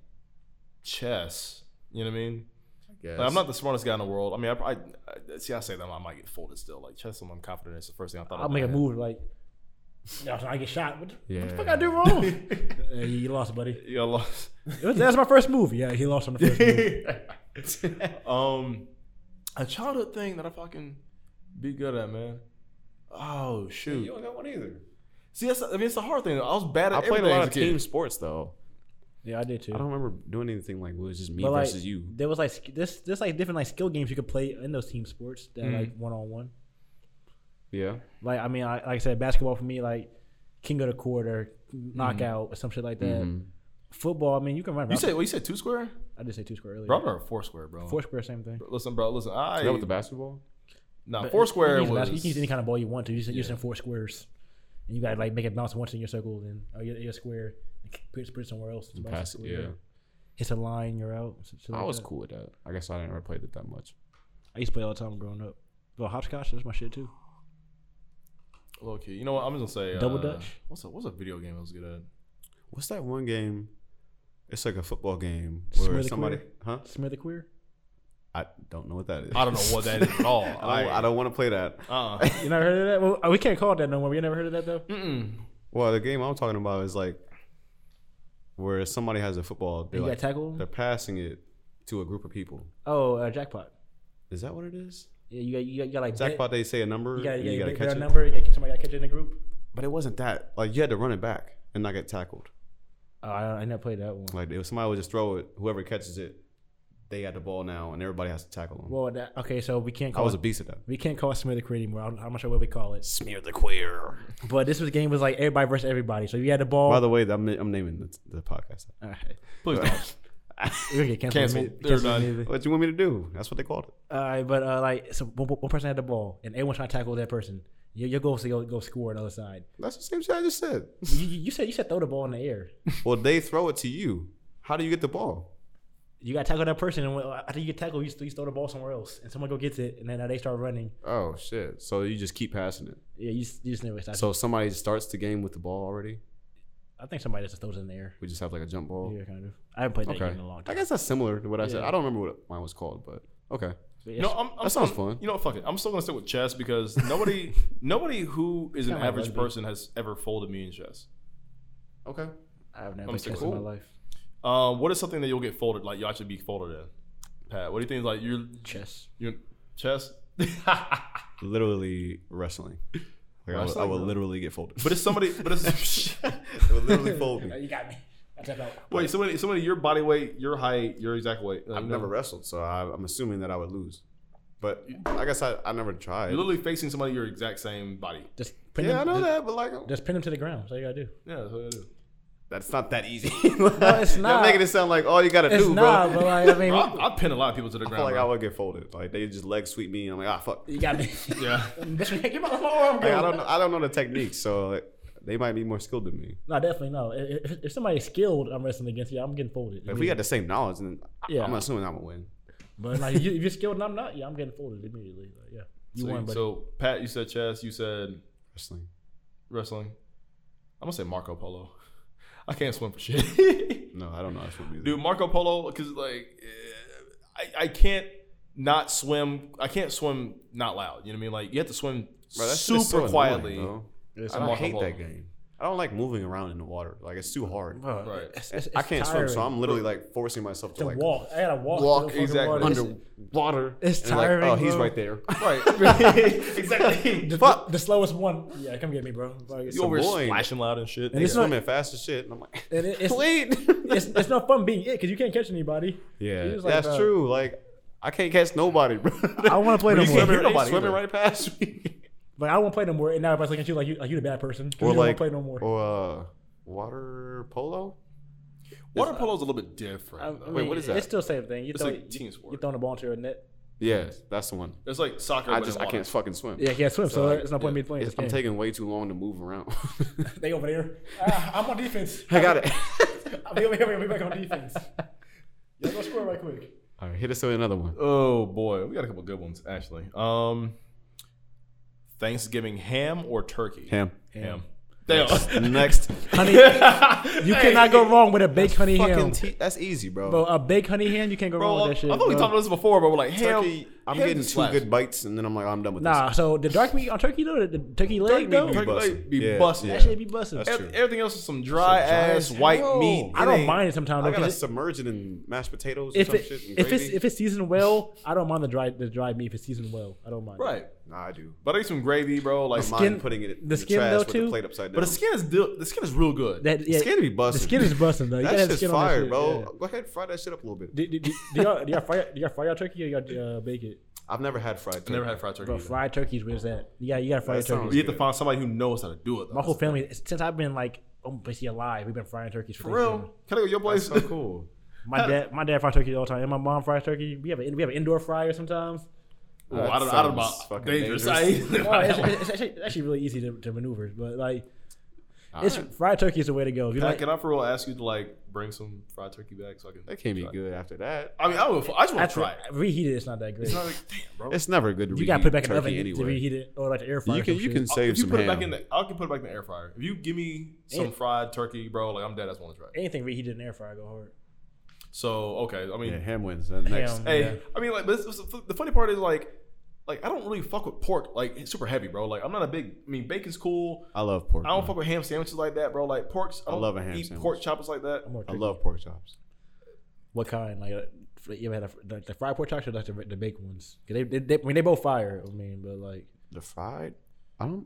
chess. You know what I mean? Yes. Like, I'm not the smartest guy in the world. I mean, I, I, I see. I say that I might get folded still. Like chess, I'm confident. It's the first thing I thought. I'll of make a my head. [LAUGHS] move like. Yeah, so I get shot. What the, what the Yeah. fuck I do wrong? Uh, you lost, [LAUGHS] buddy. You lost. It was- That's my first move. Yeah, he lost on the first [LAUGHS] move. [LAUGHS] um, a childhood thing that I fucking be good at, man. Oh shoot! You don't got one either. See, that's, I mean, it's a hard thing. I was bad at. I played a everything lot as of kid. team sports though. Yeah, I did too. I don't remember doing anything like it was just me But like, versus you. there was like sk- this, this like different like skill games you could play in those team sports that like one on one. Yeah. Like I mean, I, like I said, basketball for me like king of the court or knockout or some shit like that. Football, I mean, you can run. You said what? You said two square, I did say two square earlier. bro? I'm not a four square, bro. Four square, same thing. Listen, bro. Listen, I Is that with the basketball? Now, But Foursquare you can use was. basket- You can use any kind of ball you want to. You just, you're using four squares, and you gotta like make it bounce once in your circle, then or your, your square, and put it, put it somewhere else. bounce Pass it, square. yeah. hits a line, you're out. so- so I like was that. cool with that. I guess I didn't ever play it that much. I used to play all the time growing up. Well, hopscotch, that's my shit too. Low key. You know what? I'm just gonna say Double uh, Dutch? What's a what's a video game I was good at? What's that one game? It's like a football game Smear where the somebody, queer? huh? Smith the queer. I don't know what that is. I don't know what that is at all. [LAUGHS] I don't, I don't want to play that. [LAUGHS] Uh, You never heard of that? Well, oh, we can't call it that no more. We never heard of that though. Well, the game I'm talking about is like where somebody has a football. They're, you like, got tackled. they're passing it to a group of people. Oh, uh, jackpot. Is that what it is? Yeah, you got you got, you got like Jackpot, they say a number. You got and you got gotta a big round it. number. You got somebody got to catch it in the group. But it wasn't that. Like you had to run it back and not get tackled. Oh, I, I never played that one. Like if somebody would just throw it, whoever catches it, they got the ball now, and everybody has to tackle them. Well, that, okay, so we can't I call was a it, beast at that. we can't call it Smith the queer anymore. I'm, I'm not sure what we call it. Smear the queer. But this was game was like everybody versus everybody. So you had the ball. By the way, I'm, I'm naming the, the podcast. All right. please don't. We're gonna get Cancel. canceled. They're done. [LAUGHS] What you want me to do? That's what they called it. All right, but uh, like so one, one person had the ball and everyone's trying to tackle that person. Your, your goal is to go, go score on the other side. That's the same shit I just said. You, you you said you said throw the ball in the air. well, they throw it to you. How do you get the ball? You got to tackle that person, and when- uh, after you get tackled, you, just- you just throw the ball somewhere else, and someone go gets it, and then uh, they start running. Oh shit! So you just keep passing it. Yeah, you, just- you just never stop. So somebody starts the game with the ball already. I think somebody just throws it in the air. We just have like a jump ball. Yeah, kind of. I haven't played that Okay. game in a long I time. guess that's similar to what I said. Yeah. I don't remember what mine was called, but okay. But No, it's- I'm, I'm, That sounds I'm- fun. You know what? Fuck it. I'm still gonna stick with chess because [LAUGHS] nobody, nobody who is an Kinda like average rugby. person has ever folded me in chess. Okay. I've never I'm played still chess in my cool. life. Um, what is something that you'll get folded? Like you actually be folded in. Pat, what do you think? Like you're Chess. you're chess, Literally wrestling. Like I, would, I Wrestling, would bro. literally get folded. but it's somebody. But it's [LAUGHS] it would literally [LAUGHS] fold Oh, me. you got me. I tapped out. wait, somebody, somebody your body weight, your height, your exact weight. Like, I've no. never wrestled, so I, I'm assuming that I would lose. But I guess I, I never tried. You're literally facing somebody your exact same body. Just pin yeah, I him, know just, that, but like Just pin him to the ground. That's all you gotta do. Yeah, that's what I do. that's not that easy. [LAUGHS] it's You're not. making it sound like all you gotta It's do, not, bro. [LAUGHS] but like I mean, Bro, I, I pin a lot of people to the I feel ground. like I bro. would get folded. Like they just leg sweep me, and I'm like, ah, fuck. you got me. [LAUGHS] [LAUGHS] yeah. [LAUGHS] Bitch, you get my my arm, Like, I bro. don't know. I don't know the techniques, so like, they might be more skilled than me. No, definitely no. If, if- if somebody's skilled, I'm wrestling against you. I'm getting folded. If we got the same knowledge, then Yeah. I'm assuming I'm gonna win. but like, you, if you're skilled and I'm not, yeah, I'm getting folded immediately. Like, yeah, you So, won, but so Pat, you said chess. You said Wrestling. wrestling. I'm gonna say Marco Polo. [LAUGHS] I can't swim for shit, [LAUGHS] No, I don't know. That's what we dude. Marco Polo, because like, eh, I, I can't not swim. I can't swim not loud. You know what I mean? Like you have to swim Bro, that shit super is so annoying, quietly. bro. it's I Marco hate Polo. that game. I don't like moving around in the water. Like it's too hard. Bro, Right. uh, it's- it's- I it's can't swim, tiring. so I'm literally like forcing myself to, to like walk. I gotta walk. Walk, through the fucking exactly. water. underwater. It's- it's and, like, tiring, oh, he's bro. right there. [LAUGHS] Right. [LAUGHS] exactly. the, Fuck. the slowest one. Yeah, come get me, bro. Like, it's- You over here annoying. splashing loud and shit. He's It's not- swimming fast as shit, and I'm like, and [LAUGHS] it- it's, wait. it's it's not fun being it because you can't catch anybody. [LAUGHS] yeah, He was like, uh, that's bro. true. Like I can't catch nobody, bro. I wanna [LAUGHS] play Bro, you no more. can't hear Nobody nobody swimming either. right past me. Like I won't play no more. And now everybody's looking at you like you like you the bad person. 'cause or you don't wanna like play no more. or uh, water polo. Water polo's a little bit different. I though. mean, Wait, what is that? It's still the same thing. You It's throw, like team you- sport. You're throwing the ball into a net. Yes, that's the one. it's like soccer. I but just in I can't water. fucking swim. Yeah, you can't swim, so, So, there's no point in me playing. It's- this I'm game. taking way too long to move [LAUGHS] around. They over [LAUGHS] there. Ah, I'm on defense. I got it. I'll be over here. We'll be back on [LAUGHS] defense. Y'all go score right quick. [LAUGHS] All right, hit us with another one. Oh boy, we got a couple good ones actually. Um, Thanksgiving ham or turkey? Ham. Ham. Damn. [LAUGHS] Next. [LAUGHS] Honey, you cannot go wrong with a baked honey ham. Fucking te- that's easy, bro. bro, a baked honey ham, you can't [LAUGHS] go Bro, wrong with I that shit. thought we bro. talked about this before, but we're like ham. turkey, I'm ham getting two slaps. good bites, and then I'm like, I'm done with Nah, so the dark meat on turkey though, the, the turkey leg Turkey though, meat this. Turkey Be busting. leg be yeah, busting. yeah. that shit be busted. That's Ev- true. Everything else is some dry Some dry ass ass- white Yo, meat. I It don't ain't- mind it sometimes I though. gotta 'cause it- submerge it in mashed potatoes or if some it, shit. And if it's gravy. if it's seasoned well, I don't mind the dry the dried meat if it's seasoned well. I don't mind. it. Right, nah, I do. but I need some gravy, bro. Like, Skin, skin- mind putting it in the the, skin, trash though, with the too? plate upside down. but the skin is di- the skin is real good. That yeah, skin be busting. The skin is busting though. You gotta that have shit's skin on fire, shit, bro. yeah. Go ahead, fry that shit up a little bit. Do, do, do, do y'all do y'all fry do y'all fry your turkey or y'all uh, bake it? I've never had fried. I Turkey. never had fried turkey. Bro, either. fried turkeys, where's that? You got you gotta fry your That sounds turkeys. You have to find somebody who knows how to do it. Though. My whole family since I've been like um, basically alive, we've been frying turkeys for, for real. Thanksgiving. Can I go to your place? So cool. [LAUGHS] My dad my dad fries turkey all the time, and my mom fries turkey. We have a, we have an indoor fryer sometimes. Ooh, [LAUGHS] I don't, I don't know sounds about fucking dangerous. [LAUGHS] dangerous. No, it's, it's, actually, it's actually really easy to, to maneuver, but like it's Alright. fried turkey is the way to go. If you Can I, like, can I for real ask you to like bring some fried turkey back so I can? That can't be try it? good after that. I mean, I, would, I just want to after try it. reheated, it's not that great. It's not like, damn, bro. It's never good to you gotta put it back reheat in the oven turkey to anyway. reheat it or like the air You fryer. or can some you shit. can I'll- save if you some put ham. it back in the, I can put it back in the air fryer. If you give me some Yeah. fried turkey, bro, like I'm dead. I just want to try it. anything reheated in the air fryer go hard. So okay, I mean, yeah, ham wins. uh, next. Ham. hey, Yeah. I mean, like, but it's- it's- the funny part is like, like I don't really fuck with pork. Like it's super heavy, bro. Like I'm not a big. I mean, bacon's cool. I love pork. I don't man. fuck with ham sandwiches like that, bro. Like porks, Mm. I I, don't love a ham eat sandwich. pork choppers like that. I'm more I turkey. love pork chops. what kind? Like uh, you ever had a, the, the fried pork chops or like the, the baked ones? 'Cause they, they, they, I mean, they both fire. I mean, but like The fried. I don't.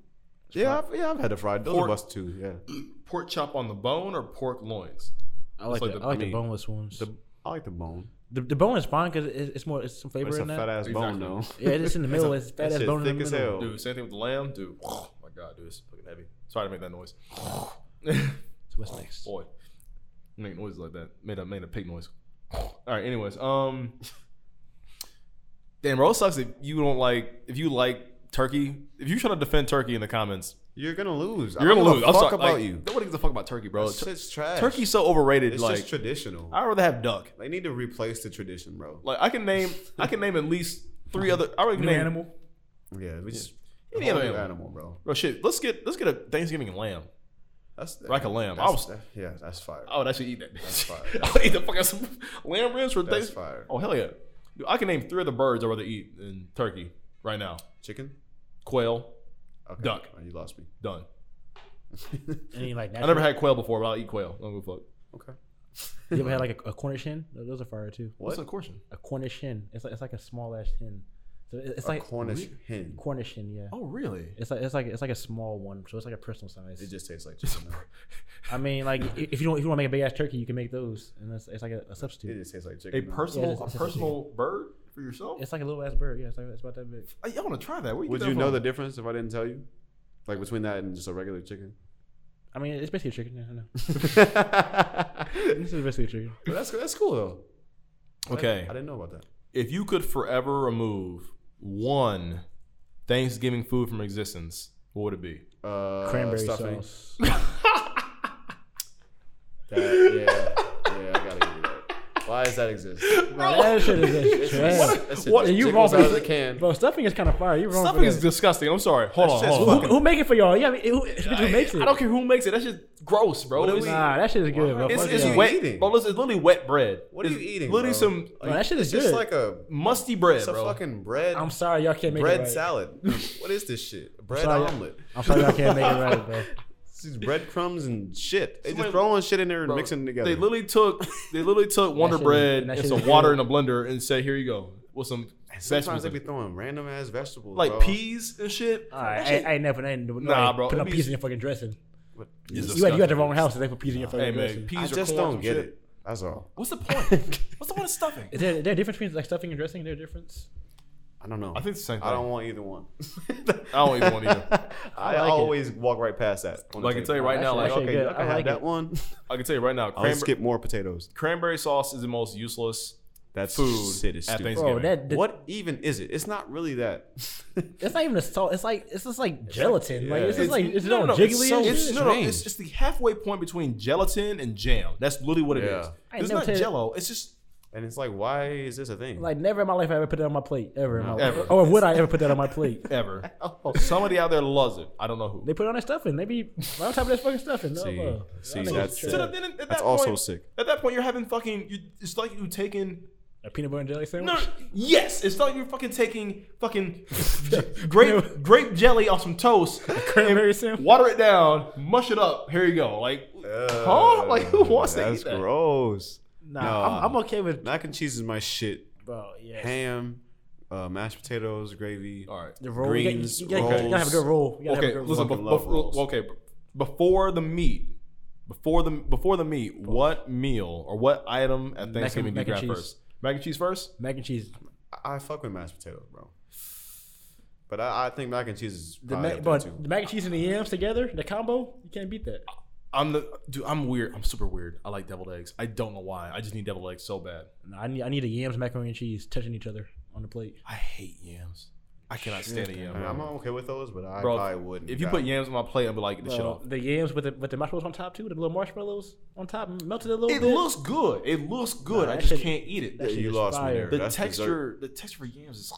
Yeah, I've, yeah, I've had the fried. Those Pork. of us too. Yeah, Pork chop on the bone or pork loins. I like, like the, the- I like I mean, the boneless ones. the- I like the bone. The, the bone is fine because it's, it's more it's some flavor It's a in fat that. ass bone Exactly. though. Yeah, it's in the middle. It's [LAUGHS] fat that ass shit bone in the thick as middle. hell. Oh, Dude, same thing with the lamb, dude. [SIGHS] Oh my god, dude, it's fucking heavy. Sorry to make that noise. [SIGHS] So what's next? Boy, make noises like that. Made a made a pig noise. [SIGHS] All right. Anyways, um, damn, bro, it sucks if you don't like if you like turkey. If you try to defend turkey in the comments, You're gonna lose. I you're don't give gonna lose. a I'm fuck sorry, about like, you. Nobody gives a fuck about turkey, bro. It's just trash. turkey's so overrated. It's like, just traditional. I'd rather have duck. They need to replace the tradition, bro. Like, I can name I can name at least three other. I already name Yeah, we just Any other whole new animal. animal, bro. Bro, Oh, shit. Let's get let's get a Thanksgiving lamb. That's Rack of lamb. That's, I was- that- yeah, that's fire. I would actually eat Oh, that. That's fire. [LAUGHS] I'll eat the fuck out some lamb ribs for That's Thanksgiving. fire. Oh hell yeah! Dude, I can name three other birds I'd rather eat than turkey right now: Chicken. quail, Okay. Duck. Oh, you lost me. done. Any like I never had quail before, but I'll eat quail. I don't give a fuck. Okay. You ever had like a, a Cornish hen? Those- Those are fire too. What's a question? A Cornish hen. It's like it's like a small ass hen. So it- it's a like Cornish hen. Cornish hen. Yeah. Oh really? It's like it's like it's like a small one, so it's like a personal size. It just tastes like chicken. though. I mean, like i- if you don't if you want to make a big ass turkey, you can make those, and it's, it's like a, a it substitute. just tastes like A chicken. though. personal, Yeah, a it's- [LAUGHS] personal bird for yourself? It's like a little ass bird. Yeah, it's like it's about that big. I, I want to try that. Where you Would get you that know from? the difference if I didn't tell you? Like between that and just a regular chicken. [LAUGHS] I mean, it's basically a chicken. yeah, I know. But this is basically a chicken. that's that's cool though. Okay. I didn't know about that. If you could forever remove one Thanksgiving food from existence, what would it be? Uh, Cranberry stuffing. [LAUGHS] sauce. That, yeah, yeah, I gotta give you that. Why does that [LAUGHS] exist? Bro, that shit is a trash. That's What- it. you Chicken wrong was for out of the this. can. Bro, stuffing is kind of fire. You wrong. Stuffing for is that. disgusting. I'm sorry. Hold on. That's just Hold on. Oh, Who, who make it for y'all? Yeah, I mean, who, who makes it? I don't care who makes it. That's just gross, bro. It's- Nah, that shit is good, bro. It's, Fuck it's yeah. you wet, eating? bro. Listen, it's literally wet bread. What are It's you eating, Literally bro? some Bro, that shit It's is good. just like a [LAUGHS] musty bread, it's a bro. fucking bread I'm sorry, y'all can't make bread it right. [LAUGHS] salad. what is this shit? Bread sorry. omelet. I'm sorry, y'all can't make it right, [LAUGHS] bro. These breadcrumbs and shit. They Somebody- just throwing shit in there and Bro, mixing it together. They literally took they [LAUGHS] literally took Wonder shit is- Bread that and shit some is water in good. a blender and said, "Here you go with some Sometimes vegetables, they in be it." throwing random ass vegetables, like bro. peas and shit." All right, I, I ain't never, I ain't, no, Nah, bro, Put no it'd be- peas in your fucking dressing. It's You had, you had the disgusting. wrong house. If they put peas in your fucking Hey man, dressing. peas I or just corn or don't some get shit. it. That's all. What's the point? [LAUGHS] What's the point of stuffing? Is there, is there a difference between like stuffing and dressing? Is there a difference? I don't know. I think it's the same I thing. don't want either [LAUGHS] one. I don't even want either. [LAUGHS] I, like it. always walk right past that. on the Like I can table. tell you right now, Actually, like actually okay, good. I I have like that it. one. [LAUGHS] I can tell you right now, I'll cranber- skip more potatoes. cranberry sauce is the most useless. That's Food Shit is at stupid. Thanksgiving. Bro, that, that What even is it? It's not really that. [LAUGHS] it's not even a salt. It's like it's just like gelatin. like yeah. it's just like it's all it's, jiggly. so- and it's- shit. no, no, strange. it's, it's the halfway point between gelatin and jam. That's literally what it is. Yeah. I ain't It's never not tell you- jello. It's just and it's like, why is this a thing? [LAUGHS] Like never in my life have I ever put that on my plate ever. In my Ever. Life. Or would I ever put that on my plate? [LAUGHS] ever. Somebody out there loves it. I don't know who. They put it on their stuffing. They be right on top of their fucking stuffing. No, See, bro. see, Y'all niggas that's- trash. So then at that That's point, also sick. At that point, you're having fucking. You, it's like you taking. a peanut butter and jelly sandwich. No, yes, it's like you're fucking taking [LAUGHS] fucking grape grape jelly off some toast, Cranberry and sandwich. water it down, mush it up. Here you go. Like, huh? Like who wants to Uh, That's eat that? gross. Nah, Nah. I'm, I'm okay with Mac and cheese is my shit. bro. Yeah, Ham, uh, mashed potatoes, gravy. All right. the roll. you gotta- greens, you, gotta, you gotta have a good roll. You gotta Okay, have a good listen. roll. Bef- Fucking love bef- rolls. okay, b- before the meat, before the before the meat, what meal or what item at Thanksgiving mac do you and grab cheese. first? Mac and cheese first. Mac and cheese. I, I fuck with mashed potatoes, bro. But I, I think mac and cheese is The, probably mac, up bro, there the too. mac and cheese and the yams together, the combo, you can't beat that. I'm the dude. I'm weird. I'm super weird. I like deviled eggs. I don't know why. I just need deviled eggs so bad. Nah, I need I need the yams, macaroni and cheese touching each other on the plate. I hate yams. I cannot stand a yam. I bro. am okay with those, but I Bro, probably wouldn't. If you Nah. put yams on my plate, I'd be like, get the shit Bro, off. the yams with the with the marshmallows on top too, with the little marshmallows on top, melted a little It bit. looks good. It looks good. Nah, I that just shit- can't eat it. that shit you is lost me fire. there. the that's texture, dessert. the texture for yams is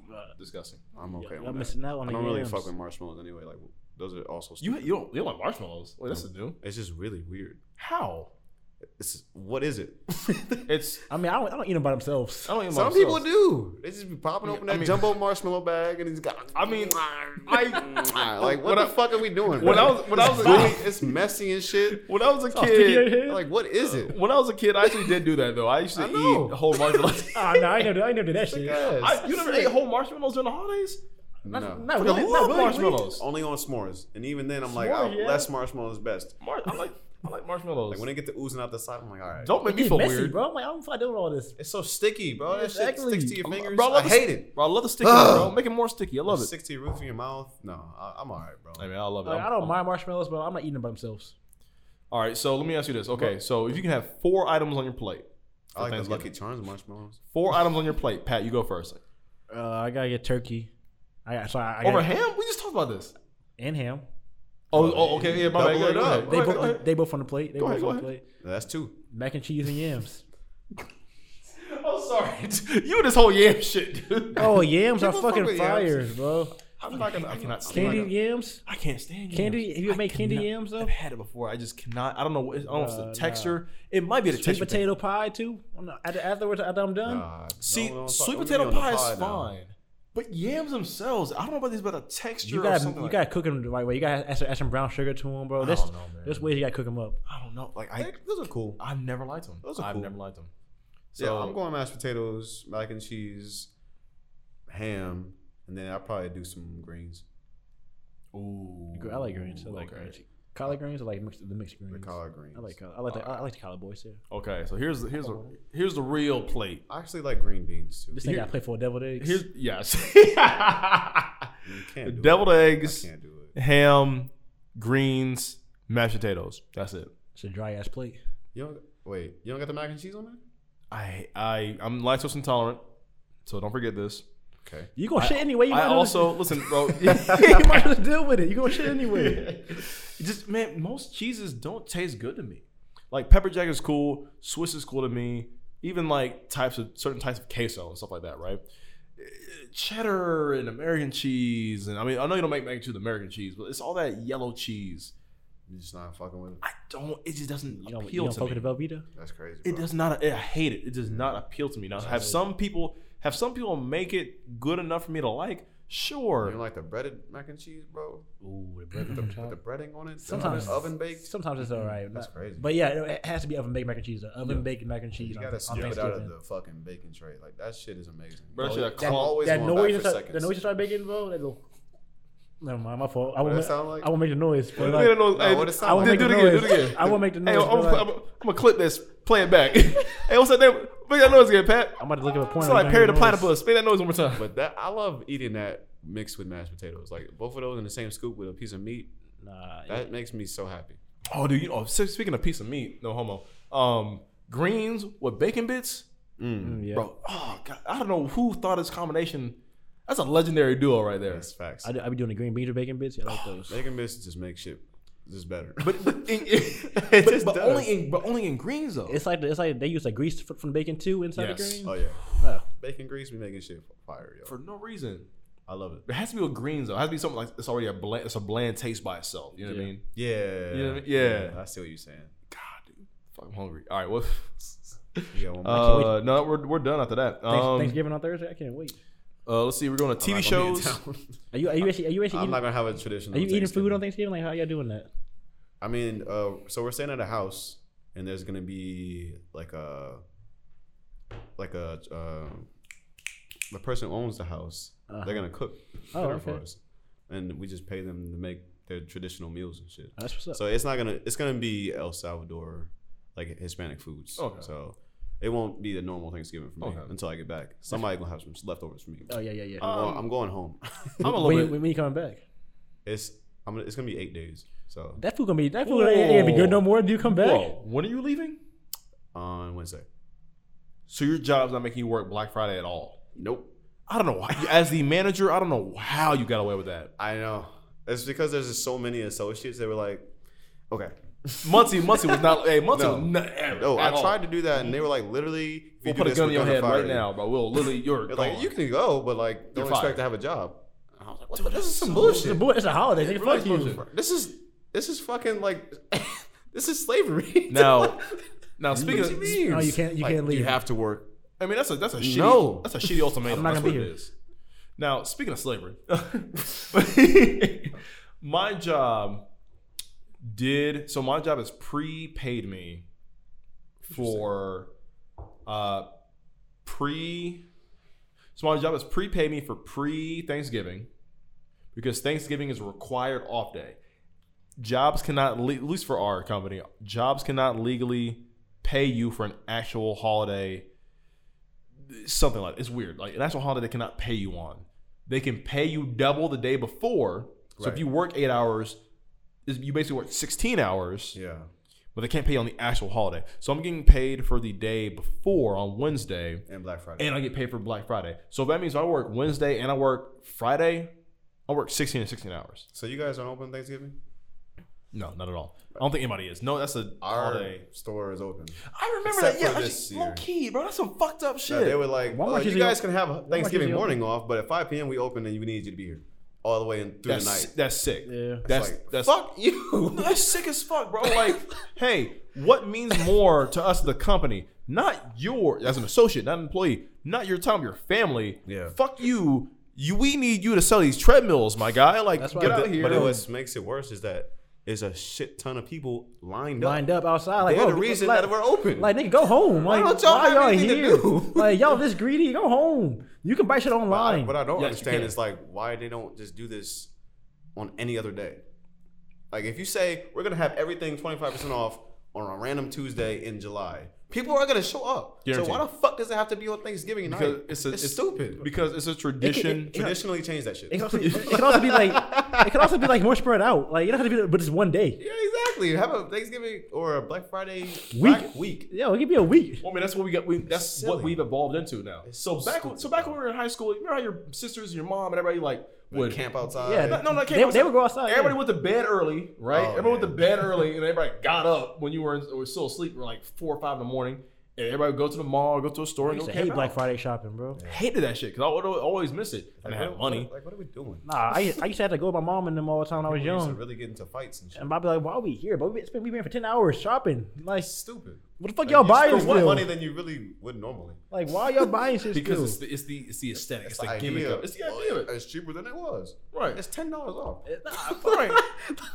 [SIGHS] disgusting. I'm okay. I'm with that. missing out on I the don't really yams. fuck with marshmallows anyway. Like those are also. You Stupid. you don't, you don't like marshmallows? Wait, this is new. it's just really weird. How? It's what is it? [LAUGHS] [LAUGHS] It's I mean, I don't, I don't eat them by themselves. I don't even. Some people do. They just be popping open that mean- [LAUGHS] jumbo marshmallow bag and it's got. [LAUGHS] I mean, I [LAUGHS] like what when the I- fuck are we doing? bro? when I was- [LAUGHS] when I was a It's kid- gooey, it's messy and shit. when I was a sticky in your kid. hand. Like what is it? When I was a kid, I actually did do that though. I used to [LAUGHS] I know. eat whole marshmallows. [LAUGHS] [LAUGHS] Ah, no, I ain't never, I ain't never did that shit. Yes. I, you never ate whole marshmallows during the holidays? no. No, Fucking really, love no, really, marshmallows. Only on s'mores, and even then, I'm like, S'more, I'll- yeah. less marshmallow is best. Mar- I like I like marshmallows. Like when they get to oozing out the side, I'm like, all right. don't make me It's feel messy, weird, bro. I'm like, I don't feel like doing all this. It's so sticky, bro. That Exactly. shit sticks to your fingers. Bro, I, love I the- hate it. Bro, I love the sticky, bro. Make it more sticky. I love it. Sticks to your roof of your mouth. No, I, I'm all right, bro. I mean, I love it. Like, I'm- I don't I'm- mind marshmallows, but I'm not eating them by themselves. All right, so let me ask you this. Okay, so if you can have four items on your plate, I like the Thanksgiving. Lucky Charms marshmallows. [LAUGHS] four items on your plate. Pat, you go first. Uh, I gotta get turkey. I got so I, I Over got ham? We just talked about this. and ham. Oh, oh okay. Yeah, my bad. Double Go it ahead, go up. ahead. They Go ahead, go both ahead. [LAUGHS] they both on the plate. They Go both ahead, on the go plate. That's two. Mac and cheese [LAUGHS] and yams. I'm sorry. [LAUGHS] You and this whole yam shit, dude. Oh, yams are People fuck fucking with fire, yams. bro. [LAUGHS] I'm not gonna. I cannot stand Candy it. yams. I can't stand Candy- yams. have you I made candy cannot- yams, though? I've had it before. I just cannot. I don't know. What, I don't know if it's Uh, the nah. texture. It might be the Sweet texture. thing. potato pie too. I'm not- after- Afterwards, after I'm done. Nah, See, don't- don't talk- sweet don't potato get me on pie the is pod now. fine, but yams themselves, I don't know about this, but a texture You or got something. you like- got to cook them the right way. You got to add, some- add some brown sugar to them, bro. There's don't know, man. there's ways you got to cook them up. I don't know. Like I, They- Those are cool. I've never liked them. Those are I've cool. never liked them. So yeah, I'm going mashed potatoes, mac and cheese, ham, and then I'll probably do some greens, Ooh, I like greens. I like okay. greens. Collard greens. I like mixed, the mixed greens. the collard greens. I like uh, collard. I like the, I like the collard boys too. Okay, so here's the here's a here's the real plate. I actually like green beans too. This thing Here- I play for deviled eggs. Here's yes, You The can't do deviled it. eggs, I can't do it. [LAUGHS] ham, greens, mashed potatoes. That's it. it's a dry ass plate. You don't wait. You don't got the mac and cheese on there? I I I'm lactose intolerant, so don't forget this. Okay. You gonna shit anyway. You I might as well just- also listen, bro. [LAUGHS] [LAUGHS] you might as well deal with it. You gonna shit anyway. just man, most cheeses don't taste good to me. Like pepper jack is cool, Swiss is cool to me. Even like types of certain types of queso and stuff like that, right? Eh, Cheddar and American cheese, and I mean, I know you don't make mac and cheese with American cheese, but it's all that yellow cheese. You're just not fucking with it. I don't. It just doesn't You don't, you appeal don't to fuck me. with the Velveeta. That's crazy. It bro. does not. I hate it. It does not appeal to me. Now, have some people have some people make it good enough for me to like? You Sure. don't like the breaded mac and cheese, bro? Ooh, the bread With the, with the breading on it? Sometimes. Sometimes oven baked. Sometimes it's all right. That's Not- crazy. But yeah, it- it has to be oven baked mac and cheese. though. Oven baked mac and cheese. You on- gotta on skip it out Thanksgiving. of the fucking baking tray. Like that shit is amazing. Bro, that shit got I'm clump. always that going noise, back you for start, the seconds. noise you start making, bro. That go. Never mind, my fault. I What does won't. Make, that sound like? I won't make the noise. but Hey, like, no, Nah, hey, what it sound I I won't won't make like? make do, it the again. Do it noise. again. I won't make the Hey, noise, I'm, bro, like- gonna clip this. Play it back. [LAUGHS] hey, what's that name? Make that noise again, Pat. I'm about to look up a point. It's I'm like not Perry the hearing noise. Platypus. Make that noise one more time. But that I love eating that mixed with mashed potatoes. Like both of those in the same scoop with a piece of meat. Nah, That makes me so happy. Oh, dude. You, oh, so speaking of piece of meat, no homo. Um, greens with bacon bits, mm, yeah. bro. Oh god, I don't know who thought this combination. That's a legendary duo right there. That's facts. I, do, I be doing the green beans or bacon bits. Yeah, I like those. Making this just make shit just better. But but, in, [LAUGHS] It but, just but does. only in but only in greens though. It's like the, it's like they use like grease fr- from bacon too inside Yes. the [LAUGHS] oh green. yeah, Oh. bacon grease be making shit fire, yo. for no reason. I love it. There has to be a greens though. It has to be something like it's already a bland, it's a bland taste by itself. You know what I Yeah. mean? Yeah, You know what I mean? Yeah. I see what you're saying. God, dude, fuck, I'm hungry. All right, well, You got one more. uh, no, we're, we're done after that. Thanks- Um, Thanksgiving on Thursday. I can't wait. uh, let's see, we're going to I'm TV not gonna be in shows. town. Are you are you actually are you [LAUGHS] actually I'm eating, not gonna have a traditional. are you eating food Thanksgiving. on Thanksgiving? Like how y'all doing that? I mean, uh, so we're staying at a house, and there's gonna be like a, like a, uh, the person who owns the house. They're gonna cook Uh-huh. Oh, dinner for okay. us, and we just pay them to make their traditional meals and shit. Oh, that's what's up. So it's not gonna, it's gonna be El Salvador, like Hispanic foods. Okay. So it won't be the normal Thanksgiving for me Okay. until I get back. Somebody gonna have some leftovers for me. oh yeah, yeah, yeah. I'm, going, I'm going home. [LAUGHS] [LAUGHS] I'm a when, Uh, little you- bit. when you coming back? it's, I'm, gonna- it's gonna be eight days. So That food gonna be that food ain't gonna be good no more. Do you come back? Whoa, when are you leaving? on Wednesday. So your job's not making you work Black Friday at all. Nope. I don't know. why- As the manager, I don't know how you got away with that. I know. It's because there's just so many associates. They were like, okay. Muncie, Muncie was not. Hey, Muncie No. was not. No, I at all. Mm-hmm. tried to do that, and they were like, literally, if you We'll do put a this, gun we're in your gonna head fire right you. now, bro. We'll literally, you're They're gone. like, you can go, but like, don't You're expect fired. to have a job. I was like, what Dude, the- this is some It's a, bullshit. bull- it's a holiday. Nigga, Really fuck you. bullshit. This is this is fucking [LAUGHS] like, this is slavery. Now, now speaking what of, you mean? No, you can't. You Like, can't leave. You have to work. I mean that's a that's a shitty No. that's a shitty ultimatum. I'm not that's gonna what be it is. Now speaking of slavery, [LAUGHS] my job did so. My job has prepaid me for uh pre. So my job has prepaid me for pre Thanksgiving because Thanksgiving is a required off day. Jobs cannot, le- at least for our company, jobs cannot legally pay you for an actual holiday something like it's weird. Like an actual holiday they cannot pay you on. They can pay you double the day before. So if Right. you work eight hours, is- you basically work sixteen hours, Yeah. but they can't pay you on the actual holiday. So I'm getting paid for the day before on Wednesday, And Black Friday. and I get paid for Black Friday. So that means I work Wednesday and I work Friday. I work sixteen and sixteen hours. so you guys aren't open Thanksgiving? No, not at all. I don't think anybody is. No, that's a Our [LAUGHS] holiday. store is open. I remember Except that. Yeah, for I this just- year. low key, bro. That's some fucked up shit. No, they were like, uh, Walmart you usually guys open- can have usually Thanksgiving morning open. off, but at 5 p.m. we open and we need you to be here all the way in through that's, the night. si- that's sick. Yeah. That's like, that's fuck you. [LAUGHS] No, that's sick as fuck, [LAUGHS] bro. Like, hey, what means more to us, the company, not your as an associate, not an employee, not your time, your family. Yeah. Fuck you. You, we need you to sell these treadmills, my guy. Like, That's why- get But out the- of here. But what makes it worse is that there's a shit ton of people lined up. Lined up outside. Like, oh, They're bro, the reason like, that we're open. Like, nigga, go home. Like, why, don't y'all have y'all anything to here? do? like, y'all this greedy? Go home. You can buy shit online. What I don't Yes, you understand can. is like why they don't just do this on any other day. Like if you say we're gonna have everything 25% off on a random Tuesday in July, people are gonna show up. Guaranteed. So why the fuck does it have to be on Thanksgiving night? Because it's a- it's- stupid. because it's a tradition. Traditionally change that shit. it, [LAUGHS] can Yeah, also, it can also be like it can also be like more spread out. Like, you don't have to be, but it's one day. exactly. Have a Thanksgiving or a Black Friday week. week. Yo, it could be a week. Well, I mean, that's what we got. We, that's silly. what we've evolved into now. It's so so back, stupid. so back when we were in high school, you remember how your sisters, your mom, and everybody like would Camp outside. Yeah, No, no, no, I can't They- go they would go outside, Everybody yeah. went to bed early, right? Oh, everybody yeah. went to bed [LAUGHS] early, and everybody got up when you were, in, or still asleep. We were like four or five in the morning, and everybody would go to the mall, go to a store, I and used go to camp hate Black out. Friday shopping, bro. Hated that shit because I would always miss it. I Like, didn't have what- money. Like what are we doing? Nah, I, I used to have to go with my mom in the mall all the time when I was We used to young. really get into fights and shit. And I'd be like, why are we here? But we've been, we've been here for 10 hours shopping. Like, It's stupid. what the fuck Like, y'all you buying spend more still? money than you really would normally. Like, why y'all buying [LAUGHS] shit Because still? it's the, it's the it's the aesthetic, it's, the, idea. gimmick, of, it's the idea of it, It's cheaper than it was. right? It's ten dollars off. [LAUGHS] right.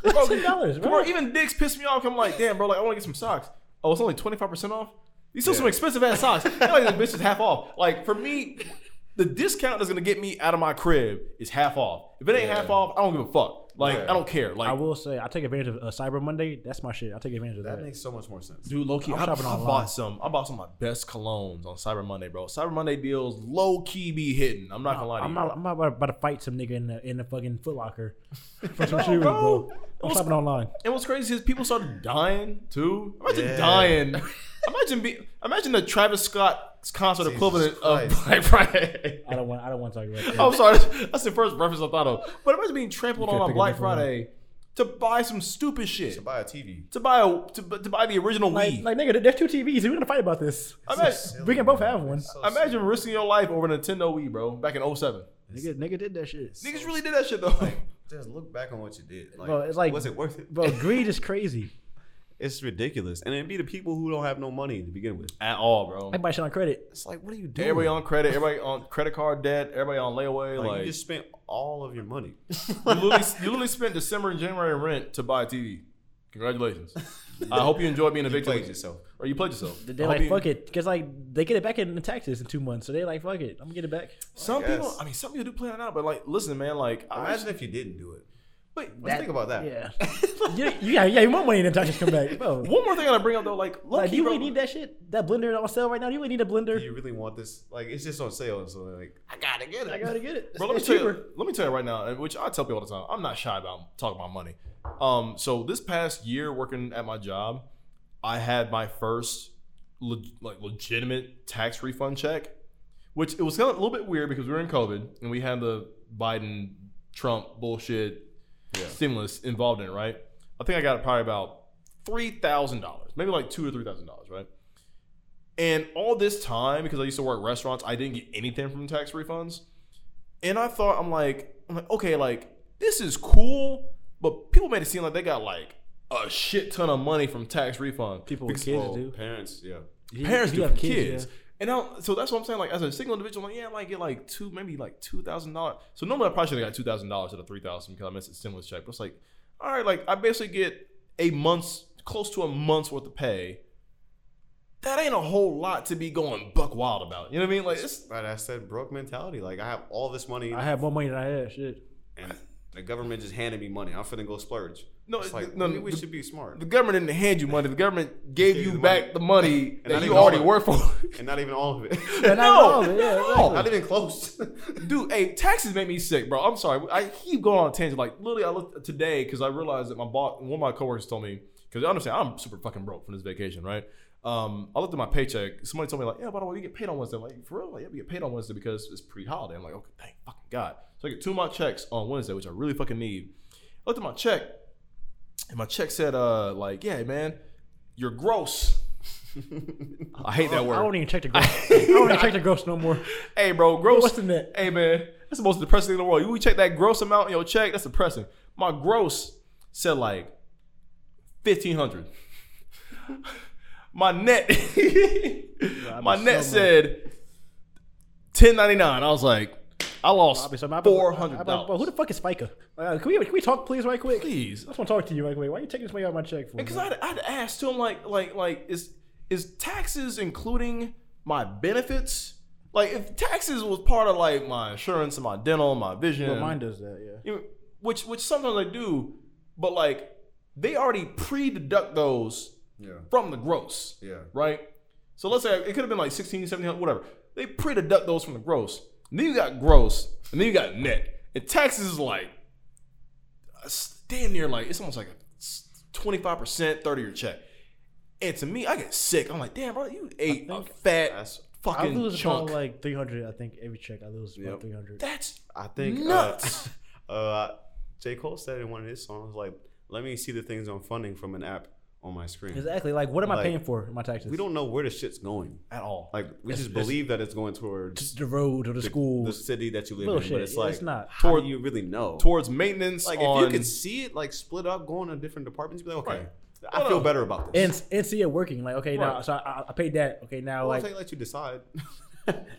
Bro, $10, come bro. on, even dicks piss me off. I'm like, damn, bro, like I want to get some socks. Oh, it's only 25% off? These are some Yeah. expensive ass socks. I like this bitch is half off. Like, for me, the discount that's gonna get me out of my crib is half off. If it ain't Yeah. half off, I don't give a fuck. Like, Yeah. I don't care. Like, I will say, I take advantage of uh, Cyber Monday. That's my shit. I take advantage of that. That makes so much more sense. Dude, low key, I'm I, shopping I online. bought some. I bought some of my best colognes on Cyber Monday, bro. Cyber Monday deals low key be hitting. I'm not gonna lie to I'm you. not, I'm not about to fight some nigga in the, in the fucking Foot [LAUGHS] Locker for some No, shoes, bro. bro. I'm shopping online. And what's crazy is people started dying too. Imagine Yeah. dying. Imagine be. Imagine the Travis Scott's concert Jesus equivalent Christ. of [LAUGHS] Black Friday. I don't want. I don't want to talk about that. I'm sorry. That's the first reference I thought of. But imagine being trampled You on could've on figured Black this one out. Friday to buy some stupid shit. To buy a TV. To buy a to, bu- to buy the original Like, Wii. like, nigga, there's two TVs. We're gonna fight about this. imagine, We can both have one. So imagine risking your life over a Nintendo Wii, bro. Back in 07. Nigga, nigga did that shit. Niggas really did that shit though. Just look back on what you did. Like, Bro, it's like- was it worth it? Bro, greed is crazy. [LAUGHS] It's ridiculous, and it'd be the people who don't have no money to begin with. At all, bro. I buy shit on credit. It's like, what are you doing? Everybody on credit. Everybody on credit card debt. Everybody on layaway. like, Like, you just spent all of your [LAUGHS] money. you, literally, you literally spent December and January rent to buy a TV. Congratulations. I hope you enjoy being a victim. played yourself. Or you played yourself. They're like, fuck it, because like they get it back in the taxes in two months, so they're like, fuck it, I'm gonna get it back. Some I guess. people, I mean, some people do plan it out, but like, listen, man, like, I Imagine if you didn't do it. but Let's think about that. Yeah, [LAUGHS] you, you- yeah, yeah. You want money in the taxes come back, bro. one more thing I gotta bring up though, like, look, Like, do you you really need that shit? That blender on sale right now? Do you really need a Do blender? you really want this? Like, it's just on sale, so like, I gotta get it. I gotta get it. Bro, let me It's tell cheaper. you. Let me tell you right now, and which I tell people all the time. I'm not shy about talking about money. Um, so this past year working at my job, I had my first leg- like legitimate tax refund check, which it was kind of a little bit weird because we were in COVID and we had the Biden Trump bullshit stimulus involved in it, right? I think I got probably about three thousand dollars, maybe like two or three thousand dollars, right? And all this time, because I used to work restaurants, I didn't get anything from tax refunds. And I thought, I'm like, I'm like, okay, like this is cool, but people made it seem like they got like a shit ton of money from tax refund. People with kids Well, do. parents, yeah. You- Parents you do have for kids. yeah. And now, so that's what I'm saying. Like, as a single individual, I'm like, yeah, I might get like two, maybe like two thousand dollars. So normally, I probably should have got two thousand dollars out of three thousand because I missed a stimulus check. But it's like, all right, like I basically get a month's, close to a month's worth of pay. That ain't a whole lot to be going buck wild about. You know what I mean? Like, it's But I said broke mentality. Like I have all this money, I have more money than I had. Shit. and the government just handed me money. I'm finna go splurge. no, It's like no, we, we the- should be smart, The government didn't hand you money. The government gave Gave you you the back money. the money not that you even already all worked for. and not even all of it. [LAUGHS] And I No, know, yeah, no. exactly. not even close. [LAUGHS] Dude, hey, taxes make me sick, bro. I'm sorry. I keep going on a tangent. Like literally, I looked today because I realized that my boss, one of my coworkers, told me because I understand I'm super fucking broke from this vacation, right? Um, I looked at my paycheck. Somebody told me like, yeah, by the way, you get paid on Wednesday. I'm like for real, like, yeah, we get paid on Wednesday because it's pre-holiday. I'm like, okay, thank fucking god. So I get two of my checks on Wednesday, which I really fucking need. I looked at my check, and my check said, uh, like, yeah, man, you're gross. [LAUGHS] I hate that Oh, I don't word. even check the gross. I don't even check the gross no more. Hey, bro, gross. What's in that? Hey man, that's the most depressing thing in the world. You we check that gross amount in your check, that's depressing. My gross said like fifteen hundred. [LAUGHS] My net, [LAUGHS] my so net mad. said ten ninety nine. I was like, I I'll lost be so mad. four hundred I'll be like, Who dollars. the fuck is Spiker? Uh, can we can we talk please right quick? Please, I just want to talk to you right quick. Why are you taking this money out of my check for? because man? I'd, I'd asked him like like like is is taxes including my benefits? Like if taxes was part of like my insurance and my dental, my vision, Well, mine does that. Yeah. You know, which which sometimes I do, but like they already pre-deduct those yeah, from the gross, yeah. right? So let's say it could have been like 16, 17, whatever. They pre-deduct those from the gross. And then you got gross, and then you got net. And taxes is like uh, damn near like it's almost like a 25%, 30 your check. And to me, I get sick. I'm like, damn, bro, you ate a fat That's I fucking lose chunk. about like three hundred. I think every check I lose about Yep. three hundred. That's I think uh, [LAUGHS] Nuts. uh, J Cole said in one of his songs, like, "Let me see the things I'm funding from an app on my screen." Exactly. Like, what am I Like, paying for in my taxes? We don't know where the shit's going. at all. Like, we just believe that it's going towards Just the road or the school. the city that you live in, Bullshit. but it's Yeah, like, it's not. how do you really know? towards maintenance Like, on if you can see it, like, split up, going to different departments, you'd be like, okay, Right. I No, feel no. better about this. and and see it working. Like, okay, now Right. so I, I paid that. Okay, now Well, like if they let you decide.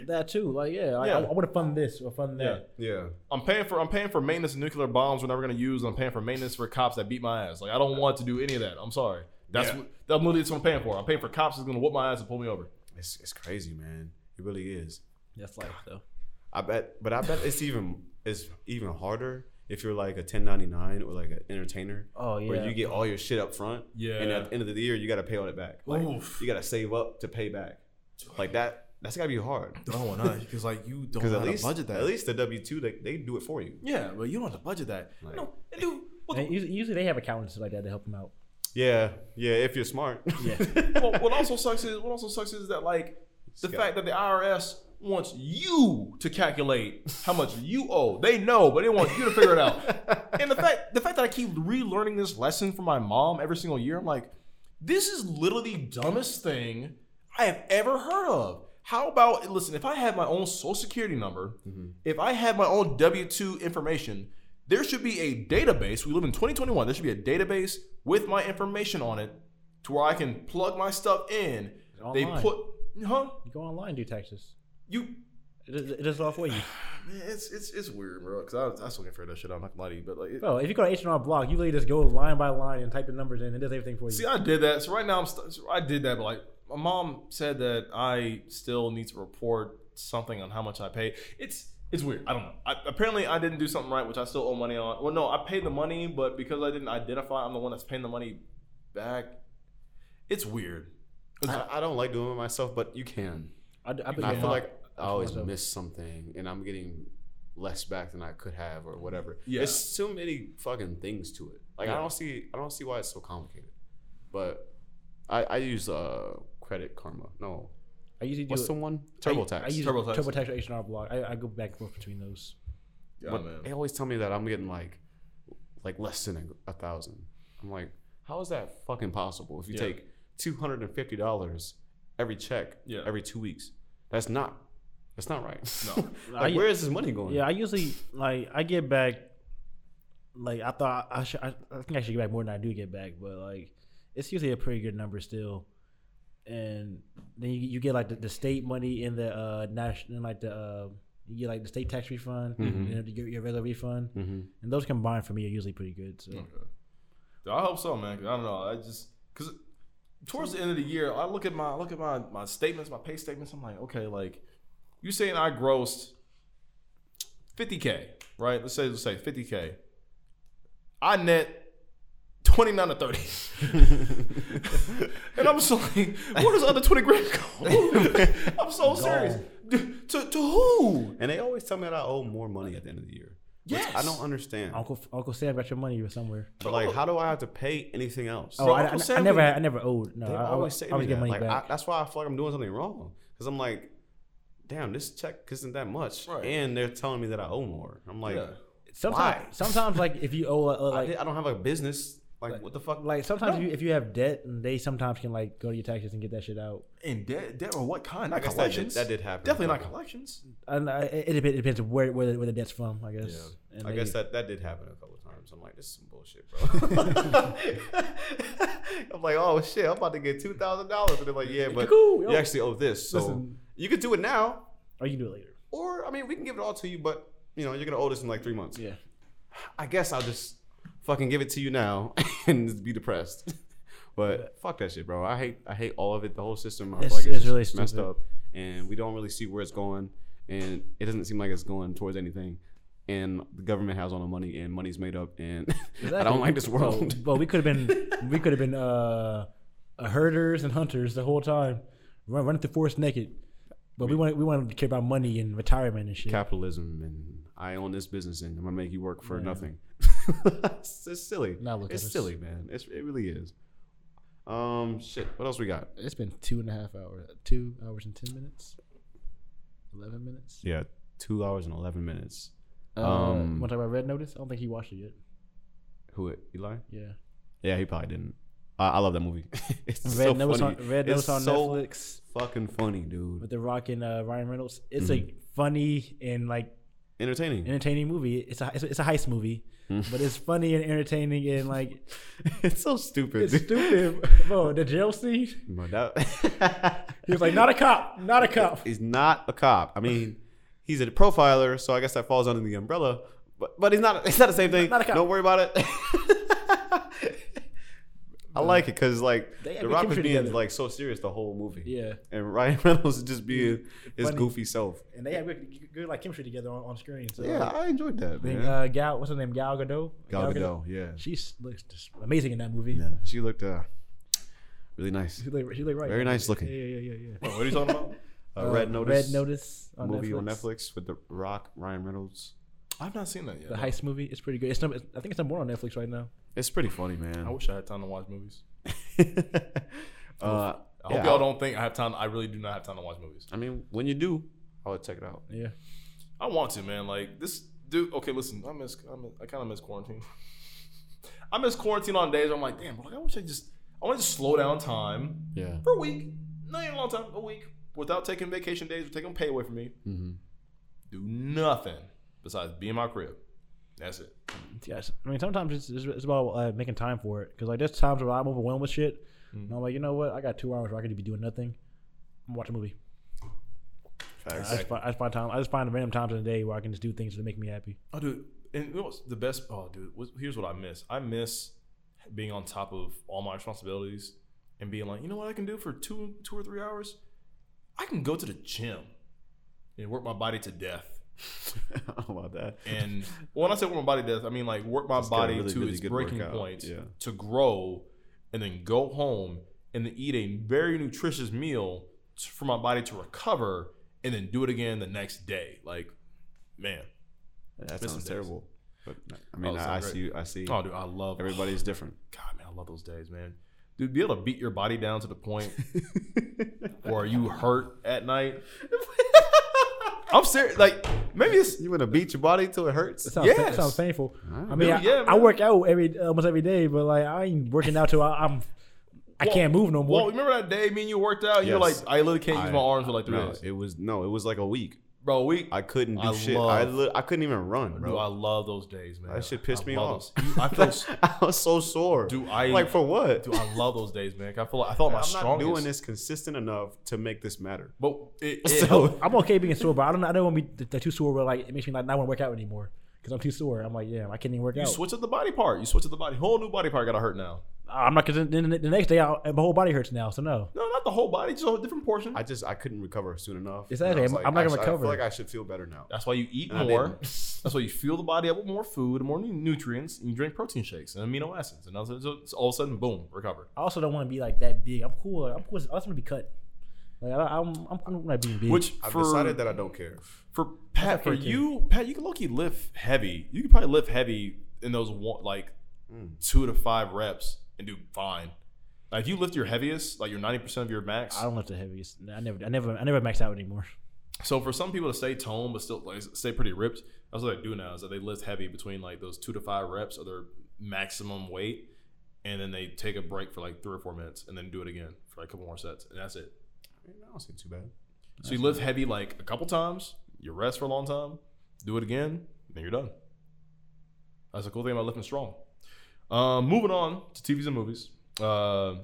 that too. Like, yeah, like, Yeah. I, I want to fund this or fund that. [LAUGHS] Yeah. yeah, I'm paying for I'm paying for maintenance of nuclear bombs we're never gonna use. and I'm paying for maintenance for cops that beat my ass. Like I don't want to do any of that. I'm sorry. That's Yeah. what that's literally what I'm paying for. I'm paying for cops that's gonna whoop my ass and pull me over. it's it's crazy, man. It really is. That's life, though. I bet, but I bet it's even it's even harder if you're like a 1099 or like an entertainer. Oh yeah. Where you get all your shit up front. And Yeah. at the end of the year, you got to pay all it back. Like, Oof. You got to save up to pay back. Like that. That's gotta be hard. No, no, because like you [LAUGHS] don't Because at least at least the W two they, they do it for you. yeah, but you don't have to budget that. Like- no, dude. What, And usually, usually they have accountants like that to help them out. Yeah, yeah. If you're smart. Yeah. what, what also sucks is what also sucks is that like the Scott. fact that the IRS wants you to calculate how much you owe. They know, but they want you to figure it out. And the fact the fact that I keep relearning this lesson from my mom every single year, I'm like, this is literally the dumbest thing I have ever heard of. How about listen, if I had my own social security number, if I had my own W2 information, there should be a database. We live in 2021. There should be a database with my information on it to where I can plug my stuff in. They online. put huh? You go online and do taxes. You It, it does it all for you. Man, it's it's it's weird, bro. Because I, was- I still get figured that shit out. I'm not gonna lie to you, but like, it- Bro, if you go to H&R Block, you literally just go line by line and type the numbers in. It does everything for you. see, I did that. So right now, I'm st- so I did that, but like, my mom said that I still need to report something on how much I paid. It's it's weird. I don't know. I, apparently, I didn't do something right, which I still owe money on. Well, no, I paid the money, but because I didn't identify, I'm the one that's paying the money back. It's weird. [LAUGHS] I, I don't like doing it myself, but you can. I, d- I bet And I you're feel not. like I always myself. miss something, and I'm getting less back than I could have, or whatever. Yeah. There's so many fucking things to it. Like Yeah. I don't see, I don't see why it's so complicated. But I, I use uh, Credit Karma. No, I I usually do. What's it- the one? I, I TurboTax. use TurboTax. TurboTax. TurboTax or H and R Block. I, I go back and forth between those. Yeah, But man. they always tell me that I'm getting like, like less than a, a thousand. I'm like, how is that fucking possible? If you Yeah. take two hundred and fifty dollars every check, Yeah. every two weeks, that's not, that's not right. [LAUGHS] No. like, I- where is this money going? Yeah, I usually like I get back. Like I thought I should. I, I think I should get back more than I do get back, but like it's usually a pretty good number still. And then you, you get like the, the state money and the uh national like the uh, you get like the state tax refund Mm-hmm. and your, your regular refund, and those combined for me are usually pretty good. So Okay. Dude, I hope so, man. 'cause I don't know. I just because towards the end of the year, I look at my I look at my my statements, my pay statements. I'm like, okay, like you saying I grossed 50k, right? Let's say let's say 50k. I net 29 to 30. [LAUGHS] [LAUGHS] and I'm just like, where does the other 20 grand go? [LAUGHS] I'm so serious. D- To, to who? And they always tell me that I owe more money at the end of the year. which Yes. I don't understand. Uncle Uncle Sam got your money or somewhere. But like, how do I have to pay anything else? Oh, Bro, I, I- Uncle I Sam never would- I never owed. No, They I, I always always say I to me always get that. money like, back. I, that's why I feel like I'm doing something wrong. Because I'm like, damn, this check isn't that much, Right. and they're telling me that I owe more. I'm like, Yeah. why? sometimes sometimes like if you owe a, [LAUGHS] a, I, like did- I don't have a business. Like, what the fuck? like sometimes if, you, if you have debt and they sometimes can like go to your taxes and get that shit out. And debt, debt or what kind? Not guess that did- collections. that did happen. Definitely not collections. And uh, it, it depends- it depends where where the, where the debt's from, I guess. Yeah. And I they- guess that that did happen a couple of times. I'm like, this is some bullshit, bro. [LAUGHS] I'm like, oh shit, I'm about to get two thousand dollars, and they're like, yeah, but Cool, you yo. actually owe this, so Listen. you could do it now, or Oh, you can do it later. or I mean, we can give it all to you, but you know, you're gonna owe this in like three months. Yeah. I guess I'll just fucking give it to you now [LAUGHS] and just be depressed. [LAUGHS] But fuck that shit, bro. I hate I hate all of it. The whole system. I feel It's- like it's, it's really just messed stupid. up, and we don't really see where it's going, and it doesn't seem like it's going towards anything. And the government has all the money, and money's made up, and [LAUGHS] I don't like this world. But we could have been we could have been uh, uh, herders and hunters the whole time, run, running through forest naked. But we want we want to care about money and retirement and [LAUGHS] shit. Capitalism, and I own this business, and I'm gonna make you work for nothing. [LAUGHS] it's, it's silly. Now look at it's us. silly, man. It's, it really is. Um, shit. What else we got? It's been two and a half hours, two hours and ten minutes, eleven minutes. Yeah, two hours and eleven minutes. Um, Um, want to talk about Red Notice? I don't think he watched it yet. Who it? Eli? Yeah, Yeah, he probably didn't. I, I love that [LAUGHS] movie. it's Red so Notice funny. on Red it's Notice on so Netflix fucking funny, dude. with The Rock and uh, Ryan Reynolds. It's a funny and like Entertaining. entertaining movie. It's a it's a, it's a heist movie, but it's funny and entertaining and like [LAUGHS] [LAUGHS] it's so stupid. it's dude. stupid, bro. The jail scene. But that- He was like, not a cop, not a [LAUGHS] cop. he's not a cop. I mean, he's a profiler, so I guess that falls under the umbrella. But but he's not. It's not the same thing. Not a cop. Don't worry about it. [LAUGHS] I like it because like They have the good Rock was chemistry being together. like so serious the whole movie. Yeah, And Ryan Reynolds is just being his Funny. goofy self. and they have good, good like chemistry together on, on screen. So Yeah, I I enjoyed that, think man. uh, Gal, what's her name? Gal Gadot. Gal Gadot, yeah. She s- looks just amazing in that movie. She looked uh, really nice. She look, she look right. Very nice looking. Yeah, yeah, yeah, yeah. yeah. [LAUGHS] What are you talking about? Uh, Uh, Red Notice. Red Notice on movie Netflix. on Netflix with The Rock, Ryan Reynolds. I've not seen that yet. The heist movie. It's pretty good. It's number, I think it's number one on Netflix right now. It's pretty funny, I man. wish I had time to watch movies. [LAUGHS] uh, I hope Yeah. y'all don't think I have time. I really do not have time to watch movies. I mean, when you do, I would check it out. Yeah. I want to, man. Like this dude. Okay, listen. I miss. I, miss, I kind of miss quarantine. [LAUGHS] I miss quarantine on days. Where I'm like, damn. Like, I wish I just. I want to just slow down time Yeah. for a week. Not even a long time. A week without taking vacation days or taking pay away from me. Do nothing besides be in my crib. That's it. Yes. I mean, sometimes it's, it's, it's about uh, making time for it. Because, like, there's times where I'm overwhelmed with shit. And I'm like, you know what? I got two hours where I could be doing nothing. I'm watch a movie. I just, find, I just find time. I just find random times in the day where I can just do things that make me happy. Oh, dude. And you know what's the best? Oh, dude. What, here's what I miss. I miss being on top of all my responsibilities and being like, you know what I can do for two, two or three hours? I can go to the gym and work my body to death. [LAUGHS] How about that? [LAUGHS] And when I say work my body to death, I mean like work my get a body really, to really its good breaking workout. point Yeah. to grow, and then go home and then eat a very nutritious meal t- for my body to recover, and then do it again the next day. Like, man, That Missing sounds days. terrible. But I mean, Oh, I, I sounds see. I see. oh, dude, I love Everybody's different. God, man, I love those days, man. Dude, be able to beat your body down to [LAUGHS] the point where you hurt at night. I'm serious. Like maybe it's You want to beat your body till it hurts? It sounds, it Yes. sounds painful. I mean, Dude, I, yeah, I man. work out every almost every day, but like I ain't working out till I, I'm I Well- can't move no more. Well, remember that day me and you worked out? You were like, Yes. I literally can't use my I- arms for like three no, days. it was no, it was like a week. Bro, we I couldn't do I shit. love- I li- I couldn't even run, Dude, I bro. love those days, man. That shit pissed I me love off. those- I feel, s- [LAUGHS] I was so sore. Dude, I- like for what? dude, I love those days, man. 'cause I feel like I felt my I'm not strongest. doing this consistent enough to make this matter. but it, it [LAUGHS] So- I'm okay being sore, but I don't I don't want to be th- th- too sore. Where like it makes me like not want to work out anymore because I'm too sore. I'm like, yeah, I can't even work you out. switch up the body part. You switch up the body. Whole new body part got to hurt now. I'm not because then the the next day I, my whole body hurts now. So no, No, not the whole body, just a different portion. I just I couldn't recover soon enough. Exactly. And I was I'm- I'm not gonna actually, recover. I feel like I should feel better now. That's why you eat And I more. didn't. [LAUGHS] That's why you fuel the body up with more food, more nu- nutrients, and you drink protein shakes and amino acids. And all of a sudden- all of a sudden, boom, recovered. I also don't want to be like that big. I'm cool. Like, I'm cool. I just want to be cut. Like I, I'm I'm cool with not being big. Which I've for decided that I don't care. for Pat, for okay, too. you, Pat, you can low-key lift heavy. You can probably lift heavy in those one, like Mm. two to five reps and do fine. Like if you lift your heaviest, like your ninety percent of your max. I don't lift the heaviest. I never I never I never max out anymore. So for some people to stay toned but still like stay pretty ripped, that's what they do now is that they lift heavy between like those two to five reps of their maximum weight, and then they take a break for like three or four minutes and then do it again for like a couple more sets, and that's it. I mean, I don't seem too bad. So you lift heavy like a couple times, you rest for a long time, do it again, then you're done. That's the cool thing about lifting strong. Um, moving on to TVs and movies. Uh, I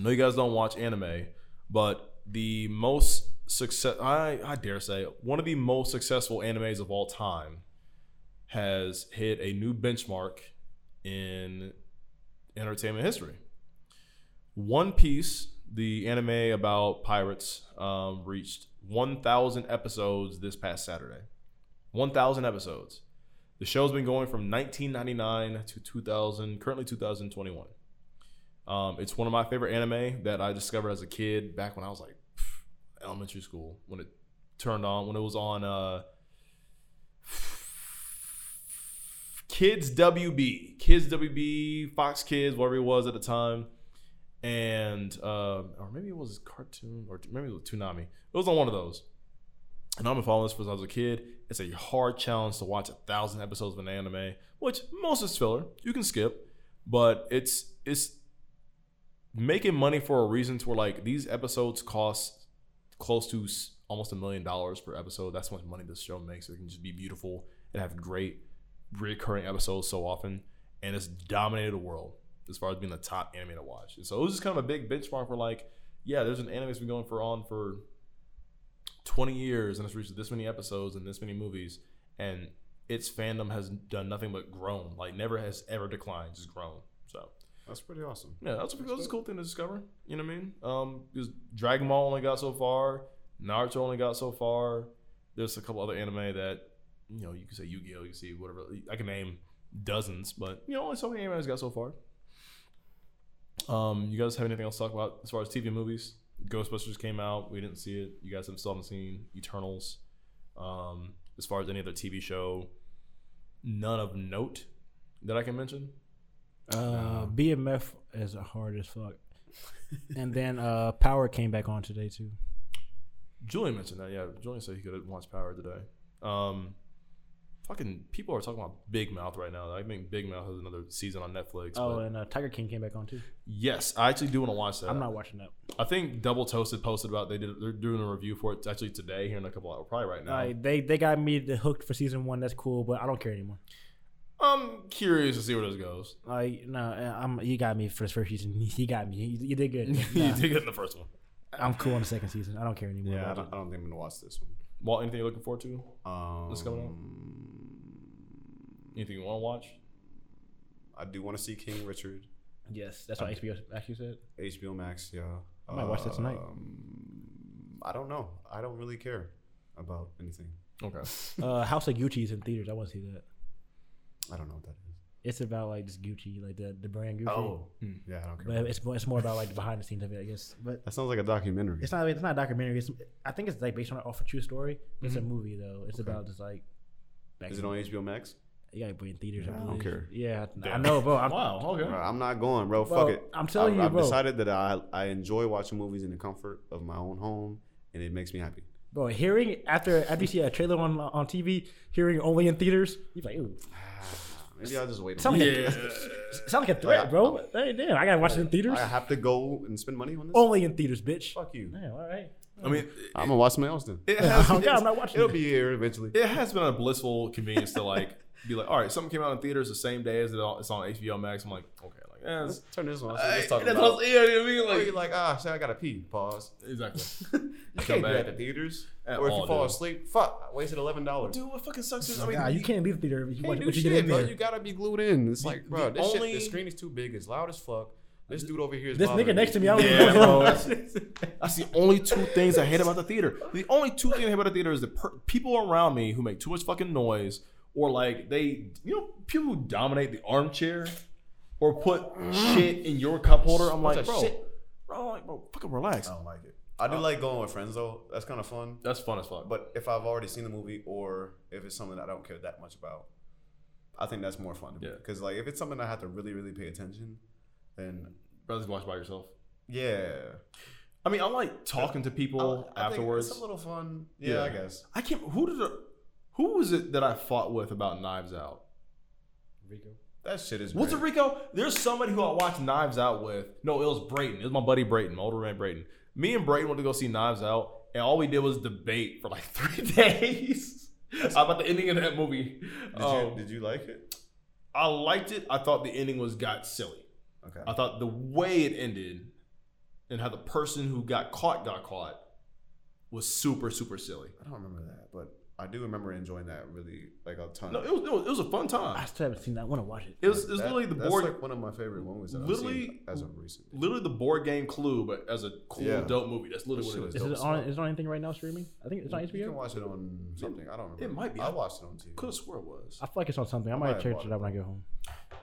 know you guys don't watch anime, but the most success I, I dare say one of the most successful animes of all time has hit a new benchmark in entertainment history. One Piece, the anime about pirates, um, reached 1,000 episodes this past Saturday. 1,000 episodes. The show's been going from 1999 to 2000, currently 2021. Um, it's one of my favorite anime that I discovered as a kid back when I was like pff, elementary school when it turned on when it was on uh, Kids WB, Kids WB, Fox Kids, whatever it was at the time and uh, or maybe it was cartoon or maybe it was Toonami. It was on one of those. And I've been following this since I was a kid. It's a hard challenge to watch a thousand episodes of an anime, which most is filler. You can skip, but it's it's making money for a reason to where like these episodes cost close to s- almost a million dollars per episode. That's how much money this show makes. It can just be beautiful and have great recurring episodes so often, and it's dominated the world as far as being the top anime to watch. And so it was just kind of a big benchmark for like, yeah, there's an anime that's been going for on for 20 years and it's reached this many episodes and this many movies, and its fandom has done nothing but grown. Like never has ever declined, just grown. So That's pretty awesome. yeah, that's, that's, a cool thing to discover. You know what I mean? Um, because Dragon Ball only got so far, Naruto only got so far. There's a couple other anime that you know you can say Yu-Gi-Oh, you can see whatever. I can name dozens, but you know only so many anime's got so far. Um, you guys have anything else to talk about as far as TV movies? Ghostbusters came out. We didn't see it. You guys have still haven't seen Eternals. Um, as far as any other TV show, none of note that I can mention. Uh, BMF is hard as [LAUGHS] fuck. and then uh, Power came back on today too. Julian mentioned that. Yeah, Julian said he could have watched Power today. Um, fucking people are talking about Big Mouth right now. I think Big Mouth has another season on Netflix. Oh, but and uh, Tiger King came back on too. yes, I actually do want to watch that. I'm not watching that. I think Double Toasted posted about they did. They're doing a review for it actually today here in a couple hours, probably right now. Like, they they got me the hooked for season one. That's cool, but I don't care anymore. I'm curious to see where this goes. [LAUGHS] Like no, uh, I'm you got me for the first season. [LAUGHS] You got me. You, you [LAUGHS] did good. you Nah, did good in the first one. I'm cool on the second season. I don't care anymore. Yeah, I about don't, I don't think I'm gonna watch this one. Walt, anything you're looking forward to? Um, What's going on? Anything you want to watch? I do want to see King Richard. it. Yes, that's what HBO actually said. HBO Max. Yeah, Um, I might watch that tonight. I don't know. I don't really care about anything. Okay. Uh, House of Gucci is in theaters. I want to see that. I don't know what that is. It's about like just Gucci, like the, the brand Gucci. Oh. yeah, I don't care. But it's more, it's more about like the behind the scenes of it, I guess. But that sounds like a documentary. It's not. It's not a documentary. It's. I think Mm-hmm. it's like based on off a true story. It's a movie though. It's about just like. Back is it on HBO Max? You gotta be in theaters. I, don't believe. care. Yeah, I- I Damn. know, bro. I'm, Wow. Okay. Bro, I'm not going, bro. Well, Fuck it. I'm telling I, you, I've bro. decided that I, I enjoy watching movies in the comfort of my own home, and it makes me happy. Bro, hearing after after you see a trailer on on TV, hearing only in theaters, you're like, ooh, Maybe I'll just wait. sound like, Yeah. a, [LAUGHS] sound like a threat, bro. Hey, damn, I gotta watch it in theaters. I have to go and spend money on this. Only in theaters, bitch. Fuck you. Damn, all right. I mean, I'm gonna watch something else then. [LAUGHS] it has. Oh, yeah, I'm not [LAUGHS] watching. It'll it. be here eventually. it has been a blissful convenience [LAUGHS] to like be like, all right, something came out in theaters the same day as it all, it's on HBO Max. I'm like, okay, like eh, it's, Turn this on. I, Let's talk that's about. what- yeah, you know what I mean? Or Like- you're like, ah, shit, I gotta pee. Pause. exactly. [LAUGHS] You Come can't do back. that at theaters. At or if all, you fall dude. asleep, fuck, I wasted eleven dollars. Dude, what fucking sucks is I mean, Nah, Oh you can't leave the theater if you watch Can't do what you get in shit, bro. there. You gotta be glued in. It's like, bro, the this shit, only- the screen is too big. It's loud as fuck. This dude over here is This bothering nigga next to me, I [LAUGHS] don't Yeah, even bro. know. That's, that's the only two things I hate about the theater. The only two things I hate about the theater is the per- people around me who make too much fucking noise, or like they, you know, people who dominate the armchair, or put shit in your cup holder. I'm Bunch like, of bro, shit. bro, like, bro, fucking relax. I don't like it. I do Uh, like going with friends though. That's kind of fun. That's fun as fuck. But But if I've already seen the movie or if it's something I don't care that much about, I think that's more fun to me. Yeah. Because like if it's something I have to really, really pay attention, then brothers, watch by yourself. yeah. I mean, I like talking to people I- I think afterwards. it's a little fun. Yeah, Yeah. I guess. I can't. Who did? I- Who was it that I fought with about Knives Out? That shit is. Was it great. Rico? There's somebody who I watched Knives Out with. No, it was Brayton. It was my buddy Brayton, my older man Brayton. Me and Brayton went to go see Knives Out, and all we did was debate for like [LAUGHS] three days about the ending of that movie. Did, Um, you, did you like it? I liked it. I thought the ending was got silly. Okay. I thought the way it ended and how the person who got caught got caught was super super silly. I don't remember that, but I do remember enjoying that really like a ton. No, it was it was, it was a fun I time. still haven't seen that. I want to watch it. It was, it was That- literally the that's board like one of my favorite movies that I've Literally- seen as of recent. literally the board game Clue, but as a cool Yeah. dope movie. That's literally That what it shit is. Is dope it as on? fuck. Is it on anything right now streaming? I think it's on You can HBO. watch it on something. I don't remember. it might be. I watched it on TV. Could have swore it was. I feel like it's on something. I might might have check bought it out when I get home.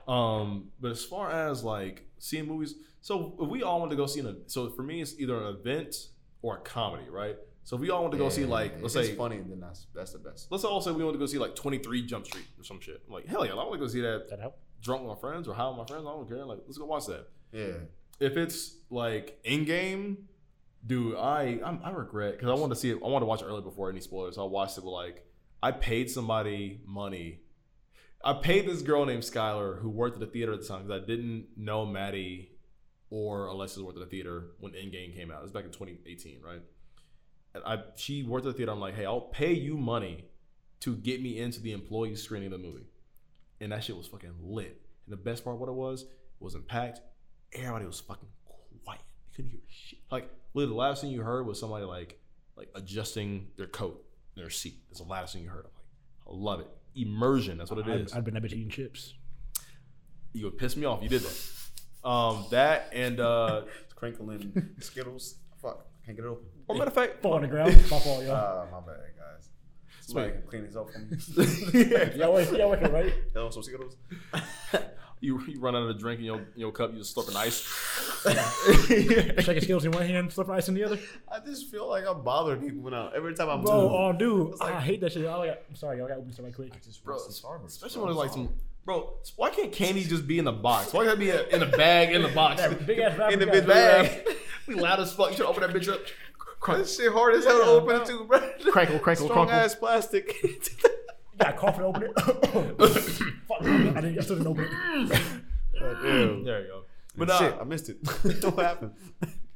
Um, but as far as like seeing movies, so if we all want to go see an so for me it's either an event or a comedy, right? So if we all want to go see like let's it's say funny, then that's that's the best. let's all say we want to go see like Twenty Three Jump Street or some shit. I'm like hell yeah, I want to go see that That out? drunk with my friends or high with my friends. I don't care. Like let's go watch that. Yeah. If it's like in game, dude, I I'm, I regret because I wanted to see it. I wanted to watch it earlier before any spoilers. So I watched it with like I paid somebody money. I paid this girl named Skylar who worked at the theater at the time because I didn't know Maddie or Alexis worked at the theater when Endgame came out. It was back in 2018, right? And I she worked at the theater. I'm like, hey, I'll pay you money to get me into the employee screening of the movie, and that shit was fucking lit. And the best part, what it was, it wasn't packed. Everybody was fucking quiet. You couldn't hear shit. Like literally, the last thing you heard was somebody like like adjusting their coat, their seat. That's the last thing you heard. I'm like, I love it. Immersion. That's what it I've, is I've been that bitch eating [LAUGHS] chips. you would piss me off. You did that. Um, that and [LAUGHS] uh, It's crinkling [LAUGHS] Skittles. Fuck, I can't get it open. or matter of fact, Fall on the ground. My fault, y'all. Ah, my bad, guys. Somebody can clean this up for me. [LAUGHS] Y'all working, y'all working, right? Y'all want some Skittles? you, you run out of drink in your in your cup, you just [LAUGHS] slurping ice. Shaking skills in one hand, slipping ice [LAUGHS] in the other. I just feel like I'm bothering people when I every time I'm Bro, doing. oh, dude, I hate that shit. I like, I'm sorry, y'all. I got to open something quick. bro, especially when it's like some bro. Why can't candy just be in the box? Why can't it be a, in a bag in [LAUGHS] the box? Big ass wrapper. the guys, big bro. bag. we loud as fuck. You should open that bitch up. Crunch. This shit hard as hell to open too, bro. Crackle, crackle, Strong crackle. ass [LAUGHS] plastic. You got coffee [LAUGHS] to open it. [COUGHS] Fuck, I, didn't, I still didn't open it. There you go. But uh, nah, shit, I missed it. [LAUGHS] what [LAUGHS] happened?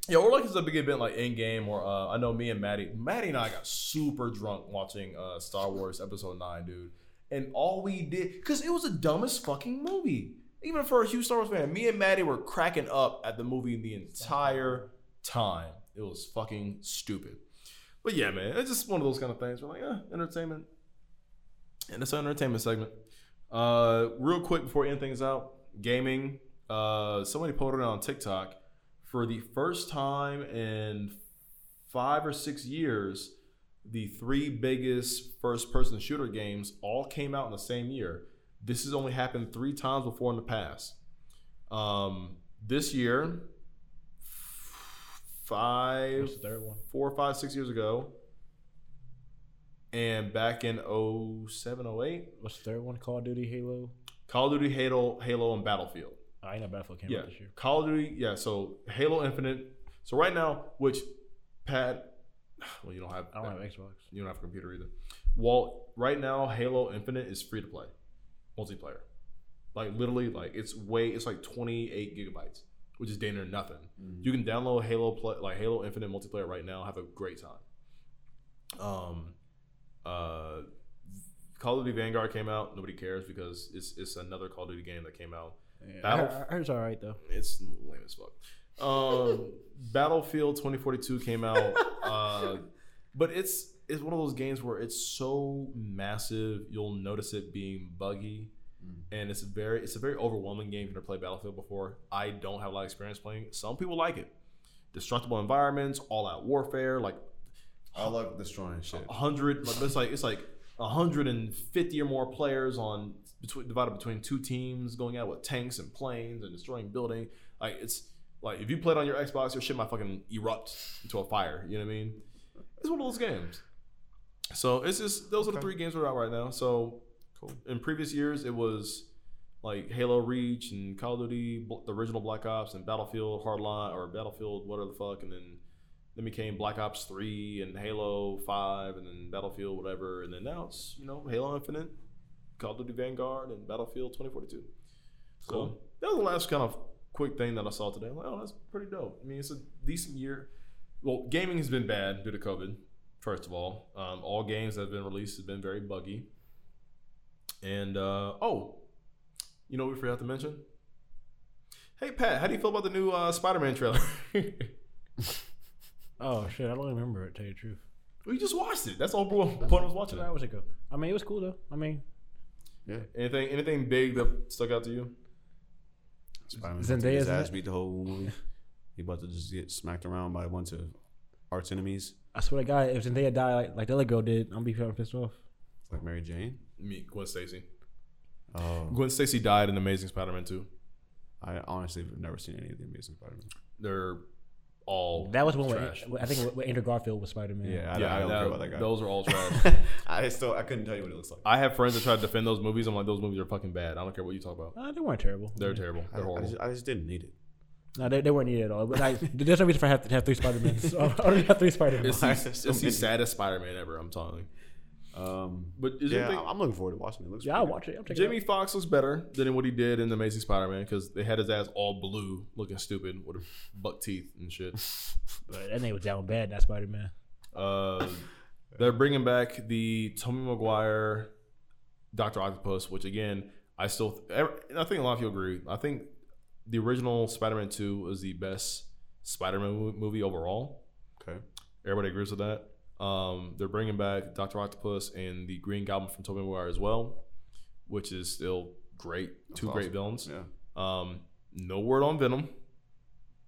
Yeah, or like it's a big event like in game, or uh, I know me and Maddie, Maddie and I got super drunk watching uh, Star Wars Episode Nine, dude, and all we did because it was the dumbest fucking movie. Even for a huge Star Wars fan, me and Maddie were cracking up at the movie the entire time. It was fucking stupid. But yeah, man, it's just one of those kind of things. We're like, eh, entertainment, and it's an entertainment segment. Uh, real quick before we end things out, gaming. Uh, somebody posted it on TikTok for the first time in five or six years, the three biggest first person shooter games all came out in the same year. This has only happened three times before in the past. Um, this year, five, What's the third one? four, five, six years ago, And back in 07, 08, What's the third one? Call of Duty, Halo. Call of Duty, Halo, Halo, and Battlefield. I ain't know Battlefield came Yeah, out this year. Call of Duty. Yeah, so Halo Infinite. So right now, which Pat, [SIGHS] well, you don't have, I don't have Xbox. you don't have a computer either. Well, right now, Halo Infinite is free to play, multiplayer. Like literally, like it's way, it's like twenty eight gigabytes, which is damn near nothing. You can download Halo play, like Halo Infinite multiplayer right now. Have a great time. Um, uh, Call of Duty Vanguard came out. Nobody cares because it's it's another Call of Duty game that came out. I, [LAUGHS] Battle- I heard it's all right though. It's lame as fuck. Um, [LAUGHS] Battlefield 2042 came out, uh, but it's it's one of those games where it's so massive you'll notice it being buggy, and it's a very it's a very overwhelming game. If you never played Battlefield before, I don't have a lot of experience playing. it. Some people like it. Destructible environments, all out warfare, like I love destroying shit. a hundred. Like, it's like it's like hundred and fifty or more players on between divided between two teams, going out with tanks and planes and destroying building. Like it's like if you played on your Xbox, your shit might fucking erupt into a fire. You know what I mean? It's one of those games. So it's just those are the three games that are out right now. So in previous years, it was like Halo Reach and Call of Duty, Bl- the original Black Ops and Battlefield Hardline or Battlefield whatever the fuck, and then then became Black Ops Three and Halo Five, and then Battlefield whatever, and then now it's you know Halo Infinite, Call of Duty Vanguard, and Battlefield 2042. So Cool. that was the last kind of quick thing that I saw today. I'm like, oh, that's pretty dope. I mean, it's a decent year. Well, gaming has been bad due to COVID. First of all, um, all games that have been released have been very buggy. And uh, oh, you know what we forgot to mention? Hey Pat, how do you feel about the new uh, Spider-Man trailer? [LAUGHS] we Oh shit, I don't remember it. to Tell you the truth. just watched it. That's all point point was watching Two it. hours ago. I mean, it was cool though. I mean, Anything anything big that stuck out to you? Spider-Man Zendaya's his in ass it? beat the whole movie. He about to just get smacked around by a bunch of arch enemies I swear to God, if Zendaya died like, like the other girl did, I'm gonna be fucking pissed off. like Mary Jane. Me, Gwen Stacy. Oh, Gwen Stacy died in Amazing Spider-Man 2. I honestly have never seen any of the Amazing Spider-Man. They're all That was one where trash. I think where Andrew Garfield was Spider Man. Yeah, I, yeah, I don't that- care about that guy. those are all trash. [LAUGHS] I still I couldn't tell you what it looks like. I have friends that try to defend those movies. I'm like, those movies are fucking bad. I don't care what you talk about. Uh, they weren't terrible. They're terrible. Mm-hmm. I, They're I horrible. just, I just didn't need it. No, they, they weren't needed at all. But like, [LAUGHS] there's no reason for I have to have three Spider Men. So [LAUGHS] I already have three Spider Men. It's the, Why is there so it's the many? saddest Spider-Man ever. I'm telling. Um, But is yeah, there anything- I- I'm looking forward to watching it. it looks Yeah, I'll pretty watch it. I'm checking Jimmy Fox looks better than what he did in Amazing Spider-Man because they had his ass all blue, looking stupid with buck teeth and shit. it. Out. But that name was down bad. That Spider Man. Uh, they're bringing back the Tommy Maguire, Doctor Octopus, which again, I still, ev- and I think a lot of you agree. I think the original Spider-Man Two was the best Spider-Man mo- movie overall. Okay. everybody agrees with that. Um, they're bringing back Doctor Octopus and the Green Goblin from Tobey Maguire as well, which is still great. Two great awesome. villains. Yeah. Um, no word on Venom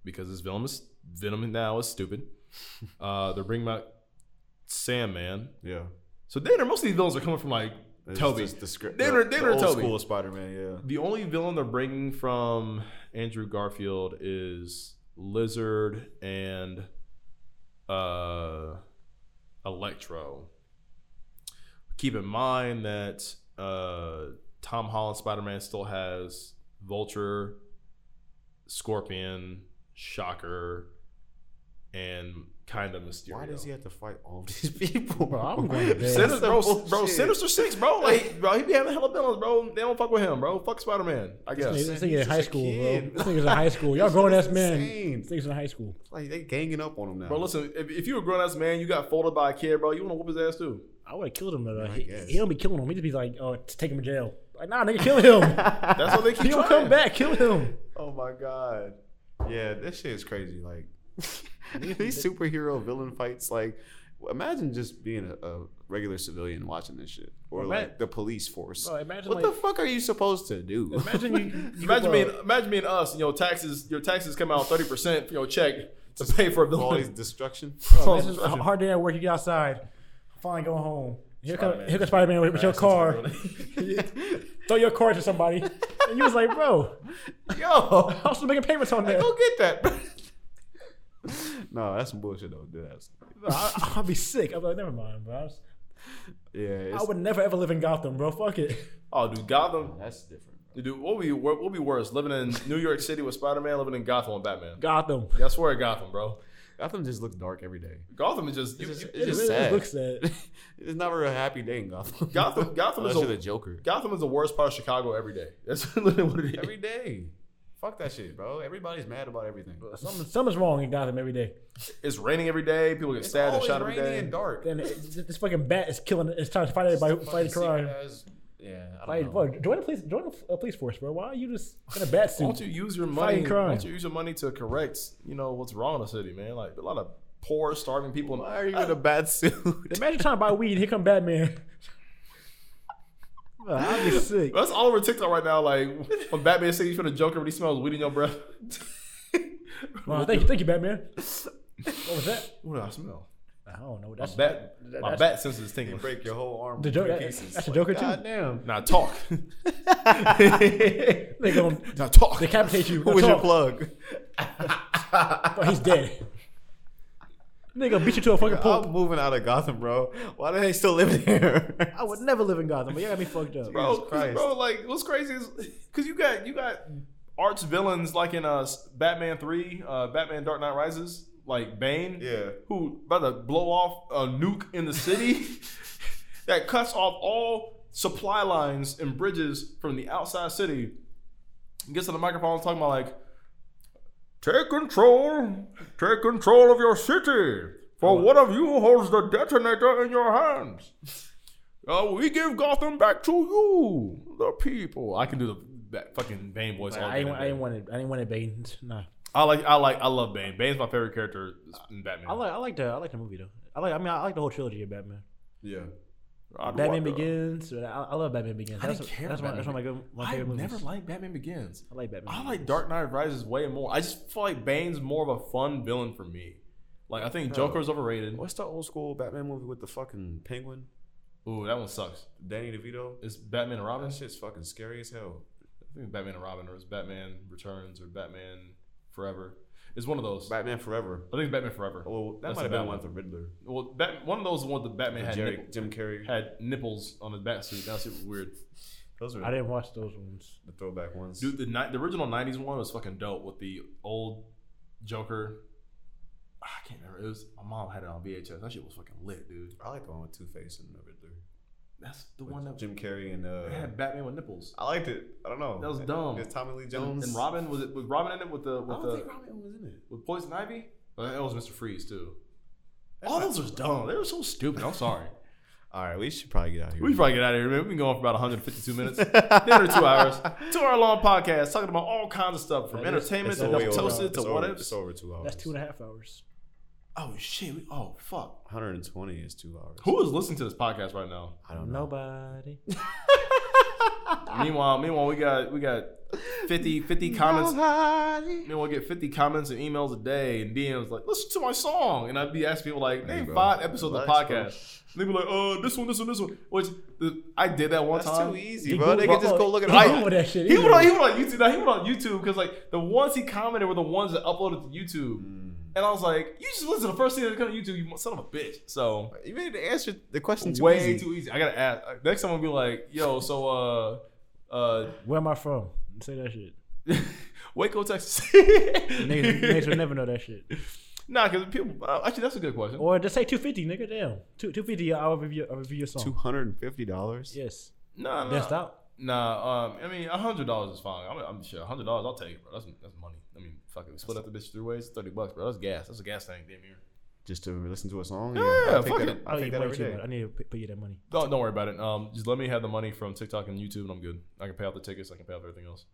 because this Venom is Venom now is stupid. uh, they're bringing back Sandman. Yeah, So then, most of these villains are coming from like It's Toby. just the script. They were- the- they the were old Toby. school Spider-Man. Yeah, the only villain they're bringing from Andrew Garfield is Lizard and uh, Electro. Keep in mind that uh, Tom Holland Spider Man still has Vulture, Scorpion, Shocker, and kind of Mysterio. why does he have to fight [LAUGHS] all these people? Bro, [LAUGHS] I'm going to bed. Sinister, That's some bro, bro, bullshit. Sinister Six, bro, like, bro, he be having hella villains, bro. They don't fuck with him, bro. Fuck Spider Man, I guess. This nigga in just high a school, bro. kid. This nigga's in high [LAUGHS] school. Y'all grown ass men. Insane. This nigga's in high school. Like they ganging up on him now. Bro, listen, if, if you a grown ass man, you got folded by a kid, bro, you want to whoop his ass too. I would have killed him though. He, guess. he don't be killing him. He just be like, oh, t- take him to jail. Like, nah, nigga, kill him. That's what they keep [LAUGHS] he don't trying. come back. Kill him. Oh my god. Yeah, that shit is crazy. [LAUGHS] Like these superhero villain fights, like imagine just being a, a regular civilian watching this shit. Or Well, like ima- the police force. Bro, imagine what the like, fuck are you supposed to do? [LAUGHS] imagine [LAUGHS] you, you Imagine bro, being, imagine being us. and Your taxes, your taxes come out thirty percent for your check to pay for a all these building. destruction. [LAUGHS] bro, this is a hard day at work. You get outside. Finally going home. Here come Spider-Man. here comes Spider Man with, with your car. [LAUGHS] Throw your car to somebody. And you was like, bro, Yo, I'm still making payments on that. go get that. [LAUGHS] bro. no, that's some bullshit though. That's Bro, I, I'll be sick. I'm like, never mind, bro. I was- Yeah, I it's, would never ever live in Gotham, bro. Fuck it. [LAUGHS] Oh, dude, Gotham. That's different. Bro. Dude, what would be wor- what would be worse? Living in New York City with Spider Man, living in Gotham with Batman. Gotham. Yeah, I swear, Gotham, bro. Gotham just looks dark every day. Gotham is just, you- It's just, you- it's just really sad. looks sad. it's never a happy day in Gotham. [LAUGHS] Gotham. Gotham is [LAUGHS] Unless you're the a, Joker. Gotham is the worst part of Chicago every day. [LAUGHS] That's literally what it is. Every day. Fuck that shit, bro. Everybody's mad about everything. Something, something's wrong in Gotham every day. it's raining every day. People get It's stabbed and always shot every rainy day. and dark. Then it, this fucking bat is killing. It's trying to fight everybody, Fucking fight crime. secret-ass- Yeah, I don't Fight, know. fuck, join the police. Join the uh, police force, bro. Why are you just in a bat Why don't suit? you use your money? crime. Why don't you use your money to correct, you know, what's wrong in the city, man? Like a lot of poor, starving people. Why are you in a bad suit? Imagine trying to buy weed. Here come Batman. [LAUGHS] Bro, I'd be [LAUGHS] sick. That's all over TikTok right now. Like when Batman says he's from the Joker, but he smells weed in your breath. [LAUGHS] [LAUGHS] Well, thank you, thank you, Batman. What was that? What do I smell? I don't know. My That's [LAUGHS] bat, my that's- bat senses tingling. Break your whole arm. the into joke. That, pieces. that's a Joker too. [LAUGHS] Goddamn. [LAUGHS] Now talk. [LAUGHS] They gonna [LAUGHS] Now talk. decapitate [LAUGHS] you. Who was your plug? But he's dead. Nigga beat you to a fucking pulp. I'm moving out of Gotham, bro. Why do they still live there? [LAUGHS] I would never live in Gotham, but you got me fucked up. bro, Jesus 'cause, Christ. bro, like what's crazy is [LAUGHS] because you got you got arch villains like in uh Batman Three, uh Batman Dark Knight Rises, like Bane, Yeah. who about to blow off a nuke in the city [LAUGHS] that cuts off all supply lines and bridges from the outside city. He gets to the microphone and talking about like, take control, take control of your city. For one of you holds the detonator in your hands. Uh, we give Gotham back to you, the people. I can do the that fucking Bane voice. all I day. didn't, I didn't want it. I didn't want it. Bane. Nah. I like, I like, I love Bane. Bane's my favorite character in Batman. I like. I like the. I like the movie though. I like. I mean, I like the whole trilogy of Batman. yeah. I'd Batman walk, uh, Begins. I, I love Batman Begins. I That's, didn't care that's, about one, that's one of my good. My I favorite movies. never liked Batman Begins. I like Batman. I Begins. like Dark Knight Rises way more. I just feel like Bane's more of a fun villain for me. Like I think Joker's overrated. What's the old school Batman movie with the fucking penguin? Ooh, that one sucks. Danny DeVito? It's Batman and Robin. That I shit's fucking scary as hell. think Batman and Robin, or it's Batman Returns, or Batman Forever. It's one of those. I Batman Forever. think it's Batman Forever. Well, that That's might have the Batman. been one with the Riddler. Well, Bat- one of those one that Batman had Jerry, nipple- Jim Carrey. had nipples on his bat suit. That's super weird. Those I are didn't watch those ones. the throwback ones. Dude, the ni- the original '90s one was fucking dope with the old Joker. Ah, I can't remember. It was my mom had it on VHS. That shit was fucking lit, dude. I like the one with Two Face and the Riddler. That's the With one that Jim Carrey and uh, they had Batman with nipples. I liked it. I don't know. That was dumb. It's Tommy Lee And, Jones and Robin was it? Was Robin in it with the I with don't the think Robin was in it. with poison ivy? Oh, that was Mister Freeze too. All those was dumb. They were so stupid. I'm sorry. All right, we should probably get out of [LAUGHS] here. We should probably get out of here, man. We've been going for about 152 minutes, dinner two [LAUGHS] hours, two hour long podcast talking about all kinds of stuff from entertainment It's to over- double toasted to it's over- what It's ifs. over two hours. That's two and a half hours. Oh shit! We, oh fuck! 120 is two hours. Who is listening to this podcast right now? I don't know. [LAUGHS] Nobody. Ah. meanwhile, meanwhile, we got we got 50, [LAUGHS] 50 comments. Meanwhile, we get fifty comments and emails a day and DMs like, listen to my song, and I'd be asking people like, name bro. five episodes of the Relax, bro. podcast. And they'd be like, uh, this one, this one, this one. Which the, I did that one That's time. too easy, bro. They can just [LAUGHS] go look at I it. don't that shit. He either. went on, he went on YouTube. Now he went on YouTube because like the ones he commented were the ones that uploaded to YouTube, and I was like, you just listen to the first thing that come to YouTube, you son of a bitch. So You made the answer the question too way easy. too easy. I gotta ask next time. I'll be like, yo, so uh, uh, Where am I from? Say that shit. Waco, Texas. [LAUGHS] Niggas, [LAUGHS] niggas would never know that shit. nah, because people. Uh, actually, that's a good question. Or just say two fifty, nigga. Damn, two two fifty. I'll review. I'll review your song. Two hundred Uh, and fifty dollars. Yes. Nah, nah, Best out. nah. Um, I mean, hundred dollars is fine. I'm, I'm sure hundred dollars. I'll take it, bro. That's that's money. I mean, fuck it. We split up the bitch three ways. Thirty bucks, bro. That's gas. That's a gas tank. Damn near. Just to listen to a song. Yeah, I fuck think that, it. I I, think that way every too much. day. I need to p- pay you that money. Don't don't worry about it. Um, just let me have the money from TikTok and YouTube, and I'm good. I can pay off the tickets. I can pay off everything else.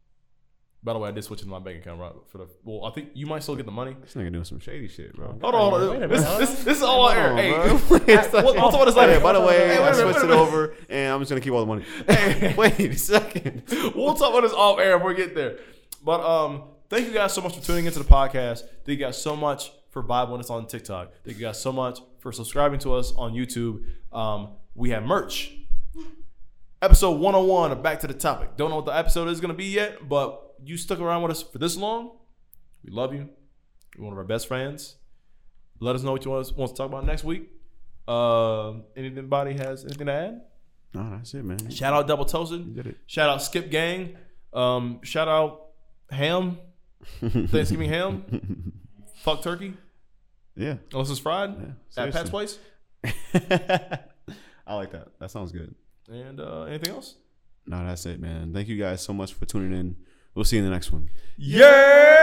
By the way, I did switch into my bank account right for the. Well, I think you might still get the money. This nigga doing some shady shit, bro. Hold on, hold Wait a on. This, minute. this, this is all on air. on, Hey, bro. It's like- [LAUGHS] we'll, we'll talk about this later. Hey, by the way, Hey, wait I a minute, switched wait a it minute. over, and I'm just gonna keep all the money. [LAUGHS] Hey, wait a second. we'll talk about this off air when we get there. But um, thank you guys so much for tuning into the podcast. Thank you guys so much for vibing us on TikTok. Thank you guys so much for subscribing to us on YouTube. Um, we have merch. Episode 101 of Back to the Topic. Don't know what the episode is going to be yet, but you stuck around with us for this long. We love you. You're one of our best friends. Let us know what you want us, want us to talk about next week. Um, anybody has anything to add? No, that's it, man. You Shout out Double Toasted. did it. Shout out Skip Gang. Um, shout out [LAUGHS] Ham. Thanksgiving Ham. Fuck turkey. [LAUGHS] Yeah. Unless it's fried at seriously. Pat's Place. I like that. That sounds good. And uh, anything else? No, that's it, man. Thank you guys so much for tuning in. We'll see you in the next one. Yeah.